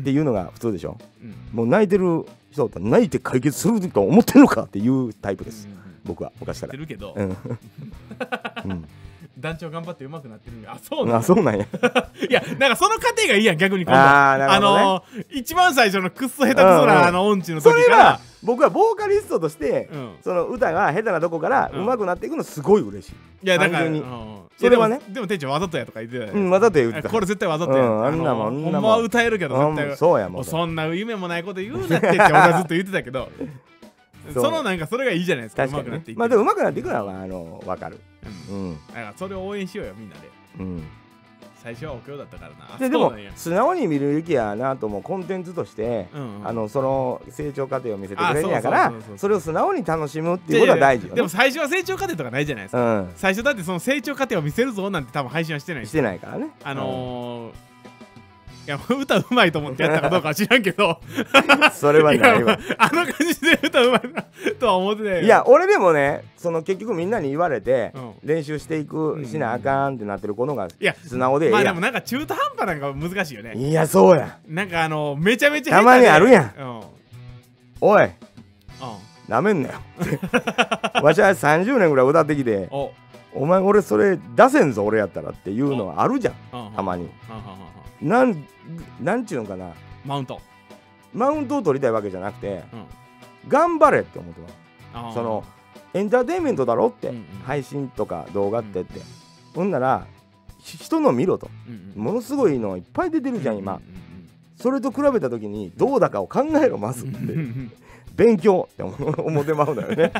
[SPEAKER 1] っていうのが普通でしょ
[SPEAKER 2] うん
[SPEAKER 1] もう泣いてる人だったら泣いて解決すると思ってるのかっていうタイプです
[SPEAKER 2] うんうんうん
[SPEAKER 1] 僕は昔
[SPEAKER 2] 知
[SPEAKER 1] か
[SPEAKER 2] って
[SPEAKER 1] ら。
[SPEAKER 2] るけど、
[SPEAKER 1] うん、
[SPEAKER 2] 団長頑張って上手くなってるんであそううんなん
[SPEAKER 1] あ
[SPEAKER 2] だ
[SPEAKER 1] そうなんや。
[SPEAKER 2] いやなんかその過程がいいやん逆に今度
[SPEAKER 1] あーなるほどね
[SPEAKER 2] あのー一番最初のクッソ下手くそ
[SPEAKER 1] う
[SPEAKER 2] な、
[SPEAKER 1] んうん
[SPEAKER 2] あのオンチの時
[SPEAKER 1] そ
[SPEAKER 2] か
[SPEAKER 1] れは
[SPEAKER 2] ら
[SPEAKER 1] 僕はボーカリストとして、
[SPEAKER 2] うん
[SPEAKER 1] その歌が下手なとこから
[SPEAKER 2] うん
[SPEAKER 1] 上手くなっていくのすごい嬉しい。
[SPEAKER 2] いやだから、
[SPEAKER 1] 単純に
[SPEAKER 2] うん
[SPEAKER 1] それはね
[SPEAKER 2] いやでもでも店長わざとやとか言ってたよ
[SPEAKER 1] う
[SPEAKER 2] ね
[SPEAKER 1] ん、わざと言うてた。
[SPEAKER 2] これ絶対わざとや、
[SPEAKER 1] うんあんなもん
[SPEAKER 2] の
[SPEAKER 1] あんなもん
[SPEAKER 2] ほんまは歌えるけど絶対、
[SPEAKER 1] うん、そうやも。
[SPEAKER 2] もうんそんな夢もないこと言うなってって俺はずっと言ってたけど
[SPEAKER 1] そ
[SPEAKER 2] そうのなんかそれがいいじゃないですか
[SPEAKER 1] 確か
[SPEAKER 2] 上手
[SPEAKER 1] に
[SPEAKER 2] くな
[SPEAKER 1] ね
[SPEAKER 2] っていって、
[SPEAKER 1] まあでも上手くなっていくのはあのわかる。
[SPEAKER 2] うん
[SPEAKER 1] うん。
[SPEAKER 2] だからそれを応援しようよみんなで
[SPEAKER 1] うん
[SPEAKER 2] 最初はお経だったからなあ
[SPEAKER 1] でで
[SPEAKER 2] そう
[SPEAKER 1] も
[SPEAKER 2] なんや
[SPEAKER 1] 素直に見るべきやなともコンテンツとして、
[SPEAKER 2] うんうん
[SPEAKER 1] あのその成長過程を見せてくれるんやか
[SPEAKER 2] あ
[SPEAKER 1] ら
[SPEAKER 2] そうそうそうそう
[SPEAKER 1] それを素直に楽しむっていうことは大事よ、ね、
[SPEAKER 2] でも最初は成長過程とかないじゃないですか、
[SPEAKER 1] う
[SPEAKER 2] 最初だってその成長過程を見せるぞなんて多分配信はしてない
[SPEAKER 1] んし
[SPEAKER 2] し、
[SPEAKER 1] てないからね
[SPEAKER 2] あのーいや歌うまいと思ってやったかどうかは知らんけ ど
[SPEAKER 1] うんそれはい
[SPEAKER 2] や
[SPEAKER 1] ないわ
[SPEAKER 2] あの感じで歌うまいなとは思ってないよ
[SPEAKER 1] いや俺でもねその結局みんなに言われて、
[SPEAKER 2] うん
[SPEAKER 1] 練習していくしなあかんってなってる子のが
[SPEAKER 2] いや
[SPEAKER 1] 素直でええ
[SPEAKER 2] まあで
[SPEAKER 1] やん、
[SPEAKER 2] もなんか中途半端なんか難しいよね
[SPEAKER 1] いやそうや
[SPEAKER 2] なんかあのめちゃめちゃ
[SPEAKER 1] たまにあるやん
[SPEAKER 2] んうんうん
[SPEAKER 1] おいなめんなよ わしは30年ぐらい歌ってきて
[SPEAKER 2] お
[SPEAKER 1] お前俺それ出せんぞ俺やったらっていうのはあるじゃん
[SPEAKER 2] うん
[SPEAKER 1] たまに
[SPEAKER 2] うんうんうんうん
[SPEAKER 1] なんなんちゅうんかな
[SPEAKER 2] マウント
[SPEAKER 1] マウントを取りたいわけじゃなくて
[SPEAKER 2] うん
[SPEAKER 1] 頑張れって思ってます
[SPEAKER 2] あー
[SPEAKER 1] そのエンターテインメントだろって、
[SPEAKER 2] うんうん
[SPEAKER 1] 配信とか動画ってって、ほんならひ人の見ろと
[SPEAKER 2] うんうん
[SPEAKER 1] ものすごいのいっぱい出てるじゃん今、
[SPEAKER 2] うんうんうん
[SPEAKER 1] それと比べた時にどうだかを考えろまずって
[SPEAKER 2] うんうん
[SPEAKER 1] 勉強って思思ってまうのよ ね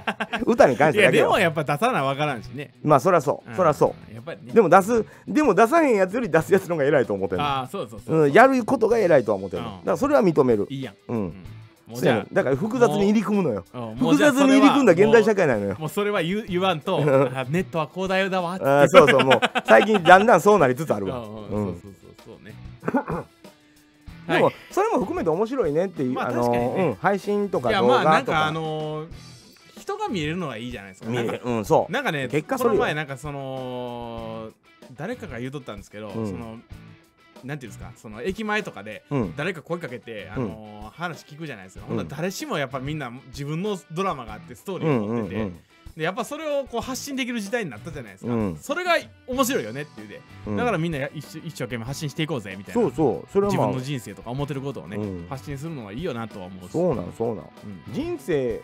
[SPEAKER 1] 歌に関し
[SPEAKER 2] い
[SPEAKER 1] てだ
[SPEAKER 2] や
[SPEAKER 1] け
[SPEAKER 2] で
[SPEAKER 1] よ
[SPEAKER 2] もやっぱ出さなわからんしね
[SPEAKER 1] まあそらそうそらそ
[SPEAKER 2] うんやっぱりね
[SPEAKER 1] うでも出すでも出さへんやつより出すやつの方が偉いと思ってんの、
[SPEAKER 2] ああそうそうそう、
[SPEAKER 1] うん、やることが偉いとは思ってんの
[SPEAKER 2] うん
[SPEAKER 1] だからそれは認める
[SPEAKER 2] いいやん、
[SPEAKER 1] う
[SPEAKER 2] うんん、もう
[SPEAKER 1] そう
[SPEAKER 2] じ
[SPEAKER 1] や
[SPEAKER 2] ゃ
[SPEAKER 1] ねんだから複雑に入り組むのよ
[SPEAKER 2] あうんもう
[SPEAKER 1] 複
[SPEAKER 2] じゃあ
[SPEAKER 1] 雑に入り組んだ現代社会なのよ
[SPEAKER 2] もうそれは言う言わんとあネットは広大だわって
[SPEAKER 1] あーそうそうもう最近だんだんそうなりつつあるわ、
[SPEAKER 2] うん
[SPEAKER 1] う
[SPEAKER 2] うんん、そうそうそうそう ね
[SPEAKER 1] でも、それも含めて面白いねっていう、
[SPEAKER 2] まあ
[SPEAKER 1] あの
[SPEAKER 2] 確かにね
[SPEAKER 1] うん、配信とか
[SPEAKER 2] いや
[SPEAKER 1] 動
[SPEAKER 2] まあな
[SPEAKER 1] 画
[SPEAKER 2] ん
[SPEAKER 1] と
[SPEAKER 2] かあ
[SPEAKER 1] か
[SPEAKER 2] のー人が見れるのはいいじゃないですか
[SPEAKER 1] 見
[SPEAKER 2] なん
[SPEAKER 1] れ
[SPEAKER 2] か
[SPEAKER 1] るうんそう
[SPEAKER 2] なんかね
[SPEAKER 1] 結果そ
[SPEAKER 2] こ
[SPEAKER 1] れよ
[SPEAKER 2] の前なんかその誰かが言うとったんですけど、
[SPEAKER 1] うん
[SPEAKER 2] そのなんていうんですかその駅前とかで
[SPEAKER 1] うん
[SPEAKER 2] 誰か声かけて、あのー話聞くじゃないですか、ほんな
[SPEAKER 1] うん
[SPEAKER 2] ら誰しもやっぱみんな自分のドラマがあってストーリ
[SPEAKER 1] う
[SPEAKER 2] ー
[SPEAKER 1] ん
[SPEAKER 2] を
[SPEAKER 1] う
[SPEAKER 2] 持
[SPEAKER 1] ん
[SPEAKER 2] っ
[SPEAKER 1] う
[SPEAKER 2] てて、
[SPEAKER 1] ん
[SPEAKER 2] でやっぱそれをこう発信できる時代になったじゃないですか、
[SPEAKER 1] うん
[SPEAKER 2] それが面白いよねっていうで、
[SPEAKER 1] うん
[SPEAKER 2] だからみんなや一生一生懸命発信していこうぜみたいな
[SPEAKER 1] そうそうそれは
[SPEAKER 2] 自
[SPEAKER 1] ま
[SPEAKER 2] 分の
[SPEAKER 1] あ
[SPEAKER 2] 人生とか思ってることをね、
[SPEAKER 1] うん
[SPEAKER 2] 発信するのはいいよなとは思うし
[SPEAKER 1] そうなんそうなん
[SPEAKER 2] うん
[SPEAKER 1] 人生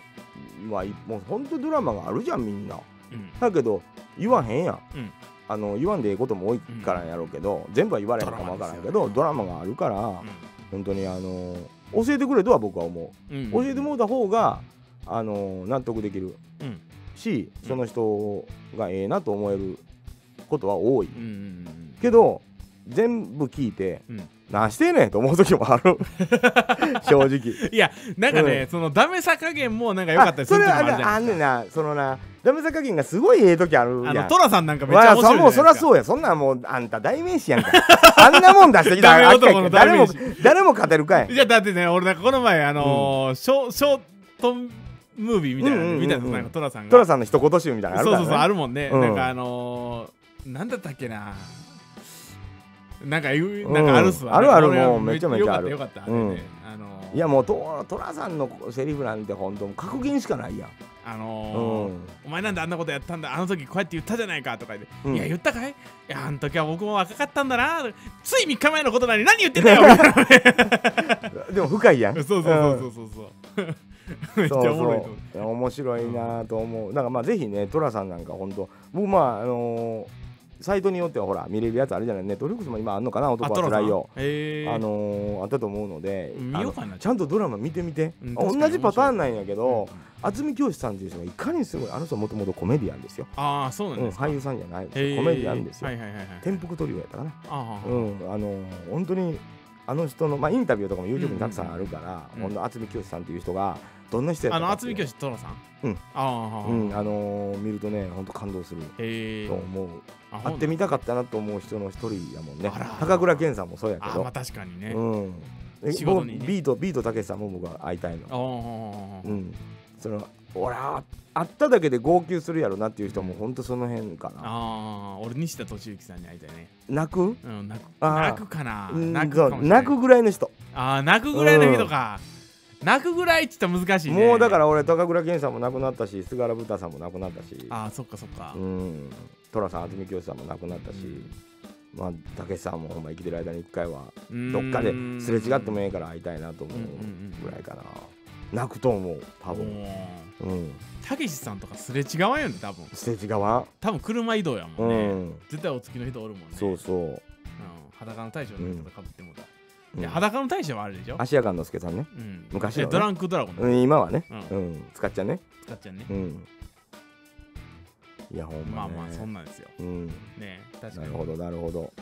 [SPEAKER 1] はいもう本当ドラマがあるじゃんみんな
[SPEAKER 2] うん
[SPEAKER 1] だけど言わへんやん、
[SPEAKER 2] うん
[SPEAKER 1] あの言わんでええことも多いからやろうけど、全部は言われへんかもわからんけどド
[SPEAKER 2] ド
[SPEAKER 1] ラマがあるから、本当にあの教えてくれとは僕は思う
[SPEAKER 2] うん
[SPEAKER 1] 教えてもらった方があの納得できる
[SPEAKER 2] うん
[SPEAKER 1] し
[SPEAKER 2] うん
[SPEAKER 1] その人がええなと思えることは多い
[SPEAKER 2] うんうん
[SPEAKER 1] けど全部聞いて
[SPEAKER 2] うん
[SPEAKER 1] 何してんねんと思う時もあ る正直
[SPEAKER 2] いやなんかね、そのダメさ加減もなんか良かったりする時もあるじ
[SPEAKER 1] あそれはあ
[SPEAKER 2] ゃ
[SPEAKER 1] あん
[SPEAKER 2] な
[SPEAKER 1] ねん
[SPEAKER 2] いですか
[SPEAKER 1] なそのなダメさ加減がすごいええ時ある
[SPEAKER 2] あ
[SPEAKER 1] や
[SPEAKER 2] の
[SPEAKER 1] ん
[SPEAKER 2] トラさんなんかめっち
[SPEAKER 1] わ
[SPEAKER 2] ゃ
[SPEAKER 1] あ
[SPEAKER 2] 面白
[SPEAKER 1] さ
[SPEAKER 2] いじゃ
[SPEAKER 1] もうそ
[SPEAKER 2] な
[SPEAKER 1] ら
[SPEAKER 2] いですか
[SPEAKER 1] そうやそんなんもうあんた代名詞 やんかあんなもん出してきたら
[SPEAKER 2] ダメ男の代
[SPEAKER 1] 誰も
[SPEAKER 2] 名詞
[SPEAKER 1] 誰も勝てるかい
[SPEAKER 2] いやだってね俺なんかこの前あのーショショートムービーみたいなの
[SPEAKER 1] うんうんうんうん
[SPEAKER 2] 見たんですよなんかトラさんが
[SPEAKER 1] トラさんの一言集みたいなのある
[SPEAKER 2] そ
[SPEAKER 1] か
[SPEAKER 2] う
[SPEAKER 1] ら、
[SPEAKER 2] そ
[SPEAKER 1] ね、
[SPEAKER 2] うそうあるもんね、
[SPEAKER 1] うん
[SPEAKER 2] なんかあのー、なんだったっけななんかいうなんかあるっすわ、
[SPEAKER 1] うんあるある
[SPEAKER 2] なんか
[SPEAKER 1] も
[SPEAKER 2] 俺
[SPEAKER 1] うめちゃめちゃある
[SPEAKER 2] よかったよかった、
[SPEAKER 1] うん
[SPEAKER 2] あれねあのー、
[SPEAKER 1] いやもうトトラさんのセリフなんて本当格言しかないやん
[SPEAKER 2] あ
[SPEAKER 1] う
[SPEAKER 2] のー
[SPEAKER 1] ん
[SPEAKER 2] お前なんであんなことやったんだあの時こうやって言ったじゃないかとか言って、
[SPEAKER 1] うん
[SPEAKER 2] いや言ったかいいやあの時は僕も若かったんだなつい3日前のことなのに何言ってんだよみたい
[SPEAKER 1] でも深いやん
[SPEAKER 2] な そうそうそうそうそうそう めっちゃ
[SPEAKER 1] そう
[SPEAKER 2] おもろいと思う
[SPEAKER 1] そう面白いなと思うだからまあぜひねトラさんなんか本当僕まああのーサイトによってはほら見れるやつあるじゃないネットフリックスも今あんのかな男はつらいよ
[SPEAKER 2] あトラさんへー
[SPEAKER 1] あのーあったと思うので
[SPEAKER 2] 見ようかな
[SPEAKER 1] あのちゃんとドラマ見てみて、
[SPEAKER 2] うん確かに
[SPEAKER 1] 同じパターンなんやけど
[SPEAKER 2] うんうん
[SPEAKER 1] 渥美教師さんっていう人がいかにすごいあの人もともとコメディアンですよ、
[SPEAKER 2] ああそうなん
[SPEAKER 1] うん、
[SPEAKER 2] ですか、
[SPEAKER 1] 俳優さんじゃないです
[SPEAKER 2] へ
[SPEAKER 1] よ
[SPEAKER 2] ー
[SPEAKER 1] コメディアンですよ、
[SPEAKER 2] はいはいはいはい
[SPEAKER 1] 転覆トリオやったかな
[SPEAKER 2] ああ、
[SPEAKER 1] うん、あの本当にあの人の、まあ、インタビューとかも YouTube にたくさんあるから、
[SPEAKER 2] うん
[SPEAKER 1] ほんの渥美清さんっていう人がどんな人やっ
[SPEAKER 2] あ
[SPEAKER 1] た
[SPEAKER 2] の
[SPEAKER 1] かって
[SPEAKER 2] 渥
[SPEAKER 1] いう
[SPEAKER 2] 美教師トラさん
[SPEAKER 1] うん
[SPEAKER 2] ああ、
[SPEAKER 1] うんあのー見るとね本当感動する
[SPEAKER 2] へえ
[SPEAKER 1] と思う、
[SPEAKER 2] あ
[SPEAKER 1] 会ってみたかったなと思う人の一人やもんね
[SPEAKER 2] あら
[SPEAKER 1] 高倉健さんもそうやけ
[SPEAKER 2] あ
[SPEAKER 1] ど、
[SPEAKER 2] まあ確かにね、
[SPEAKER 1] うんで
[SPEAKER 2] 仕
[SPEAKER 1] 僕
[SPEAKER 2] 事にね
[SPEAKER 1] ビートビートたけしさんも僕は会いたいの
[SPEAKER 2] ああ
[SPEAKER 1] うんその俺は会っただけで号泣するやろなっていう人も本当その辺かな
[SPEAKER 2] ああ俺西田敏行さんに会いたいね、
[SPEAKER 1] 泣く
[SPEAKER 2] うん、泣く
[SPEAKER 1] あー
[SPEAKER 2] 泣くかな
[SPEAKER 1] うん
[SPEAKER 2] 泣く
[SPEAKER 1] そ
[SPEAKER 2] か
[SPEAKER 1] う
[SPEAKER 2] もしれない
[SPEAKER 1] 泣くぐらいの人
[SPEAKER 2] ああ泣くぐらいの人か、泣くぐらいって言ったら難しいね
[SPEAKER 1] もうだから俺高倉健さんも亡くなったし菅原文太さんも亡くなったし
[SPEAKER 2] ああそっかそっか、
[SPEAKER 1] うん寅さん渥美清さんも亡くなったし、
[SPEAKER 2] うん
[SPEAKER 1] まあ武さんもほんま生きてる間に一回は
[SPEAKER 2] うーん
[SPEAKER 1] どっかですれ違ってもええから会いたいなと思うぐらいかな、泣くと思う多分
[SPEAKER 2] おー
[SPEAKER 1] うん
[SPEAKER 2] たけしさんとかすれ違わんよね多分
[SPEAKER 1] ステージ側
[SPEAKER 2] 多分車移動や
[SPEAKER 1] う
[SPEAKER 2] もんね、
[SPEAKER 1] ん、
[SPEAKER 2] 絶対お付きの人おるもんね
[SPEAKER 1] そうそう、
[SPEAKER 2] うん、裸の大将の人とかぶってもうた、
[SPEAKER 1] うん、
[SPEAKER 2] いや裸の大将はあれでしょ、
[SPEAKER 1] 芦屋雁之助さんね、
[SPEAKER 2] うん、
[SPEAKER 1] 昔のね
[SPEAKER 2] えドランクドラゴン
[SPEAKER 1] う
[SPEAKER 2] の
[SPEAKER 1] ん、今はね、う
[SPEAKER 2] うん
[SPEAKER 1] 使っちゃうね
[SPEAKER 2] 使っちゃうね、
[SPEAKER 1] うんいやほん
[SPEAKER 2] ま
[SPEAKER 1] ま、
[SPEAKER 2] あ
[SPEAKER 1] ね、
[SPEAKER 2] まあそん
[SPEAKER 1] な
[SPEAKER 2] なんですよ
[SPEAKER 1] うん
[SPEAKER 2] ね確か
[SPEAKER 1] な
[SPEAKER 2] に
[SPEAKER 1] るほどなるほど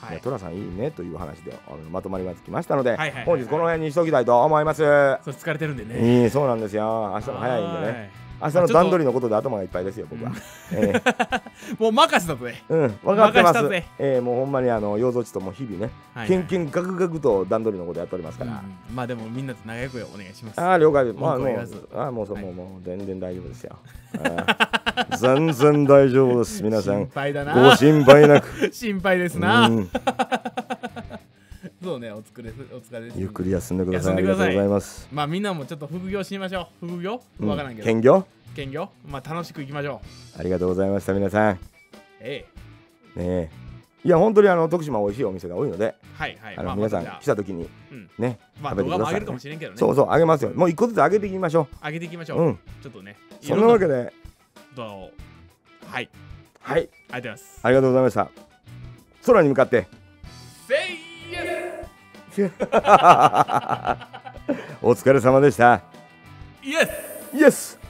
[SPEAKER 2] はいい
[SPEAKER 1] や、寅さんいいねという話であのまとまりがつきましたので、
[SPEAKER 2] はいはいはいはい
[SPEAKER 1] 本日この辺にしておきたいと思います。い
[SPEAKER 2] それ疲れてるんでね
[SPEAKER 1] いそうなんですよ。明日も早いんでね。
[SPEAKER 2] ね
[SPEAKER 1] 明日の段取りのことで頭がいっぱいですよ、僕は。ええ
[SPEAKER 2] もう任せたとね、
[SPEAKER 1] うん、分かってま す
[SPEAKER 2] 任せたぜ。
[SPEAKER 1] ええもうほんまにあの養蔵地とも日々ね、
[SPEAKER 2] はい
[SPEAKER 1] けんけんがくがくと段取りのことやっておりますから。
[SPEAKER 2] うんまあでもみんなと仲良くお願いします
[SPEAKER 1] ああ、了解です。まあ、も
[SPEAKER 2] 文句
[SPEAKER 1] う
[SPEAKER 2] は言わず、
[SPEAKER 1] ああ、もう、そう
[SPEAKER 2] はい
[SPEAKER 1] もう、もう、全然大丈夫ですよ。あ あ全然大丈夫です、皆さ
[SPEAKER 2] 心
[SPEAKER 1] ん。
[SPEAKER 2] 配だ
[SPEAKER 1] ご
[SPEAKER 2] な
[SPEAKER 1] 心配なく。
[SPEAKER 2] 心配です な、
[SPEAKER 1] うん
[SPEAKER 2] そうねお疲れお疲れです
[SPEAKER 1] ゆっくり休んでくださ
[SPEAKER 2] 休
[SPEAKER 1] い。
[SPEAKER 2] ん
[SPEAKER 1] あり
[SPEAKER 2] でく
[SPEAKER 1] がとう
[SPEAKER 2] ださい
[SPEAKER 1] ございます。
[SPEAKER 2] まあみんなもちょっと副業しましょう副業
[SPEAKER 1] うん
[SPEAKER 2] わからんけど、
[SPEAKER 1] 兼業
[SPEAKER 2] 兼業まあ楽しくいきましょう
[SPEAKER 1] ありがとうございました、皆さん。
[SPEAKER 2] え
[SPEAKER 1] ねえいや本当にあの徳島美味しいお店が多いので、
[SPEAKER 2] えはいはい
[SPEAKER 1] あ
[SPEAKER 2] ま
[SPEAKER 1] の
[SPEAKER 2] あ
[SPEAKER 1] 皆さん
[SPEAKER 2] まあ
[SPEAKER 1] 来た時に
[SPEAKER 2] うん
[SPEAKER 1] ね、
[SPEAKER 2] まあ
[SPEAKER 1] 食べ
[SPEAKER 2] 動
[SPEAKER 1] てくださいね
[SPEAKER 2] 画も上げるかもしれんけどね
[SPEAKER 1] そうそうあげますよもう一個ずつあげていきましょ
[SPEAKER 2] 上げていきまし
[SPEAKER 1] う、
[SPEAKER 2] ょう、
[SPEAKER 1] うん
[SPEAKER 2] ちょっとね
[SPEAKER 1] そんなわ
[SPEAKER 2] いろ
[SPEAKER 1] けで
[SPEAKER 2] んな動画をはい
[SPEAKER 1] はい
[SPEAKER 2] ありがとうございます
[SPEAKER 1] ありがとうございました空に向かって
[SPEAKER 2] Say yes!
[SPEAKER 1] お疲れ様でした
[SPEAKER 2] イエス
[SPEAKER 1] イエス